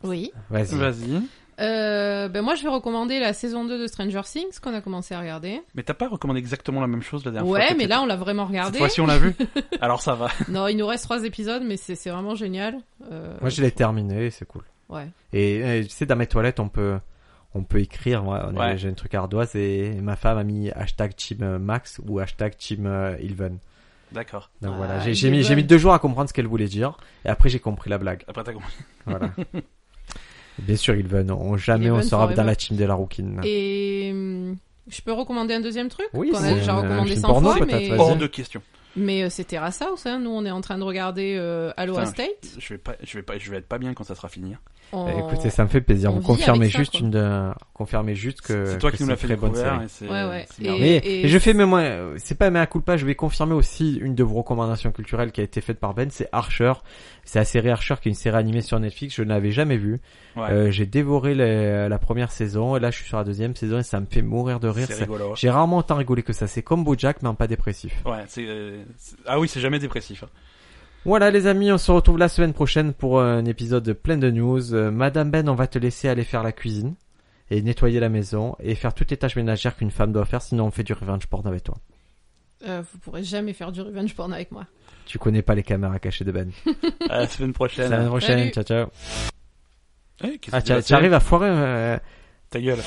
Speaker 3: Oui.
Speaker 2: Vas-y.
Speaker 1: Vas-y.
Speaker 3: Euh, ben moi, je vais recommander la saison 2 de Stranger Things qu'on a commencé à regarder.
Speaker 1: Mais t'as pas recommandé exactement la même chose la dernière fois.
Speaker 3: Ouais,
Speaker 1: que
Speaker 3: mais
Speaker 1: t'étais-
Speaker 3: là, on l'a vraiment
Speaker 1: Cette
Speaker 3: regardé.
Speaker 1: fois-ci, on l'a vu. Alors ça va.
Speaker 3: Non, il nous reste trois épisodes, mais c'est c'est vraiment génial. Euh,
Speaker 2: Moi je l'ai terminé, c'est cool.
Speaker 3: Ouais.
Speaker 2: Et, euh, tu sais, dans mes toilettes, on peut, on peut écrire. moi, on a-
Speaker 1: Ouais.
Speaker 2: J'ai un truc ardoise et, et ma femme a mis hashtag team euh, Max ou hashtag team euh, Ilven.
Speaker 1: D'accord.
Speaker 2: Donc
Speaker 3: Ah,
Speaker 2: voilà, j'ai j'ai mis,
Speaker 3: Ilven.
Speaker 2: j'ai mis deux jours à comprendre ce qu'elle voulait dire et après j'ai compris la blague.
Speaker 1: Après t'as compris.
Speaker 2: Voilà. Bien sûr, Ilven, on, jamais on
Speaker 3: Ilven
Speaker 2: sera
Speaker 3: forever.
Speaker 2: dans la team de la rouquine.
Speaker 3: Et hum, je peux recommander un deuxième truc
Speaker 2: Ah. Oui,
Speaker 3: qu'on a
Speaker 2: c'est
Speaker 3: déjà
Speaker 2: un
Speaker 3: recommandé
Speaker 2: film
Speaker 3: 100
Speaker 2: porno,
Speaker 3: fois,
Speaker 2: peut-être,
Speaker 3: mais,
Speaker 2: Vas-y.
Speaker 1: Hors de question.
Speaker 3: mais euh, c'est Terrace House. Hein. Nous, on est en train de regarder euh, Aloha
Speaker 1: Putain,
Speaker 3: State.
Speaker 1: Je vais pas, je vais pas, je vais être pas bien quand ça sera fini. hein.
Speaker 3: On-
Speaker 2: Eh, Écoutez, ça me fait plaisir.
Speaker 3: on
Speaker 2: Vous
Speaker 3: vit
Speaker 2: confirmez
Speaker 3: avec ça,
Speaker 2: juste
Speaker 3: quoi.
Speaker 2: une, euh, confirmez juste que
Speaker 1: c'est toi
Speaker 2: que
Speaker 1: qui nous l'as fait
Speaker 2: une très bonne
Speaker 1: découvrir.
Speaker 2: série.
Speaker 1: et c'est-
Speaker 3: Ouais, ouais.
Speaker 1: c'est
Speaker 3: Et-
Speaker 1: merveilleux.
Speaker 2: Mais et je fais mais moi, euh, c'est pas mea culpa. Je vais confirmer aussi une de vos recommandations culturelles qui a été faite par Ben, c'est Archer. C'est la série Archer qui est une série animée sur Netflix. Je n'avais jamais vue.
Speaker 1: Ouais.
Speaker 2: Euh, J'ai dévoré les- la première saison et là je suis sur la deuxième saison et ça me fait mourir de rire.
Speaker 1: c'est
Speaker 2: Ça-
Speaker 1: rigolo.
Speaker 2: J'ai rarement autant rigolé que ça. C'est comme BoJack mais en pas dépressif.
Speaker 1: Ouais, c'est, euh, c'est- ah oui, c'est jamais dépressif. hein.
Speaker 2: Voilà les amis, on se retrouve la semaine prochaine pour euh, un épisode plein de news. Euh, Madame Ben, on va te laisser aller faire la cuisine et nettoyer la maison et faire toutes les tâches ménagères qu'une femme doit faire, sinon on fait du revenge porn avec toi.
Speaker 3: Euh, vous pourrez jamais faire du revenge porn avec moi.
Speaker 2: Tu connais pas les caméras cachées de Ben.
Speaker 1: À la semaine
Speaker 2: À
Speaker 1: prochaine.
Speaker 2: la semaine prochaine,
Speaker 3: Salut.
Speaker 2: ciao ciao.
Speaker 1: Eh, qu'est-ce
Speaker 2: Ah,
Speaker 1: qui
Speaker 2: tu
Speaker 1: s'est
Speaker 2: tu
Speaker 1: passé
Speaker 2: arrives à foirer... euh,
Speaker 1: Ta gueule.